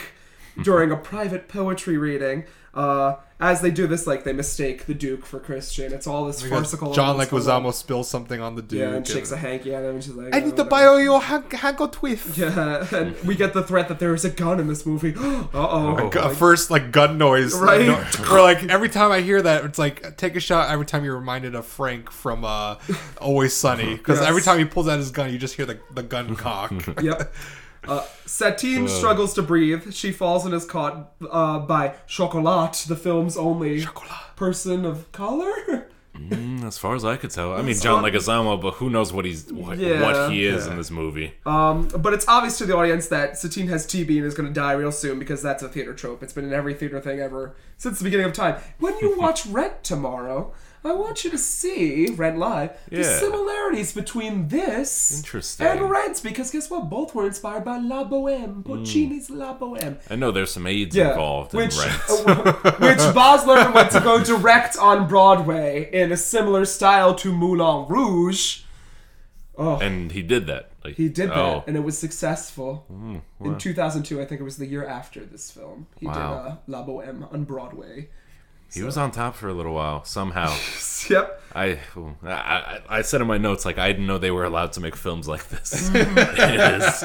during a private poetry reading. Uh, as they do this, like they mistake the Duke for Christian. It's all this farcical.
John
what's going on.
Leguizamo spills something on the dude.
Yeah, and shakes a hanky at him, and she's like,
I
"Oh,
need to
whatever."
buy all your hang- Hanko Twiff.
Yeah, and we get the threat that there is a gun in this movie. uh oh.
Gu- first like gun noise
Right.
no- or like every time i hear that it's like take a shot every time you're reminded of frank from uh always sunny because
Yes.
every time he pulls out his gun you just hear the, the gun cock
Yep. Uh, Satine struggles to breathe. She falls and is caught uh, by Chocolat, the film's only person of color.
Mm, As far as I could tell, I mean John Leguizamo, but who knows what he's what,
Yeah.
what he is in this movie?
Um, but it's obvious to the audience that Satine has TB and is going to die real soon because that's a theater trope. It's been in every theater thing ever since the beginning of time. When you watch Rent tomorrow, I want you to see Rent Live the
Yeah.
similarities between this
Interesting. Mm.
and Rent because guess what? Both were inspired by La Boheme, Puccini's La Boheme.
I know there's some AIDS involved
which, uh,
in Rent.
which Baz Luhrmann went to go direct on Broadway in a similar style to Moulin Rouge.
and he did that. Like,
He did that,
oh, Hmm,
and it was successful. In 2002, I think it was the year after this film. He
Wow.
did uh, La Boheme on Broadway.
he was on top for a little while somehow.
Yep.
I, I- I I said in my notes like I didn't know they were allowed to make films like this. it is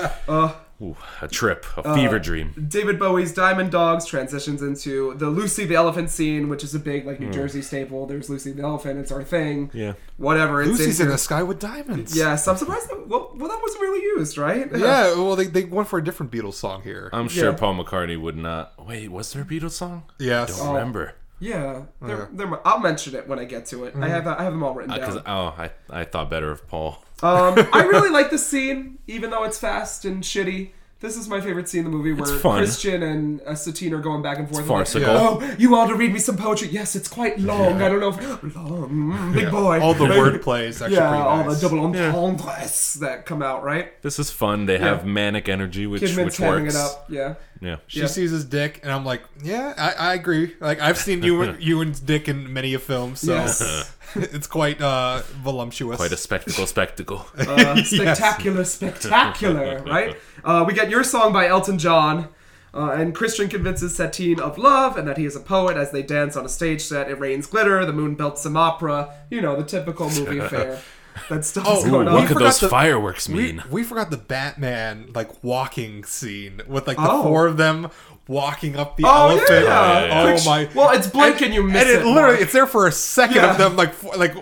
ooh, a trip, a fever dream.
David Bowie's Diamond Dogs transitions into the Lucy the Elephant scene, which is a big
Hmm.
like New Jersey staple. There's Lucy the Elephant. It's our thing.
Yeah.
Whatever. It's
Lucy's in
here.
the sky with diamonds.
Yes, I'm surprised. That, well, well, that wasn't really used, right?
Yeah, well, they, they went for a different Beatles song here.
I'm sure
Yeah.
Paul McCartney would not. Wait, was there a Beatles song?
yes.
Don't remember.
Yeah, they're, they're, I'll mention it when I get to it. I have I have them all written down.
Because oh, I I thought better of Paul.
Um, I really like this scene, even though it's fast and shitty. This is my favorite scene in the movie where
fun.
Christian and uh, Satine are going back and forth. and
farcical.
oh, you want to read me some poetry? Yes, it's quite long. I don't know if long, mm, big boy.
All the wordplay is actually
yeah,
pretty
all
nice.
the double entendres that come out, right?
This is fun. They have manic energy, which
Kidman's
which
hamming
works.
it up. Yeah,
Yeah.
She sees his dick, and I'm like, yeah, I, I agree. Like I've seen you you and dick in many a film, so
Yes.
it's quite uh, voluptuous.
Quite a spectacle, spectacle.
uh, spectacular, spectacular, right? Uh, we get your song by Elton John. Uh, and Christian convinces Satine of love and that he is a poet as they dance on a stage set. It rains glitter, the moon belts some opera. You know, the typical movie affair. That stuff's
Oh,
going on.
we
what could
forgot
those
the-
fireworks
we,
mean?
we forgot the Batman like walking scene with like the
Oh.
four of them walking up the
Oh,
elephant.
yeah.
Yeah, yeah,
Oh
yeah.
my!
Well, it's blink and you miss
and it,
it,
literally
Mark.
it's there for a second
Yeah.
of them like f- like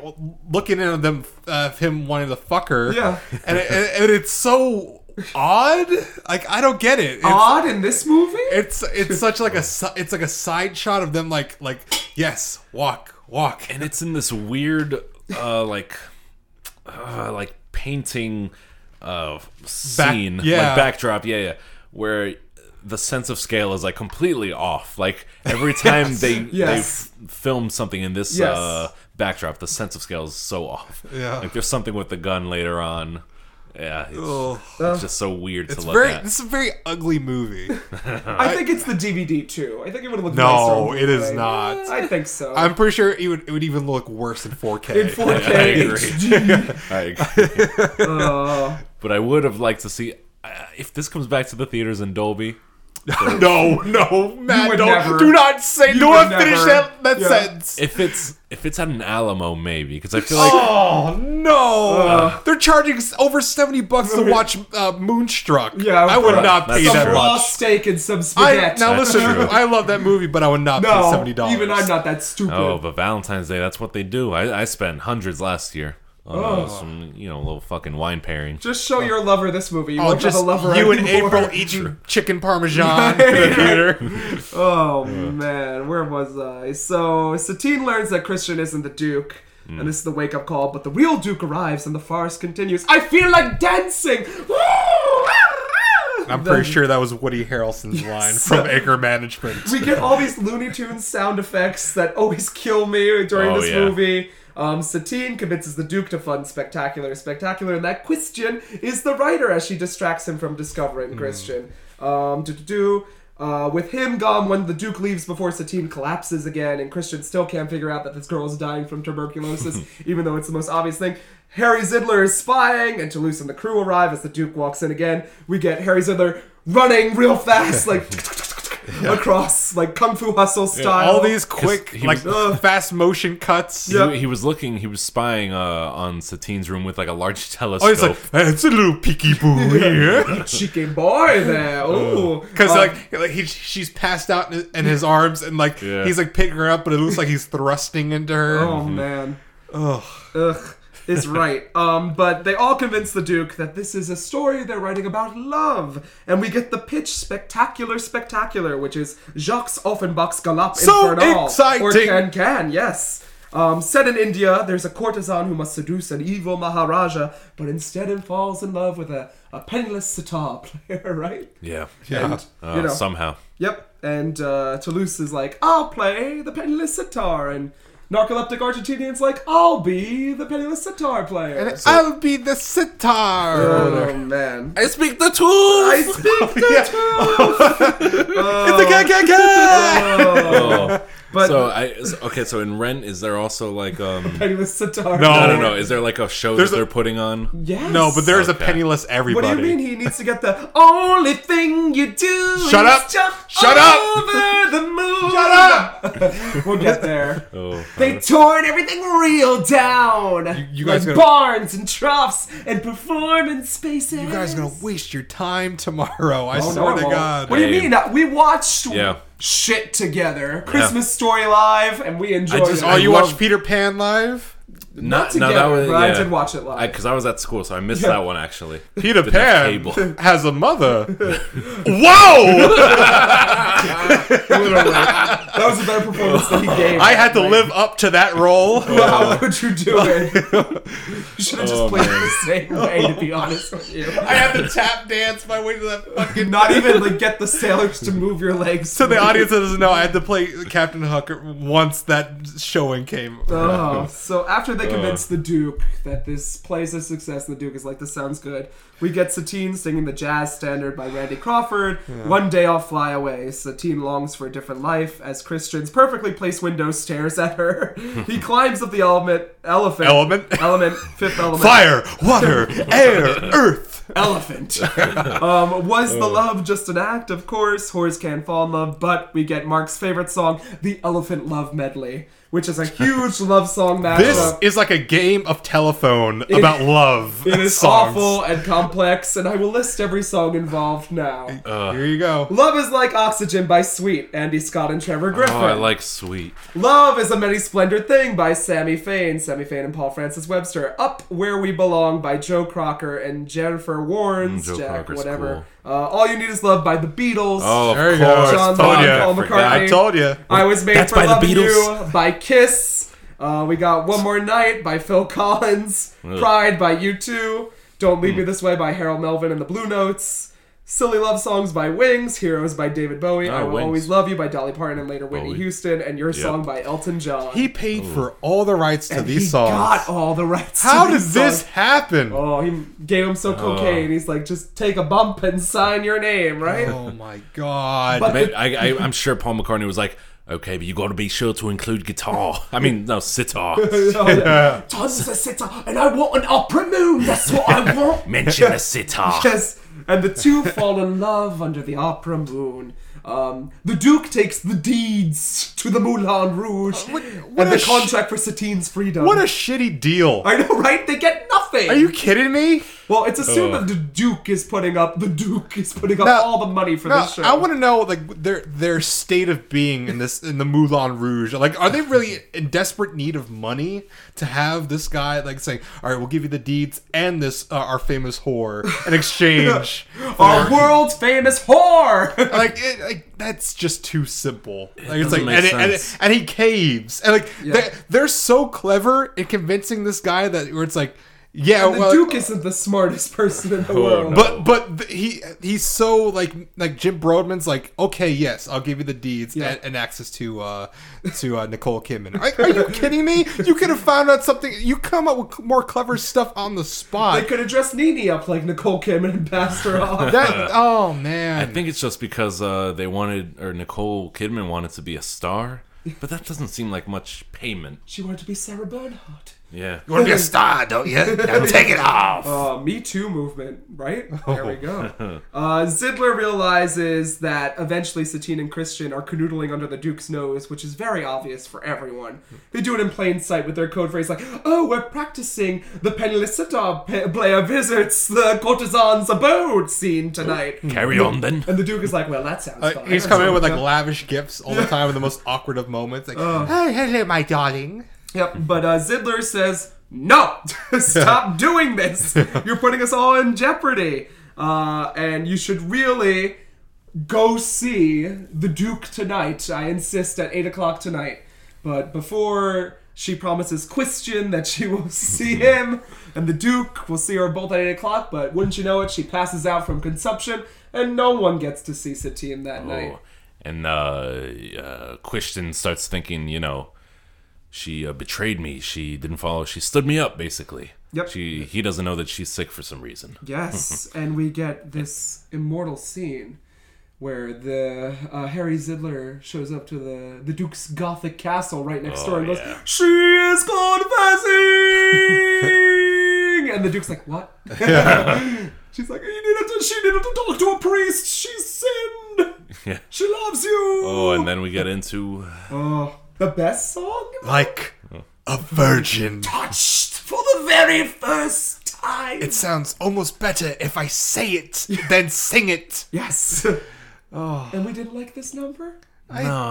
looking at them uh, him wanting to fuck her.
Yeah.
and, it, and, and it's so odd. Like I don't get it. It's,
Odd in this movie?
It's it's such like a si- it's like a side shot of them like like yes walk walk
and it's in this weird uh like uh, like painting uh scene
yeah.
like backdrop yeah yeah where the sense of scale is like completely off like every time they
Yes.
they f- film something in this
Yes.
uh backdrop the sense of scale is so off
Yeah.
like there's something with the gun later on yeah it's,
Ugh.
it's just so weird to
Oh. It's
look
very
at
this is a very ugly movie.
I, think it's the DVD too. I think it would look
No,
nicer. on
it is
Blu-ray.
not.
I think so.
I'm pretty sure it would it would even look worse in 4K.
in 4K
I agree.
HD.
I agree.
Uh,
but i would have liked to see uh, if this comes back to the theaters in dolby
no, no, Matt,
would
don't,
never-
do not say.
you
Do
would
not finish
never-
that that
yeah.
sentence.
if it's if it's at an Alamo, maybe because I feel like
Oh no! They're charging s- over seventy bucks to watch uh, Moonstruck.
Yeah,
I would
right.
not
That's
pay
some
that
true.
much.
raw steak and some
I,
spaghetti.
now
That's
listen,
true.
I love that movie, but I would not pay seventy
no,
dollars.
even I'm not that stupid.
oh, but Valentine's Day, that's what they do. I, I spent hundreds last year on uh, some you know little fucking wine pairing.
Oh. Just show your lover this movie. You
Oh,
won't have
just
a lover
you and
anymore.
April E- eating chicken parmesan in the theater.
Oh man, where was I? So Satine learns that Christian isn't the Duke,
Mm.
and this is the wake up call. But the real Duke arrives, and the farce continues. I feel like dancing.
I'm pretty sure that was Woody Harrelson's line from Acre Management.
we get all these Looney Tunes sound effects that always kill me during
Oh,
this
yeah.
movie. Um, Satine convinces the Duke to fund Spectacular, Spectacular, and that Christian is the writer as she distracts him from
Hmm.
discovering Christian. Um, do do do. Uh, with him gone when the Duke leaves before Satine collapses again, and Christian still can't figure out that this girl is dying from tuberculosis, even though it's the most obvious thing. Harry Zidler is spying, and Toulouse and the crew arrive as the Duke walks in again. We get Harry Zidler running real fast, like across like kung fu hustle style.
all these quick,
he
like fast motion cuts.
Yeah.
He, he was looking, he was spying uh, on Satine's room with like a large telescope.
Oh, it's like "Eh, it's a little peekaboo here.
cheeky boy there. Ooh,
Because
Uh,
like, like he, she's passed out in, in his arms, and like
Yeah.
Mm-hmm. he's like picking her up, but it looks like he's thrusting into her.
oh man, oh, ugh, ugh. is right. Um, but they all convince the Duke that this is a story they're writing about love. And we get the pitch spectacular spectacular, which is Jacques Offenbach's Galop
So
Infernal. Or
exciting!
Can Can, yes. Um, set in India, there's a courtesan who must seduce an evil Maharaja, but instead he falls in love with a, a penniless sitar player, right?
Yeah.
Yeah.
And,
Uh,
you know,
Somehow.
Yep. And uh, Toulouse is like, I'll play the penniless sitar. And narcoleptic Argentinian's like, I'll be the penniless sitar player.
I'll be the sitar.
Oh, man.
I speak the
I
tools.
speak the truth!
It's a ga- ga- ga!
Oh.
But
so I is- okay. So in Rent, is there also like um?
penniless sitar.
I
No.
don't know. Is there like a show
There's
that
a-
they're putting on?
Yes.
No, but there's
Okay.
a penniless
What
everybody.
do you mean he needs to get the only thing you do?
Shut
is
up.
Jump
Shut up.
over the moon.
Shut up!
We'll get there.
Oh,
They torn everything real down. You,
you guys
like
gonna-
barns and troughs and performance spaces.
You guys are gonna waste your time tomorrow. I
Oh, no,
swear
I
to
won't.
God.
What do you
Hey.
mean? Uh, We watched
Yeah.
shit together. Christmas Story Live, and we enjoyed
I just-
it.
oh, you
I
watched
love-
Peter Pan live?
not
together,
no, that was,
but I
yeah.
did watch it live.
because I, was at school, so I missed that one actually.
Peter
Didn't have
Pan
cable.
has a mother. Whoa!
Literally. that was a better performance than he gave.
I had to live up to that role.
How would you do it? you should have just played it the same way, to be honest with you.
I had to tap dance my way to that fucking.
Not even like get the sailors to move your legs.
So the audience that doesn't know I had to play Captain Hook once that showing came.
Oh, so after they convince the Duke that this plays a success, and the Duke is like, "This sounds good," we get Satine singing the jazz standard by Randy Crawford. One day I'll fly away. Satine longs for a different life as Christian's perfectly placed window stares at her. he climbs up the element, elephant,
Element?
element, fifth element,
Fire, water, air, earth.
elephant. um, was the love just an act? Of course, whores can fall in love, but we get Mark's favorite song, the Elephant Love Medley, which is a huge love song mashup.
This is like a game of telephone about love.
It is
songs.
awful and complex, and I will list every song involved now.
Here you go.
Love is like oxygen by Sweet, Andy Scott and Trevor Griffin.
Oh, I like sweet.
Love is a many splendid thing by Sammy Fain, Sammy Fain and Paul Francis Webster. Up Where We Belong by Joe Crocker and Jennifer Warrens,
Mm, Joe
Jack,
Crocker's
whatever. Uh, All You Need Is Love by the Beatles.
Oh,
There
of
you go.
course.
John
Told
Lennon,
ya.
Paul
Forgot.
McCartney.
I told you.
I was made
That's
for
by the
loving
Beatles.
you by Kiss. Uh, we got One More Night by Phil Collins. Pride by U2. Don't Leave Me
Hmm.
This Way by Harold Melvin and the Blue Notes. Silly Love Songs by Wings. Heroes by David Bowie. I Will
Ah, Wings.
Always Love You by Dolly Parton and later Whitney
Bowie.
Houston. And Your Song by Elton John.
He paid for all the rights to these
he
songs.
got all the rights. to
How did
these
this
songs.
happen? Oh,
Oh, he gave him some
Oh.
cocaine. He's like, just take a bump and sign your name, right?
Oh my god.
But-
Man, I, I, I'm sure Paul McCartney was like, okay, but you got to be sure to include guitar. I mean, no, sitar.
Oh, yeah. Tons of sitter, and I want an opera moon. That's what I want.
Mention the sitar.
Yes, and the two fall in love under the opera moon. Um, the Duke takes the deeds to the Moulin Rouge
what
and the
a sh-
contract for Satine's freedom.
what a shitty deal.
I know, right? They get nothing.
Are you kidding me?
well, it's assumed that the Duke is putting up. The Duke is putting up
No,
all the money for
No,
this show.
I want to know like their their state of being in this in the Moulin Rouge. Like, are they really in desperate need of money to have this guy like saying, "All right, we'll give you the deeds and this uh, our famous whore in exchange"?
Our world famous whore.
like, it, like that's just too simple. Like, it's like,
doesn't make
and, it- and, it-
sense.
and he caves, and like they, they're so clever in convincing this guy that where it's like, yeah,
the
well,
Duke isn't the smartest person in the world.
But but th- he he's so like like Jim Broadman's like okay yes I'll give you the deeds
Yeah.
and, and access to uh to uh, Nicole Kidman. Are, are you kidding me? You could have found out something. You come up with more clever stuff on the
they
spot.
could have dressed Nene up like Nicole Kidman and passed her off.
That oh man.
I think it's just because uh, they wanted, or Nicole Kidman wanted to be a star, but that doesn't seem like much payment.
she wanted to be Sarah Bernhardt.
Yeah.
you want to be a star, don't you? Now take it off.
Uh, Me Too movement, right? There we go. Uh, Zidler realizes that eventually Satine and Christian are canoodling under the Duke's nose, which is very obvious for everyone. They do it in plain sight with their code phrase like, oh, we're practicing the penniless sitar pa- player visits the courtesan's abode scene tonight.
Carry on then.
And the Duke is like, well, that sounds
Like,
fine.
Uh, he's coming in with like lavish gifts all the time in the most awkward of moments. Like, oh, hello, my darling.
Yep, but uh, Zidler says, no, stop doing this. You're putting us all in jeopardy. Uh, and you should really go see the Duke tonight. I insist at 8 o'clock tonight. But before she promises Christian that she will see him and the Duke will see her both at 8 o'clock, but wouldn't you know it, she passes out from consumption and no one gets to see Satine that night.
Oh, and uh, uh, Christian starts thinking, you know, she uh, betrayed me. She didn't follow. She stood me up, basically.
Yep.
She he doesn't know that she's sick for some reason.
Yes,
Mm-hmm.
and we get this immortal scene where the uh, Harry Zidler shows up to the the Duke's Gothic castle right next door and goes,
Oh, yeah.
"She is confessing," and the Duke's like, "What?" She's like, "You didn't. She didn't talk to a priest. She sinned.
Yeah.
She loves you."
Oh, and then we get into
Oh, the best song
Like a virgin.
touched for the very first time.
It sounds almost better if I say it than sing it.
yes.
Oh.
And we didn't like this number.
no.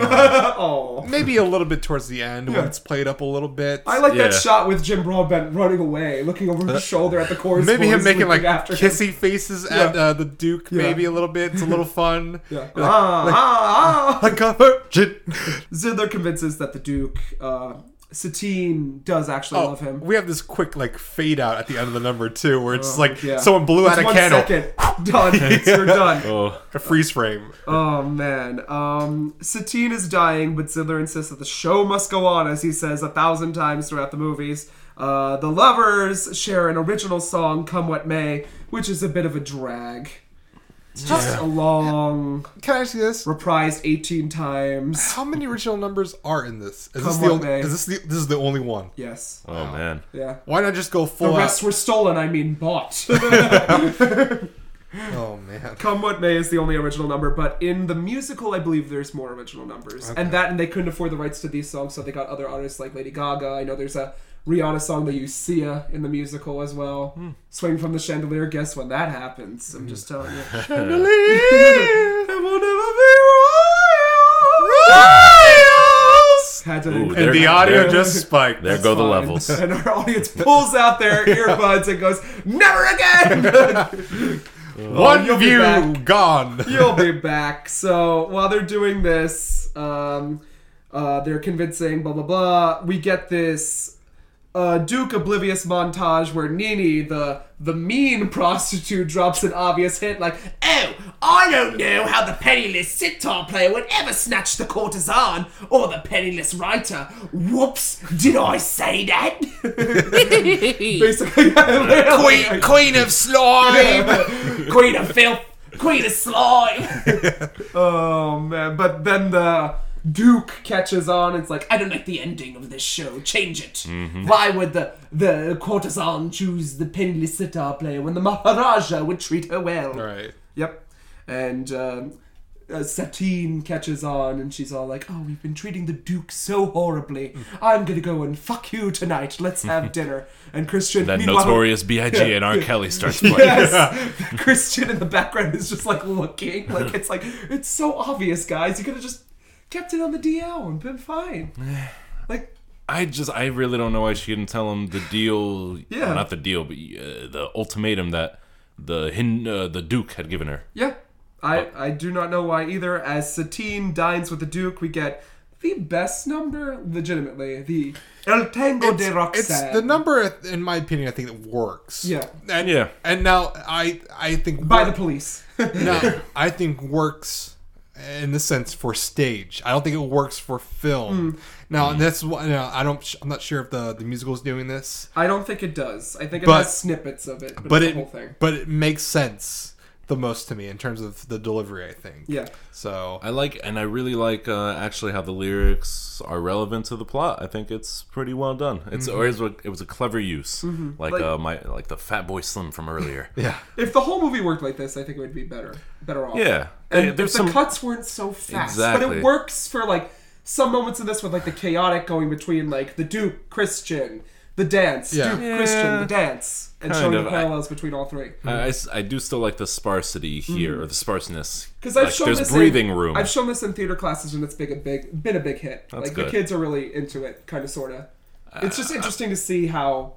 Oh.
Maybe a little bit towards the end when it's played up a little bit.
I like that
Yeah.
shot with Jim Broadbent running away, looking over his shoulder at the chorus.
Uh, maybe
boys
him making
leaping
like
after him.
kissy faces at uh, the Duke. Maybe a little bit. It's a little fun.
Yeah. ah, ah, ah.
Like a virgin.
Zidler convinces that the Duke, uh, Satine, does actually
Oh.
love him.
We have this quick like fade out at the end of the number too, where it's like
Oh, yeah.
someone blew out
It's
a
one
candle,
second. done. It's, you're done.
oh,
a freeze frame.
Oh man. Um, Satine is dying, but Zidler insists that the show must go on, as he says a thousand times throughout the movies. Uh, the lovers share an original song, "Come What May," which is a bit of a drag. It's just a long.
Can I ask you this?
reprised 18 times.
How many original numbers are in this? Is
Come
this the
what
only?
may.
Is this the? This is the only one.
Yes.
oh man.
Yeah.
Why not just go
The
full out?
rest were stolen, I mean bought.
Oh man.
Come What May is the only original number, but in the musical, I believe there's more original numbers. And that, and they couldn't afford the rights to these songs, so they got other artists like Lady Gaga. I know there's a Rihanna song, they use Sia in the musical as well. Swing from the Chandelier, guess when that happens? I'm just telling you. Had to
Ooh,
And
There-
the audio
there-
just spiked.
There go the
fine.
levels.
And our audience pulls out their earbuds and goes, Never again!
One
you'll be
view
back.
gone.
You'll be back. So while they're doing this, um, uh, they're convincing, blah, blah, blah. We get this. uh Duke Oblivious montage where Nini, the the mean prostitute, drops an obvious hint like, "Oh, I don't know how the penniless sitar player would ever snatch the courtesan or the penniless writer. Whoops, did I say that?" Basically,
Queen, queen of slime.
Queen of filth, Queen of slime. oh man! But then the Duke catches on. It's like I don't like the ending of this show. Change it.
Mm-hmm.
Why would the the courtesan choose the penniless sitar player when the Maharaja would treat her well?
right.
Yep. And um, uh, Satine catches on and she's all like, Oh, we've been treating the Duke so horribly. I'm going to go and fuck you tonight. Let's have dinner. And Christian,
That
meanwhile,
notorious B.I.G. and R. Kelly starts playing.
Yes. Christian in the background is just like looking. Like, it's like, it's so obvious, guys. You could have just kept it on the DL and been fine. Like,
I just, I really don't know why she didn't tell him the deal.
Yeah.
well, not the deal, but uh, the ultimatum that the hin, uh, the Duke had given her.
Yeah, I, I do not know why either. As Satine dines with the Duke, we get the best number, legitimately, the El Tango de Roxanne.
It's the number, in my opinion, I think that works.
Yeah.
And,
Yeah.
And now I, I think
by the police.
no, I think works in the sense for stage. I don't think it works for
Hmm.
film. Now
Hmm.
and that's why now, I don't. I'm not sure if the the musical is doing this,
I don't think it does. I think it
But-
has snippets of it, but,
but
it's
it
the whole thing.
but it makes sense the most to me in terms of the delivery. I think.
Yeah.
So
I like, and I really like uh, actually how the lyrics are relevant to the plot. I think it's pretty well done. It's or it's, it was a clever use, like,
Mm-hmm. Like-
uh, my like the Fat Boy Slim from earlier.
yeah.
If the whole movie worked like this, I think it would be better, better off.
yeah,
and
There-
if the cuts weren't so fast, but
Exactly.
it works for like some moments in this with like the chaotic going between like the Duke Christian, the dance,
Yeah.
Duke Christian,
Yeah.
the dance, and
Kind
showing
of.
the
I-
parallels between all three.
I, I s- I do still like the sparsity here, or the sparseness.
Because I've
Like,
shown
there's
this
breathing
in,
room.
I've shown this in theater classes, and it's big a big been a big hit. like the
good. Uh,
kids are really into it, kind of sorta. It's just interesting to see how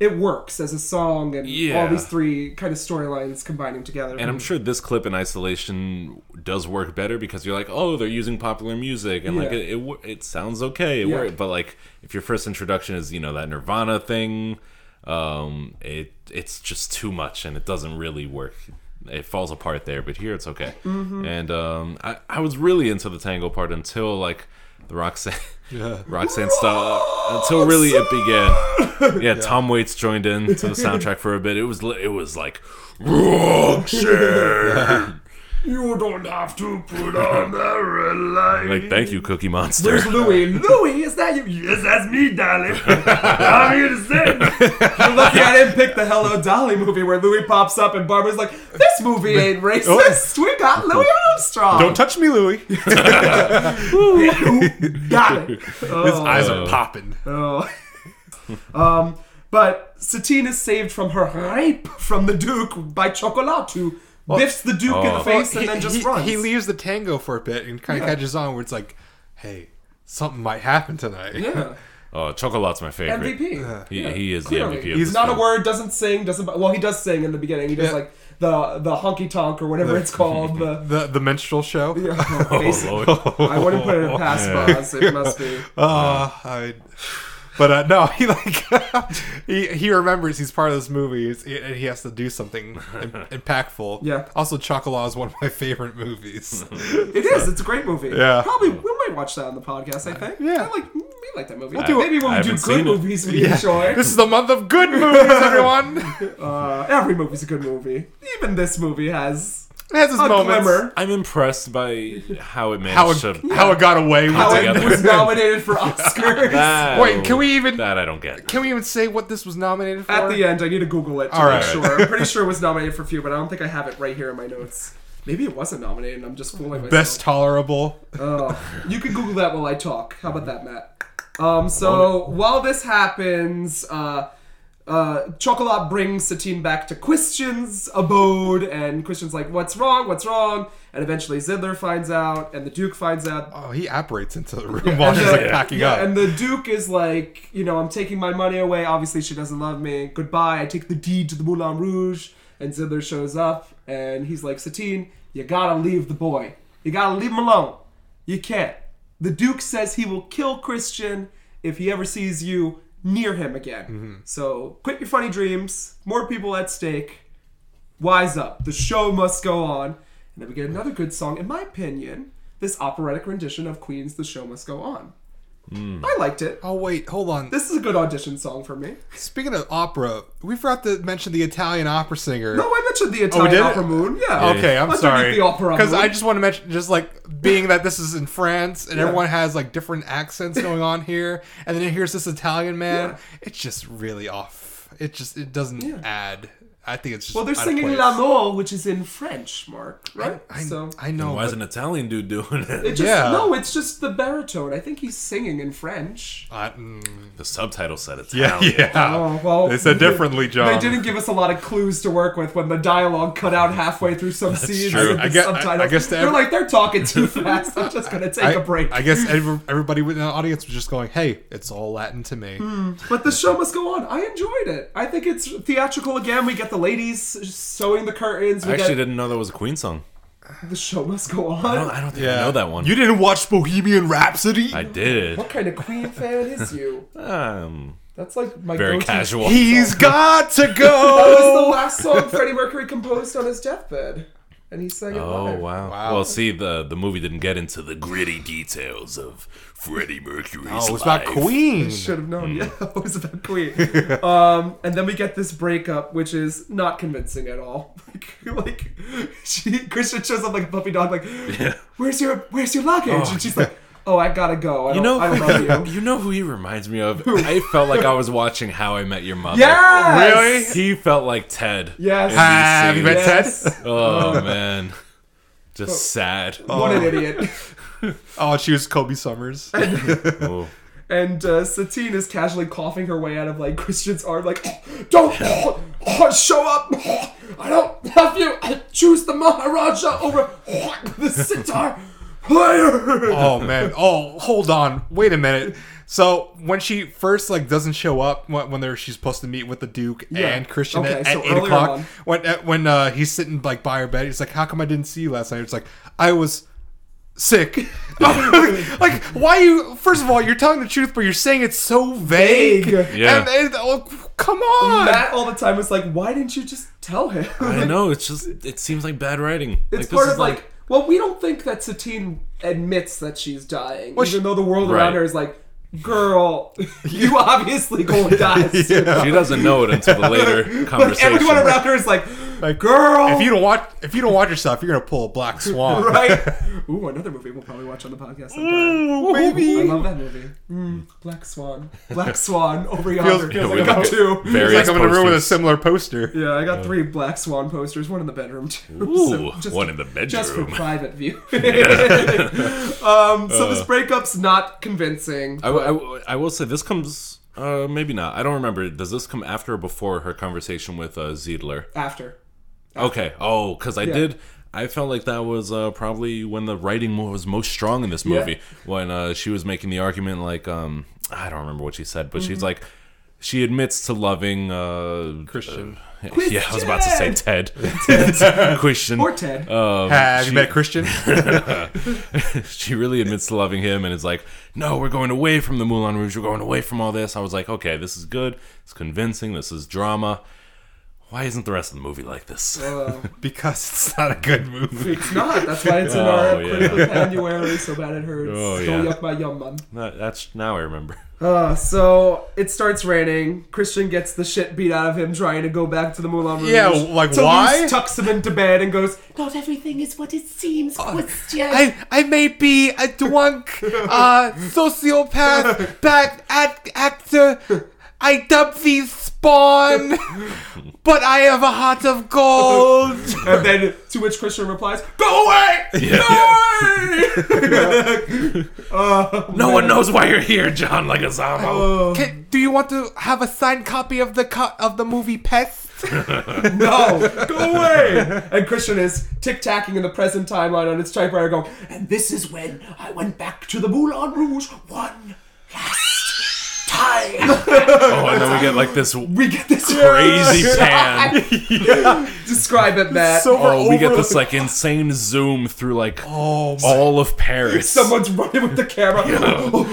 it works as a song and all
Yeah.
these three kind of storylines combining together.
And I'm sure this clip in isolation does work better because you're like, oh, they're using popular music, and like
Yeah.
it, it, wo- it sounds okay, it
Yeah.
worked. But like, if your first introduction is you know that Nirvana thing, um, it it's just too much, and it doesn't really work. It falls apart there, but here it's okay.
Mm-hmm.
And um, I I was really into the tango part until like the Roxanne
Yeah.
Roxanne stuff until really it began. Yeah, Tom Waits joined in to the soundtrack for a bit. It was li- it was like Roxanne. You don't have to put on that red light. Like, thank you, Cookie Monster.
There's Louis. Louis, is that you? Yes, that's me, darling. I'm here to sing. I'm lucky I didn't pick the Hello Dolly movie where Louis pops up and Barbara's like, "This movie ain't racist. We got Louis Armstrong."
Don't touch me, Louie. His
got it. Oh.
eyes are popping.
Oh. um, but Satine is saved from her rape from the Duke by Chocolat, who biffs the Duke in the
Oh.
face and
he,
then just
he-
runs.
he leaves the tango for a bit and kind of catches on where it's like, hey, something might happen tonight.
yeah.
oh, Chocolate's my favorite.
MVP.
He, he is
Clearly.
the MVP. Of
He's
this
not
film.
a word. Doesn't sing. Doesn't. Well, he does sing in the beginning. He does
Yeah.
like the the honky tonk or whatever it's called. The
The the menstrual show.
yeah,
Oh,
basically.
Lord.
I wouldn't put it past Boz. It must be.
Uh, I, but uh, no, he like he, he remembers he's part of this movie it's- and he has to do something im- impactful.
Yeah.
Also, Chocolat is one of my favorite movies.
It is. It's a great movie.
Yeah.
Probably we might watch that on the podcast. I think. I
Yeah.
like. We like that movie.
do it.
Maybe when
I
we do
haven't
good
seen it.
movies, we enjoy.
this is the month of good movies, everyone. it
Uh, every movie's a good movie. Even this movie has
has its
a
moments.
glimmer.
I'm impressed by how it
How it,
managed to.
how it got away with
How
it.
it
together.
was nominated for Oscars.
That-
Wait, can we even-
That I don't get.
Can we even say what this was nominated for?
At the end, I need to Google it to
All
make
right.
sure. I'm pretty sure it was nominated for a few, but I don't think I have it right here in my notes. Maybe it wasn't nominated. and I'm just fooling myself.
Best tolerable.
Oh, you can Google that while I talk. How about that, Matt? Um, so while this happens, uh, uh, Chocolat brings Satine back to Christian's abode, and Christian's like, "What's wrong? What's wrong?" And eventually Zidler finds out, and the Duke finds out.
Oh, he apparates into the room while she's like packing
yeah,
up.
and the Duke is like, you know, I'm taking my money away. Obviously, she doesn't love me. Goodbye. I take the deed to the Moulin Rouge. And Zidler shows up, and he's like, Satine, you gotta leave the boy. You gotta leave him alone. You can't. The Duke says he will kill Christian if he ever sees you near him again.
Mm-hmm.
So quit your funny dreams. More people at stake. Wise up. The show must go on. And then we get another good song, in my opinion. This operatic rendition of Queen's The Show Must Go On. I liked it.
oh wait, hold on.
This is a good audition song for me.
Speaking of opera, we forgot to mention the Italian opera singer.
No, I mentioned the
Oh, we
Italian
did?
Opera Moon. Yeah.
Okay, I'm
Underneath
sorry.
the Opera
Because
Moon.
I just want to mention, just like being that this is in France and everyone has like different accents going on here, and then here's this Italian man.
Yeah.
It's just really off. It just it doesn't add. I think it's just
Well, they're
out of
singing
place.
L'amour, which is in French, Mark. Right.
I,
so
I know.
Why is
but
an Italian dude doing
it
it?
just
yeah.
no, it's just the baritone. I think he's singing in French.
I- mm,
The subtitle said it's
yeah, yeah.
Oh, well,
they said differently, John.
They didn't give us a lot of clues to work with when the dialogue cut out halfway through some scenes.
true.
and the
I guess- I- I
subtitles.
guess to
they're
every-
like they're talking too fast. I'm just gonna take
I,
a break.
I guess every- everybody in the audience was just going, "Hey, it's all Latin to me."
Hmm. But the show must go on. I enjoyed it. I think it's theatrical again. We get the ladies sewing the curtains. We
I actually
get
didn't know that was a Queen song.
the show must go
I don't,
on.
I don't think I know that one.
You didn't watch Bohemian Rhapsody?
I did.
What kind of Queen fan is you?
Um,
That's like my
very
go-to-
casual.
He's got to
That was
go.
the last song Freddie Mercury composed on his deathbed, and he sang it
Oh
live.
wow.
Wow.
Well, see, the the movie didn't get into the gritty details of Freddie Mercury's
Oh, it's about
life.
Queen.
Should have
Mm.
known. Yeah, it was about Queen. um, and then we get this breakup, which is not convincing at all. Like, like she, Christian shows up like a puppy dog. Like, where's your where's your luggage? and she's like, oh, I gotta go. I don't,
You know,
I don't love you.
you know who he reminds me of. I felt like I was watching How I Met Your Mother.
Yes.
Really?
He felt like Ted.
Yes.
in these
Have you met
scenes.
Yes.
Oh man, just sad.
Oh. What an idiot.
Oh, she was Kobe Summers.
Oh.
And uh, Satine is casually coughing her way out of like Christian's arm, like, "Don't show up! I don't love you! I choose the Maharaja over the sitar! player.
oh man oh hold on wait a minute so when she first like doesn't show up when, when they're she's supposed to meet with the duke and christian
Okay,
at,
so
at 8
earlier
o'clock
on.
when at, when uh, he's sitting like by her bed he's like how come i didn't see you last night it's like i was sick like why you first of all you're telling the truth but you're saying it's so vague,
Vague.
Yeah.
and, and- oh, come on
Matt all the time was like, why didn't you just tell him?
I know. It's just. It seems like bad writing.
It's part of like, well, we don't think that Satine admits that she's dying, even
she-
though the world around
Right.
her is like, girl, you obviously going to die. soon."
She doesn't know it until the later
Like
conversation.
everyone around her is like,
Like,
girl,
if you don't watch if you don't watch yourself you're gonna pull a black swan
right? Ooh, another movie we'll probably watch on the podcast. Sometime.
Mm,
Ooh, baby.
I love that movie. Mm, Black Swan. Black Swan over
Feels-
yonder.
Yeah,
like
we
I got
got
two.
It's like
Various
I'm in a room with a
posters.
similar poster.
Yeah, I got three Black Swan posters, one in the bedroom too.
Ooh, one in the
Just for
bedroom.
private view. um, so
Uh.
this breakup's not convincing.
I, w- I w- I will say this comes. Uh, maybe not. I don't remember. Does this come after or before her conversation with uh, Ziedler?
After.
Okay. Oh, because I did. I felt like that was uh, probably when the writing mo- was most strong in this movie. When uh, she was making the argument, like um, I don't remember what she said, but
Mm-hmm.
she's like, she admits to loving uh,
Christian.
uh, yeah, I was about to say Ted. Christian.
Or Ted.
Um,
Have you
she-
met Christian?
she really admits to loving him and is like, no, we're going away from the Moulin Rouge. We're going away from all this. I was like, okay, this is good. It's convincing. This is drama. Why isn't the rest of the movie like this?
Uh,
because it's not a good movie.
it's not. That's why it's in
Oh,
our
yeah.
critical January, so bad it hurts.
Oh,
Don't
yeah.
yuck my yum man.
That- that's now I remember.
Uh, so it starts raining. Christian gets the shit beat out of him trying to go back to the Moulin Rouge.
Yeah, like,
so
why?
Luce tucks him into bed and goes,
Not everything is what it seems, Christian.
I, I may be a drunk, uh, sociopath, bad act, actor. I dub thee Spawn, but I have a heart of gold.
and then to which Christian replies, "Go away,
No one knows why you're here, John Leguizamo.
Can, do you want to have a signed copy of the co- of the movie Pest?
no, go away!" And Christian is tic tacking in the present timeline on its typewriter, going, "And this is when I went back to the Moulin Rouge one last time."
oh, and then we get like this
we get this
crazy pan.
Describe it, Matt.
So-
Oh, we get this like insane zoom through like
Oh,
all of Paris.
Someone's running with the camera. Oh,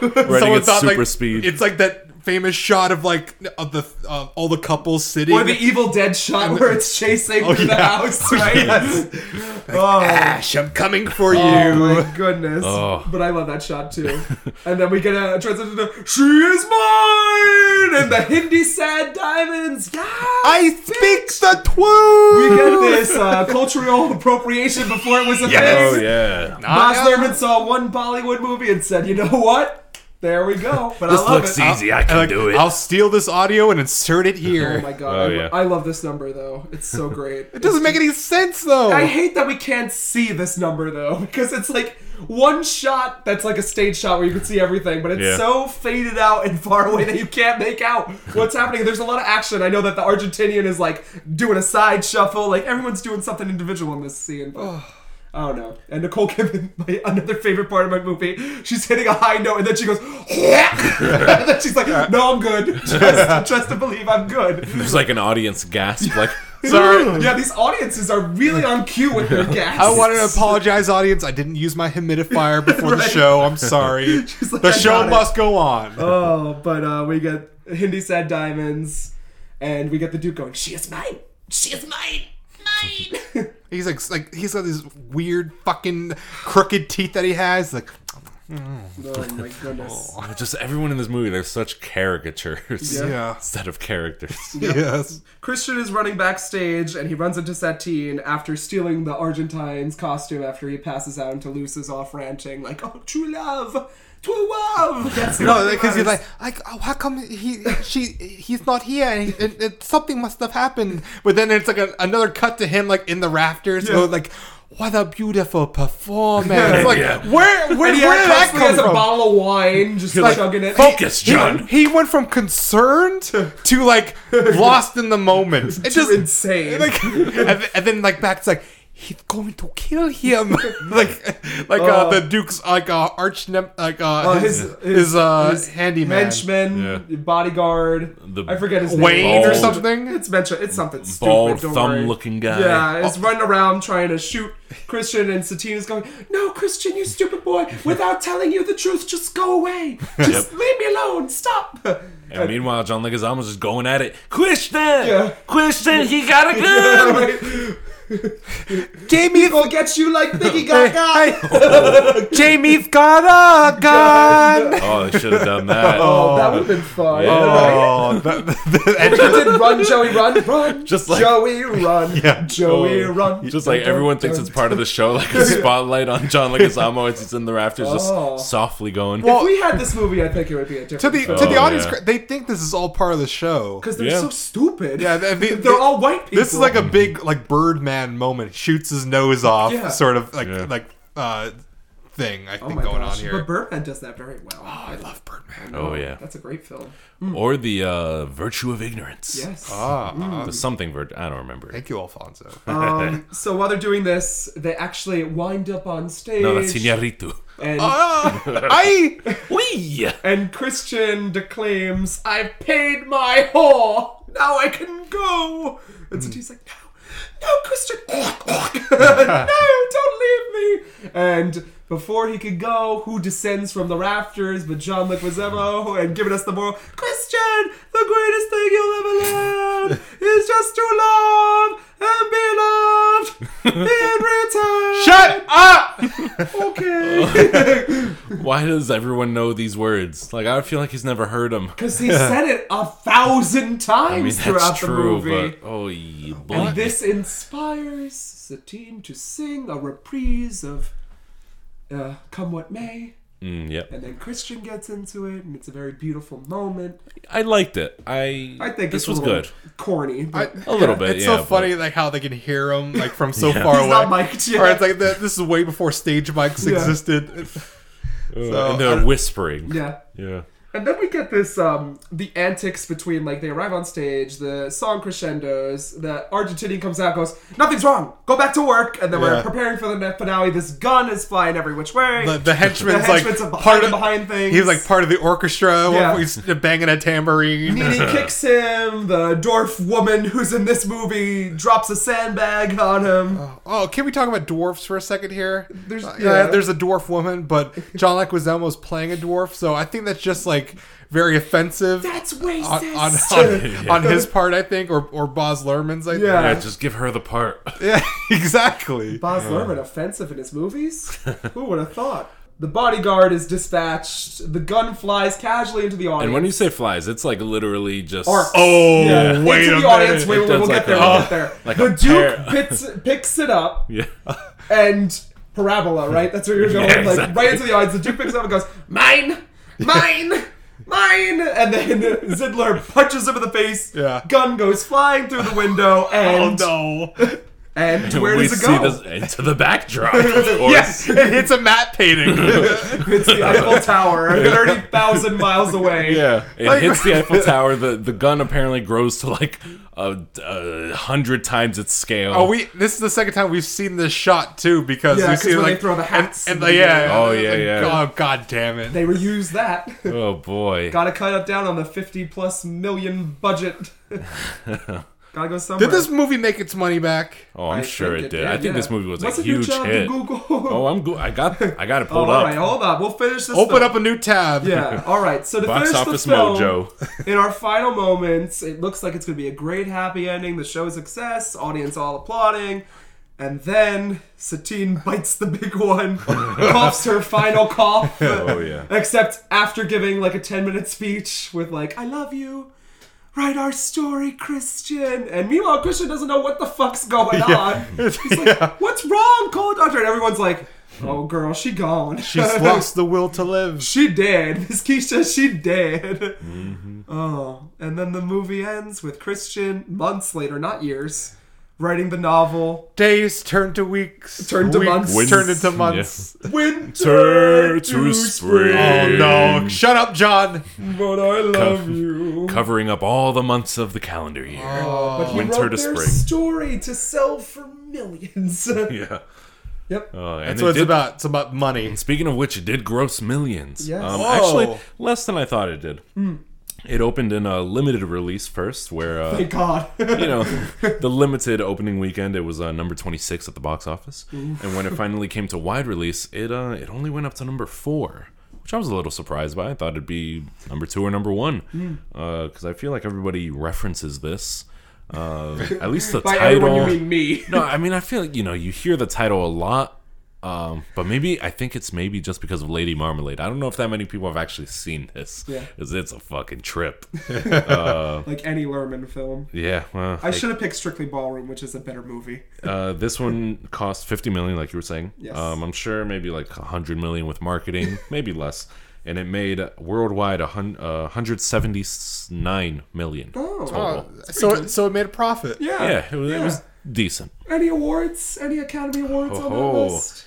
Writing at
Someone thought,
super
like,
speed.
It's like that famous shot of like of the uh, all the couples sitting.
Or the Evil Dead shot where it's chasing
Oh,
through the
yeah.
house, right? Oh,
Ash, I'm coming for
oh
you.
my goodness.
Oh.
But I love that shot too. and then we get a transition to She is mine! And the Hindi sad diamonds. Yeah!
I speak the truth.
we get this uh, cultural appropriation before it was a
oh
thing.
yeah.
Boz
I-
Lerman saw one Bollywood movie and said, you know what? There we go. But I
This
love
looks
it.
easy. I can
And, like,
do it.
I'll steal this audio and insert it here.
Oh my god.
Oh,
I,
yeah.
I love this number though. It's so great.
It doesn't make any sense though.
I hate that we can't see this number though, because it's like one shot that's like a stage shot where you can see everything, but it's
Yeah.
so faded out and far away that you can't make out what's happening. There's a lot of action. I know that the Argentinian is like doing a side shuffle, like everyone's doing something individual in this scene. But I don't know. And Nicole Kidman, my, another favorite part of my movie, she's hitting a high note and then she goes, and then she's like, "No, I'm good. Trust, trust to believe I'm good."
There's like an audience gasp, like
Sorry.
Yeah, these audiences are really on cue with their gas.
I want to apologize, audience. I didn't use my humidifier before the
Right.
show. I'm sorry.
She's like,
the
"I
show
got it."
must go on.
Oh, but uh, we get Hindi sad diamonds, and we get the Duke going. She is mine.
she is mine. Mine.
He's like, like he's got these weird fucking crooked teeth that he has. Like,
Oh my goodness.
oh, just everyone in this movie. They're such caricatures
Yeah.
yeah.
instead of characters.
Yes.
Christian is running backstage, and he runs into Satine after stealing the Argentine's costume after he passes out, and Toulouse is off ranting like, "Oh, true love, true love." That's
No, because he's like, like, oh, how come he, she, he's not here? And, he, and, and something must have happened. But then it's like a, another cut to him, like in the rafters.
Yeah.
Oh, like, what a beautiful performance! Like,
Yeah.
where, where, where
And
did
he had
that
constantly
come
has a
from?
bottle of wine, just
like,
chugging it.
Focus, John.
He went from concerned to like lost in the moment. It
It's
just
insane.
like, and, and then like back to like. he's going to kill him. like, like uh, the Duke's like uh, arch nem- like
Oh.
uh, his,
his-
his,
his-
uh,
his
handyman
henchman,
Yeah.
bodyguard.
The
I forget his
Wayne
name.
or
Bald.
something.
It's mentioned. It's something stupid.
bald
don't
thumb
worry.
looking guy. Oh.
Yeah, is running around trying to shoot Christian, and Satina's going, "No, Christian, you stupid boy! Without telling you the truth, just go away. Just
Yep.
leave me alone. Stop."
And meanwhile, John Leguizamo's just going at it. Christian,
Yeah.
Christian, he got a gun.
Jamie,
People get you like Biggie Gaga.
Jamie's got a gun.
oh, they should have done that.
oh, that would have been fun.
Yeah.
Right?
Oh, that, that- and
He did run, Joey, run, run.
Just like-
Joey, run.
Yeah.
Joey,
Oh.
run.
Just like everyone thinks it's part of the show, like a spotlight on John Leguizamo as he's in the rafters,
Oh.
just softly going.
If we had this movie, I think it would be a different.
to the
show.
to the
Oh,
audience,
yeah.
they think this is all part of the show.
because they're
Yeah.
so stupid.
Yeah, the- the-
they're
the-
all white people.
This is like a big like Birdman moment. Shoots his nose off,
Yeah.
sort of like
Yeah.
like uh thing I
oh
think
my
going
gosh.
on here.
But Birdman does that very well.
I love Birdman.
oh yeah,
That's a great film.
or the uh, virtue of ignorance.
hmm. Yes.
Ah,
Mm.
The something virt. I don't remember.
thank you, Alfonso.
Um, so while they're doing this, they actually wind up on stage.
no, that's Inarritu.
and, Uh,
Ah, I
and Christian declaims, I've paid my whore. Now I can go. And so
Hmm.
he's like, No, no, Christian. no, don't leave me. And before he could go, who descends from the rafters but John Leguizamo and giving us the moral, Christian, the greatest thing you'll ever learn is just to love and be loved in return.
shut up.
Okay.
Why does everyone know these words? Like I feel like he's never heard them.
Because he said it a thousand times
I mean,
throughout
that's
the
true,
movie.
but oh, you
And
bloody-
this inspires Satine to sing a reprise of uh, Come What May.
Mm, yep.
And then Christian gets into it, and it's a very beautiful moment.
I liked it. I
I think
this
it's
was
a little
good.
Corny. But
A little bit.
It's so
yeah, but-
funny like how they can hear him like from so
Yeah.
far
He's
away.
not mic'd yet.
Or it's like the, this is way before stage mics
Yeah.
existed.
Uh,
So,
and
I
they're
don't-
whispering.
yeah.
Yeah.
And then we get this um the antics between like they arrive on stage, the song crescendos, the Argentinian comes out, goes, Nothing's wrong, go back to work, and then we're
Yeah.
preparing for the ne- finale. This gun is flying every which way.
The, the henchman's,
henchman's
like
behind-
part of
behind things.
He was like part of the orchestra.
Yeah.
Yeah. He's banging a tambourine.
Nini kicks him, the dwarf woman who's in this movie drops a sandbag on him.
Oh, can we talk about dwarfs for a second here?
There's-
There's yeah,
yeah.
there's a dwarf woman, but John Leguizamo's playing a dwarf, so I think that's just like very offensive
That's
on,
racist.
on, on, on his part, I think, or or Boz Lerman's. I
Yeah.
Yeah, just give her the part.
think. yeah, exactly.
Boz Lerman offensive in his movies? Who would have thought? The bodyguard is dispatched, the gun flies casually into the audience.
And when you say flies, it's like literally just
Or-
Oh,
Yeah,
wait
into
a
the audience.
minute.
Wait,
It
wait,
does
we'll
like
get there.
a-
we'll get there.
like
the
a
Duke
pear.
picks, picks it up
yeah.
and parabola, right? That's where you're going, like
exactly.
right into the audience. The Duke picks it up and goes, "Mine, mine, mine," and then Zidler punches him in the face.
Yeah.
gun goes flying through the window, and
no!
and where
Oh, we
does it
see
go?
this into the backdrop, of course.
Yes, it hits a matte painting.
It's the Eiffel Tower, thirty thousand miles away.
Yeah, it
Like-
hits the Eiffel Tower. The the gun apparently grows to like a, a hundred times its scale.
oh, we. This is the second time we've seen this shot too, because
Yeah,
we
'cause
see
when they
like
throw the
and-
hats
and, uh,
in the uh,
yeah.
middle. Oh,
and it's
yeah,
like,
yeah.
Oh god damn it!
They reuse that.
oh boy.
Gotta cut it down on the fifty plus million budget. Gotta go somewhere.
Did this movie make its money back?
oh, I'm
I
sure
think
it did. I think
yeah.
this movie was
What's
a
your
huge
job to
hit.
Google?
Oh, I'm go- I got I got it
All
pulled up.
right, hold up. We'll finish this.
Open
film.
up a new tab.
Yeah. All right. So to
Box
finish
office
the film,
mojo.
in our final moments, it looks like it's going to be a great happy ending. The show's success, audience all applauding, and then Satine bites the big one, coughs her final cough.
Oh yeah.
Except after giving like a ten minute speech with like "I love you." Write our story, Christian. And meanwhile, Christian doesn't know what the fuck's going on. He's like, "What's wrong? Call a doctor." And everyone's like, "Oh, girl, she gone.
She's lost the will to live.
She did. Miss Keisha, she did.
Mm-hmm.
Oh, and then the movie ends with Christian, months later, not years, writing the novel
Days turned to weeks.
Turned to
weeks
months.
Wins.
Turned into months.
Winter
to spring.
Oh no! Shut up, John.
But I love you.
Covering up all the months of the calendar year.
But he
Winter
wrote
to
their
spring.
story to sell for millions.
Yeah.
yep.
Uh, and
That's
it
what it's
did-
about. It's about money.
Speaking of which, it did gross millions.
Yes. Hmm.
Um,
Whoa.
actually, less than I thought it did. It opened in a limited release first, where uh,
Thank God.
you know, the limited opening weekend, it was uh, number 26 at the box office. And when it finally came to wide release, it uh, it only went up to number four, which I was a little surprised by. I thought it'd be number two or number one,
Mm.
because I feel like everybody references this. Uh, at least the
By
title.
everyone, you mean me.
no, I mean I feel like you know you hear the title a lot. Um, but maybe I think it's maybe just because of Lady Marmalade. I don't know if that many people have actually seen this.
Yeah.
'cause it's a fucking trip.
like any Lerman film.
Yeah, well,
I should have picked Strictly Ballroom, which is a better movie.
Uh, this one cost 50 million, like you were saying.
Yes.
Um, I'm sure maybe like 100 million with marketing, maybe less. And it made worldwide a hun- uh, 179 million.
Oh.
Oh,
total.
so so it made a profit.
Yeah.
yeah, it was, it was decent.
Any awards? Any Academy Awards on that
Oh,
list?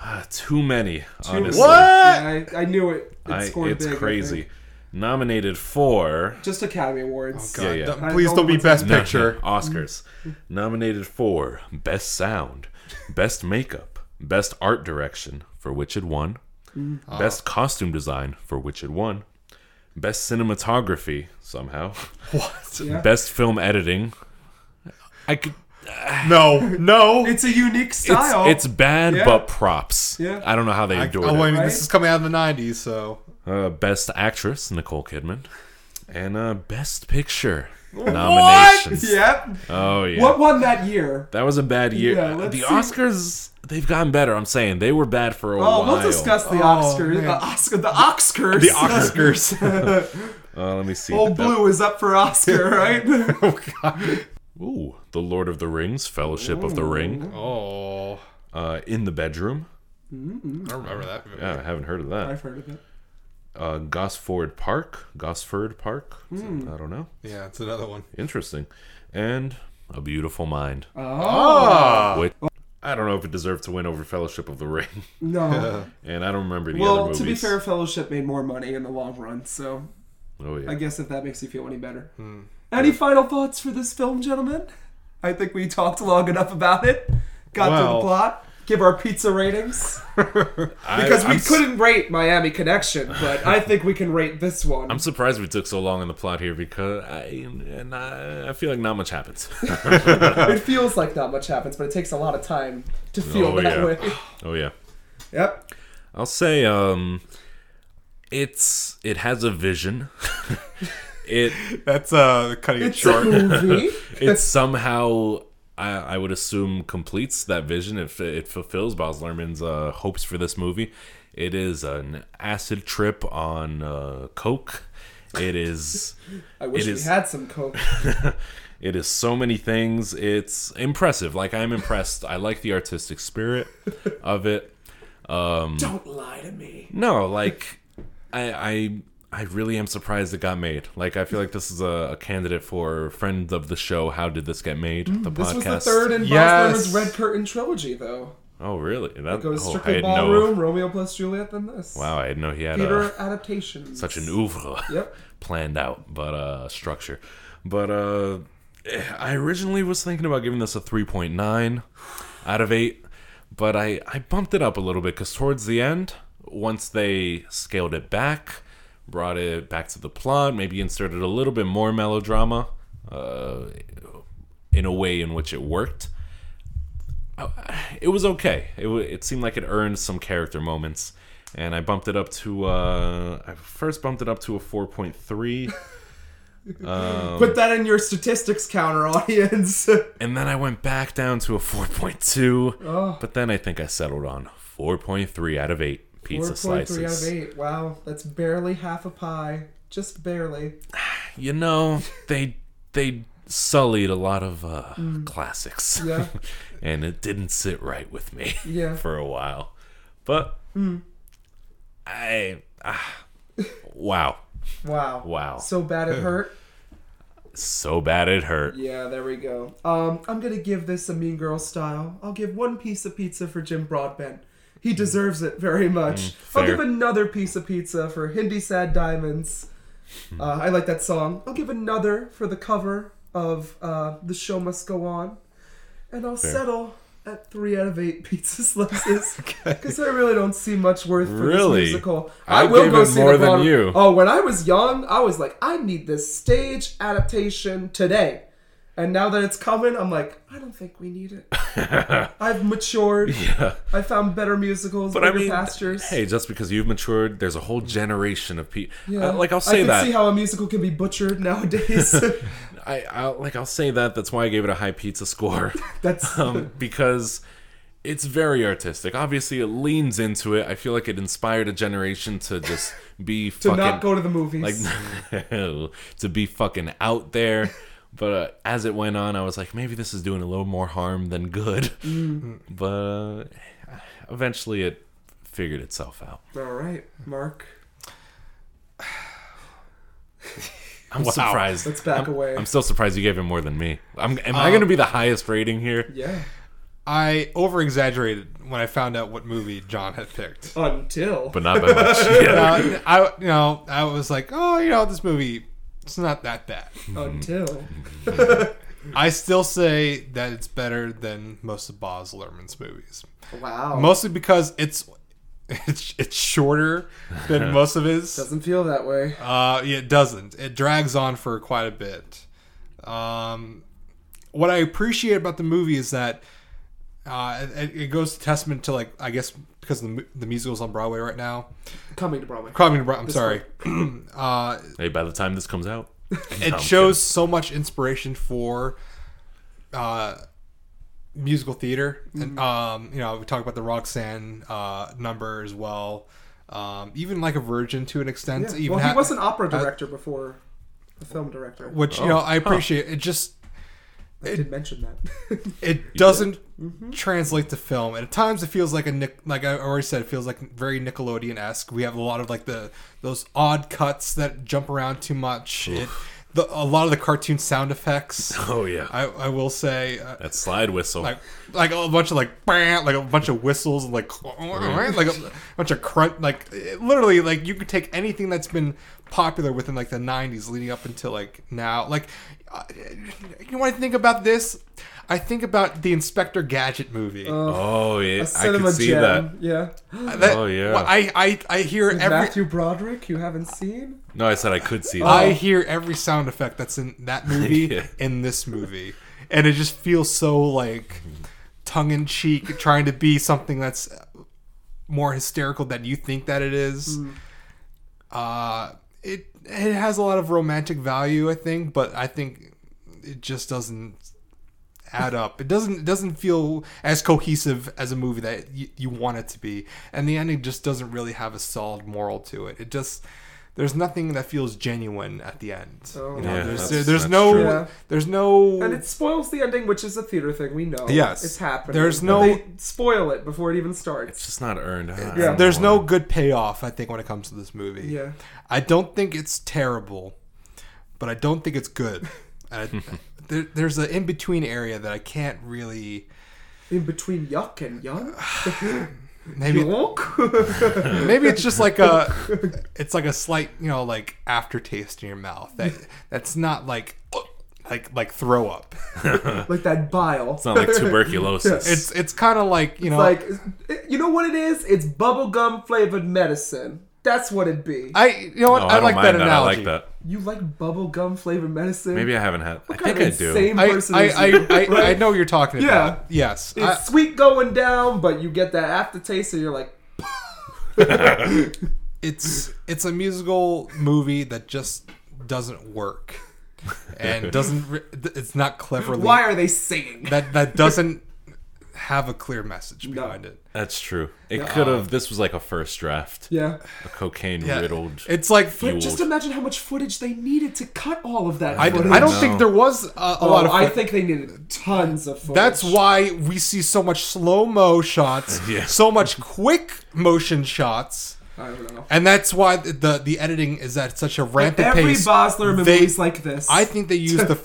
Uh, too many, honestly.
What?
Yeah, I, I knew it. It
I,
scored
it's
big, I
crazy.
think.
Nominated for.
Just Academy Awards.
God,
Yeah, yeah.
don't-
I
please
don't
don't be
want
best
No,
picture.
no, Oscars. Nominated for Best Sound, Best Makeup, Best Art Direction, for which it won,
Mm-hmm.
Best Costume Design, for which it won, Best Cinematography, somehow,
What?
Best Film Editing. I could.
No, no.
It's a unique
It's,
style.
it's bad,
Yeah.
but props.
Yeah.
I don't know how they
I,
endured
oh, I mean,
it.
right?
this is coming out of the '90s, so
Uh, best Actress, Nicole Kidman, and uh, Best Picture nominations.
Yep.
Oh yeah.
What won that year?
That was a bad year.
Yeah,
the
let's see.
Oscars, they've gotten better. I'm saying they were bad for a
Oh,
while.
we'll discuss the
Oh,
Oscars.
man.
The Oscar. The Oscars.
the Oscars.
Uh, let me see.
Old
The-
Blue is up for Oscar, right?
oh God.
Ooh, The Lord of the Rings, Fellowship of the Ring,
Oh,
uh, In the Bedroom.
I don't remember that. Movie.
Yeah, I haven't heard of
I've
that.
heard of it.
Uh, Gosford Park, Gosford Park.
Hmm.
I don't know.
Yeah, it's another one.
Interesting, and A Beautiful Mind.
Uh-huh.
Ah,
which I don't know if it deserved to win over Fellowship of the Ring,
No.
and I don't remember the other
well,
movies.
to be fair, Fellowship made more money in the long run, so
oh yeah.
I guess if that makes you feel any better.
Hmm.
Any final thoughts for this film, gentlemen? I think we talked long enough about it. Got to the
Well.
plot. Give our pizza ratings
I-
because we
I'm s-
couldn't rate Miami Connection, but I think we can rate this one.
I'm surprised we took so long in the plot here because I and I, I feel like not much happens.
it feels like not much happens, but it takes a lot of time to feel
Oh,
that
yeah.
way.
oh yeah.
Yep.
I'll say um it's it has a vision. it
that's uh cutting it
It's a
short.
movie.
it somehow I, I would assume completes that vision if it fulfills Baz Luhrmann's uh, hopes for this movie. It is an acid trip on uh, coke. It is
I wish
It
we
is-
had some coke.
it is so many things. It's impressive. Like I'm impressed. I like the artistic spirit of it. Hmm.
Don't lie to me.
No, like I I I really am surprised it got made. Like I feel like this is a, a candidate for friend of the show. How did this get made? the podcast.
Mm, This was the third in
Yes.
Baz Luhrmann's Red Curtain trilogy, though.
Oh really? That
It goes
oh, I
strictly
had
ballroom,
no.
Romeo plus Juliet, then this.
Wow, I didn't know he had
Theater
a,
adaptations.
such an oeuvre
Yep.
planned out, but uh structure. But uh eh, I originally was thinking about giving this a three point nine out of eight, but I I bumped it up a little bit because towards the end, once they scaled it back, brought it back to the plot, maybe inserted a little bit more melodrama, uh, in a way in which it worked. I- It was okay. It wa- it seemed like it earned some character moments, and I bumped it up to uh, I first bumped it up to a four point three. Um,
Put that in your statistics counter, audience.
And then I went back down to a 4.2.
Oh.
But then I think I settled on 4.3 out of 8
4.3
pizza
out
slices.
of 8. Wow, that's barely half a pie. Just barely.
You know, they they sullied a lot of uh, classics.
Mm. Yeah.
and it didn't sit right with me
Yeah. Hmm.
for a while. But I ah, wow.
Wow.
Wow.
So bad it hurt.
So bad it hurt.
Yeah, there we go. Um, I'm gonna give this a Mean Girl style. I'll give one piece of pizza for Jim Broadbent. He deserves it very much. I'll
Hmm. fair.
give another piece of pizza for Hindi Sad Diamonds.
Hmm.
Uh, I like that song. I'll give another for the cover of uh, The Show Must Go On. And I'll settle at three out of eight pizza slices because I really don't see much worth for
Really?
this musical.
I gave it more than
Broad-
you.
Oh, when I was young, I was like, I need this stage adaptation today. And now that it's coming, I'm like, I don't think we need it. I've matured.
Yeah.
I found better musicals,
But I
bigger
mean,
pastures.
hey, just because you've matured, there's a whole generation of people.
Yeah.
like I'll
I
say
can
that.
see how a musical can be butchered nowadays.
I, I like I'll say that. That's why I gave it a high pizza score.
That's
um, because it's very artistic. Obviously, it leans into it. I feel like it inspired a generation to just be
to
fucking
not go to the movies.
like to be fucking out there. But uh, as it went on, I was like, maybe this is doing a little more harm than good.
Mm.
But uh, eventually, it figured itself out.
All right, Mark,
I'm
Wow.
surprised.
let's back away. Uh,
I'm still surprised you gave him more than me. I'm, am I going to be the highest rating here?
yeah.
I over exaggerated when I found out what movie John had picked.
Until
But not by much. Yeah.
Uh, I you know I was like, oh, you know, this movie, it's not that bad.
until
I still say that it's better than most of Boz Luhrmann's movies,
wow.
mostly because it's it's it's shorter than most of his.
Doesn't feel that way.
Uh, yeah, it doesn't. It drags on for quite a bit. Um, what I appreciate about the movie is that uh, it, it goes testament to like I guess because the mu- the musicals on Broadway right now.
Coming to Broadway.
Coming to Broadway. I'm sorry. uh,
Hey, by the time this comes out,
it shows so much inspiration for uh, musical theater,
Mm-hmm.
and um, you know we talk about the Roxanne uh, number as well. Um, even like a virgin to an extent.
Yeah.
Even
Well, he
ha-
was an opera director before a film director.
which you know I appreciate. It just
I did mention that.
it doesn't
Mm-hmm.
translate to film. And at times it feels like a Nick, like I already said, it feels like very Nickelodeon esque. We have a lot of like the those odd cuts that jump around too much. It, the, a lot of the cartoon sound effects.
Oh, yeah.
I, I will say. Uh,
that slide whistle.
like, like a bunch of like, bam, like a bunch of whistles, and like, like a bunch of crunch, like it- literally, like you could take anything that's been popular within like the '90s, leading up until like now. Like, uh, you know what I think about this? I think about the Inspector Gadget movie.
oh, yeah. I
Cinema
can see
gem.
that.
Yeah.
That-
oh, yeah.
well, I I I hear every
Matthew Broderick, you haven't seen?
No, I said I could see that.
I hear every sound effect that's in that movie
Oh. Yeah.
in this movie, and it just feels so like tongue in cheek, trying to be something that's more hysterical than you think that it is. Uh, it it has a lot of romantic value, I think, but I think it just doesn't add up. It doesn't it doesn't feel as cohesive as a movie that y- you want it to be, and the ending just doesn't really have a solid moral to it. It just there's nothing that feels genuine at the end.
Oh.
You know,
Yeah,
there's
that's-
there's
that's
no
true.
Yeah.
there's no
And it spoils the ending, which is a theater thing, we know.
Yes.
It's happening.
There's
But
no-
They spoil it before it even
It's
starts.
just not earned. I- I
Yeah.
don't
there's
know.
no good payoff. I think when it comes to this movie,
Yeah.
I don't think it's terrible, but I don't think it's good. And I, there, there's an in between area that I can't really
In between yuck and young.
maybe Maybe it's just like a, it's like a slight, you know, like aftertaste in your mouth. That that's not like, like like throw up.
like that bile.
It's not like tuberculosis.
It's it's kind of like you know,
like you know what it is it's bubblegum flavored medicine that's what it'd be
I you know what
No,
I,
don't
like that
mind I
analogy.
like that.
you like bubblegum flavored medicine
Maybe I haven't had. I
kind
think
of
I do.
insane
I
person
I,
is
I,
you?
I, I
Like,
know what you're talking
Yeah.
about. Yes.
it's
I-
sweet going down but you get that aftertaste and you're like
it's it's a musical movie that just doesn't work and doesn't. re- It's not cleverly.
why are they singing
that that doesn't have a clear message behind it.
That's true. It could have. This was like a first draft.
yeah
A cocaine
Yeah.
riddled.
It's like
Fueled.
just imagine how much footage they needed to cut all of that
I,
footage.
I don't
No.
think there was a, a
Oh,
lot of.
I
footage.
think they needed tons of footage
That's why we see so much slow mo shots,
Yeah.
so much quick motion shots,
i don't know
and that's why the the, the editing is at such a rampant
every
pace.
Bosler
They-
movie's like this
I think they used the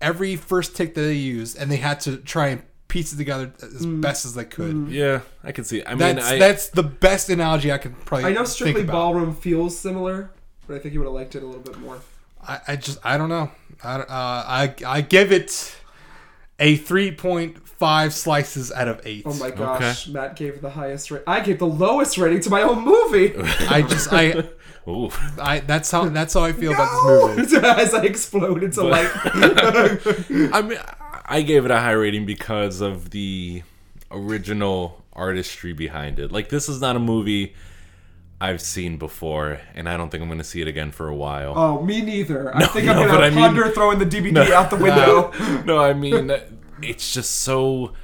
every first take that they used, and they had to try and piece it together as
Mm.
best as they could.
yeah, I can see. I mean,
That's
I,
that's the best analogy I can probably.
I know strictly
think about.
ballroom feels similar but i think you would have liked it a little bit more
I, I just I don't know. I don't- uh, I I give it a 3.5 slices out of 8.
Oh my gosh, Matt gave the highest rate. I gave the lowest rating to my own movie.
I just I
Ooh.
I that's how that's how I feel about this movie.
As I explode into like
I mean, I gave it a high rating because of the original artistry behind it. Like, this is not a movie I've seen before, and I don't think I'm going to see it again for a while.
Oh, me neither. I think
no,
I'm
but I
gonna
mean-
ponder throwing the DVD Oh, out the window.
no, I mean, it's just so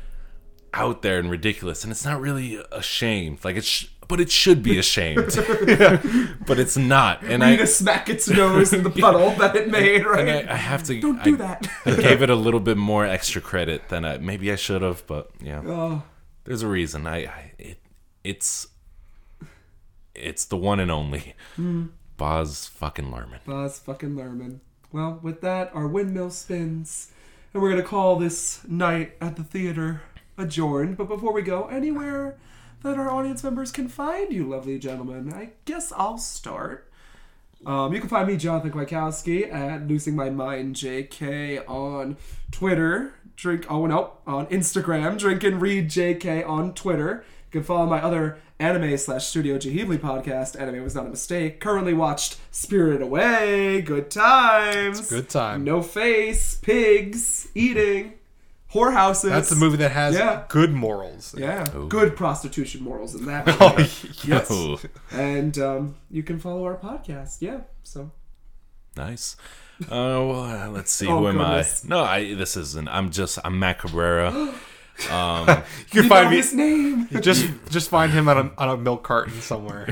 out there and ridiculous, and it's not really ashamed. Like, it's. Sh- but it should be ashamed. But it's not. And I,
Need to smack its nose in the puddle that it made, right?
and I, I have to.
Don't do
I-
that.
I gave it a little bit more extra credit than I maybe I should have, but yeah.
Oh,
There's a reason. I, I it it's it's the one and only Boz fucking Lerman.
Buzz fucking Lerman. Well, with that, our windmill spins, and we're gonna call this night at the theater adjourned. But before we go anywhere that our audience members can find you, lovely gentlemen, I guess I'll start. Um, you can find me, Jonathan Kwiatkowski, at Losing My Mind JK on Twitter. Drink, oh no, on Instagram. Drink and read JK on Twitter. You can follow my other anime slash Studio Jahibli podcast, Anime Was Not a Mistake. Currently watched Spirited Away, Good Times.
good time.
No Face, Pigs, Eating, Whorehouses.
That's a movie that Oh. has
Yeah.
good morals.
Yeah, good prostitution morals in that.
Oh,
movie. yes.
Ooh,
And um, you can follow our podcast. Yeah, so
nice. Uh, well, uh, let's see.
Oh,
who am
goodness.
I? No, I. This isn't. I'm just. I'm Matt Cabrera.
You can
Find
find me
his name.
just just find him on a, on a milk carton somewhere.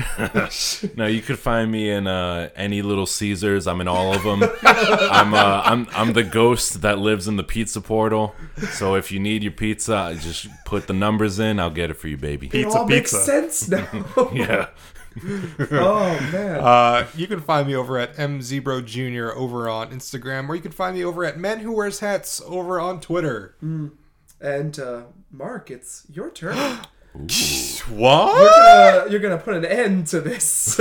no, you could find me in uh, any Little Caesars. I'm in all of them. I'm. Uh, I'm. I'm the ghost that lives in the pizza portal. So if you need your pizza, just put the numbers in. I'll get it for you, baby.
It
Pizza
all makes
pizza.
sense now.
Yeah.
oh man.
Uh, you can find me over at mzebro jr. over on Instagram, or you can find me over at men who wears hats over on Twitter.
and uh, Mark, it's your turn.
What?
uh, you're gonna put an end to this.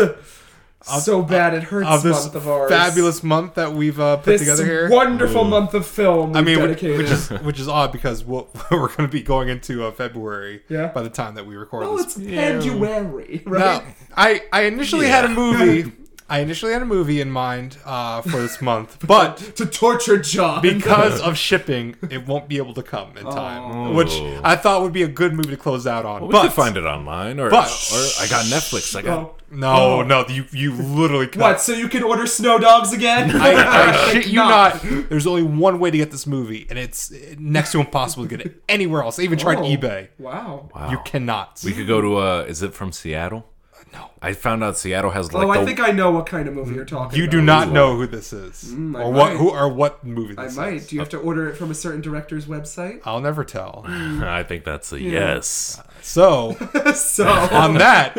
so bad it hurts
Of this
month of ours.
fabulous month that we've uh, put
This
together here.
wonderful month of film.
I mean, which,
dedicated.
which is which is odd because we'll, we're going to be going into uh, February
Yeah.
by the time that we record
oh,
this.
it's February,
Now,
right?
I I initially had a movie. I initially had a movie in mind uh, for this month, but
To torture John.
because of shipping, it won't be able to come in
Oh.
time, which I thought would be a good movie to close out on.
We
but
could find it online, or,
but-
or I got Netflix. I got.
Oh.
No, no, you you literally cut.
What? So you can order snow dogs again?
I, I shit you not. There's only one way to get this movie, and it's next to impossible to get it anywhere else. I even tried
Oh,
eBay.
Wow.
Wow.
You cannot.
We could go to. Uh, is it from Seattle?
no.
I found out Seattle has like
Oh, I
the.
think I know what kind of movie you're talking.
You
about.
do not know who this is,
Mm, I
or what
might.
who or what movie
I
this
might.
is.
Do you have to order it from a certain director's website?
I'll never tell.
I think that's a yes.
So
so
on that,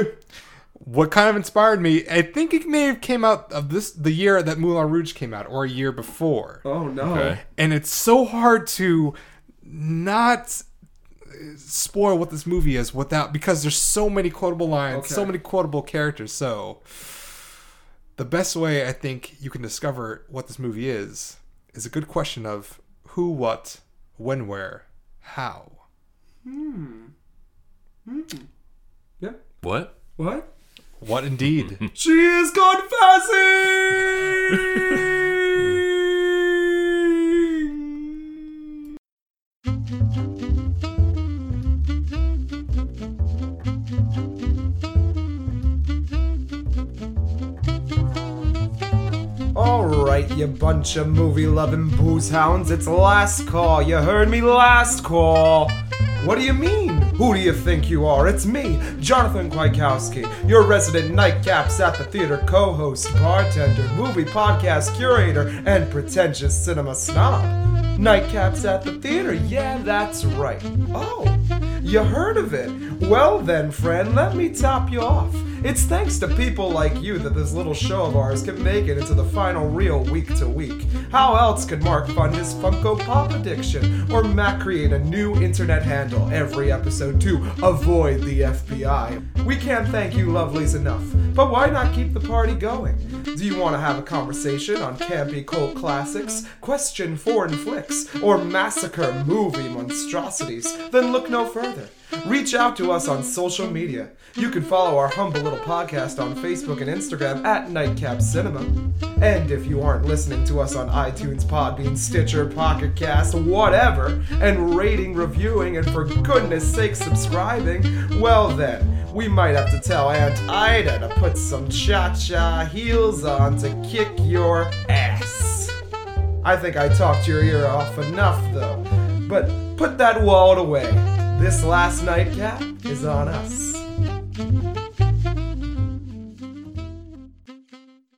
what kind of inspired me? I think it may have came out of this the year that Moulin Rouge came out, or a year before.
Oh no.
Okay.
and it's so hard to not spoil what this movie is without because there's so many quotable lines, so
Okay.
many quotable characters. So the best way I think you can discover what this movie is is a good question of who, what, when, where, how.
Yep.
What?
What?
What indeed?
She is confessing.
Alright, you bunch of movie loving booze hounds, it's last call. You heard me last call. What do you mean? Who do you think you are? It's me, Jonathan Kwiatkowski, your resident nightcaps at the theater co host, bartender, movie podcast curator, and pretentious cinema snob. Nightcaps at the theater, yeah, that's right. Oh. You heard of it? Well, then, friend, let me top you off. It's thanks to people like you that this little show of ours can make it into the final reel week to week. How else could Mark fund his Funko Pop addiction? Or Matt create a new internet handle every episode to avoid the FBI?
We can't thank you lovelies enough, but why not keep the party going? Do you want to have a conversation on campy cult classics, question foreign flicks, or massacre movie monstrosities? Then look no further. Reach out to us on social media. You can follow our humble little podcast on Facebook and Instagram at Nightcap Cinema. And if you aren't listening to us on iTunes, Podbean, Stitcher, Pocket Cast, whatever, and rating, reviewing, and for goodness sake subscribing, well then, we might have to tell Aunt Ida to put some cha cha heels on to kick your ass. I think I talked your ear off enough, though. But put that wallet away. This last nightcap is on us.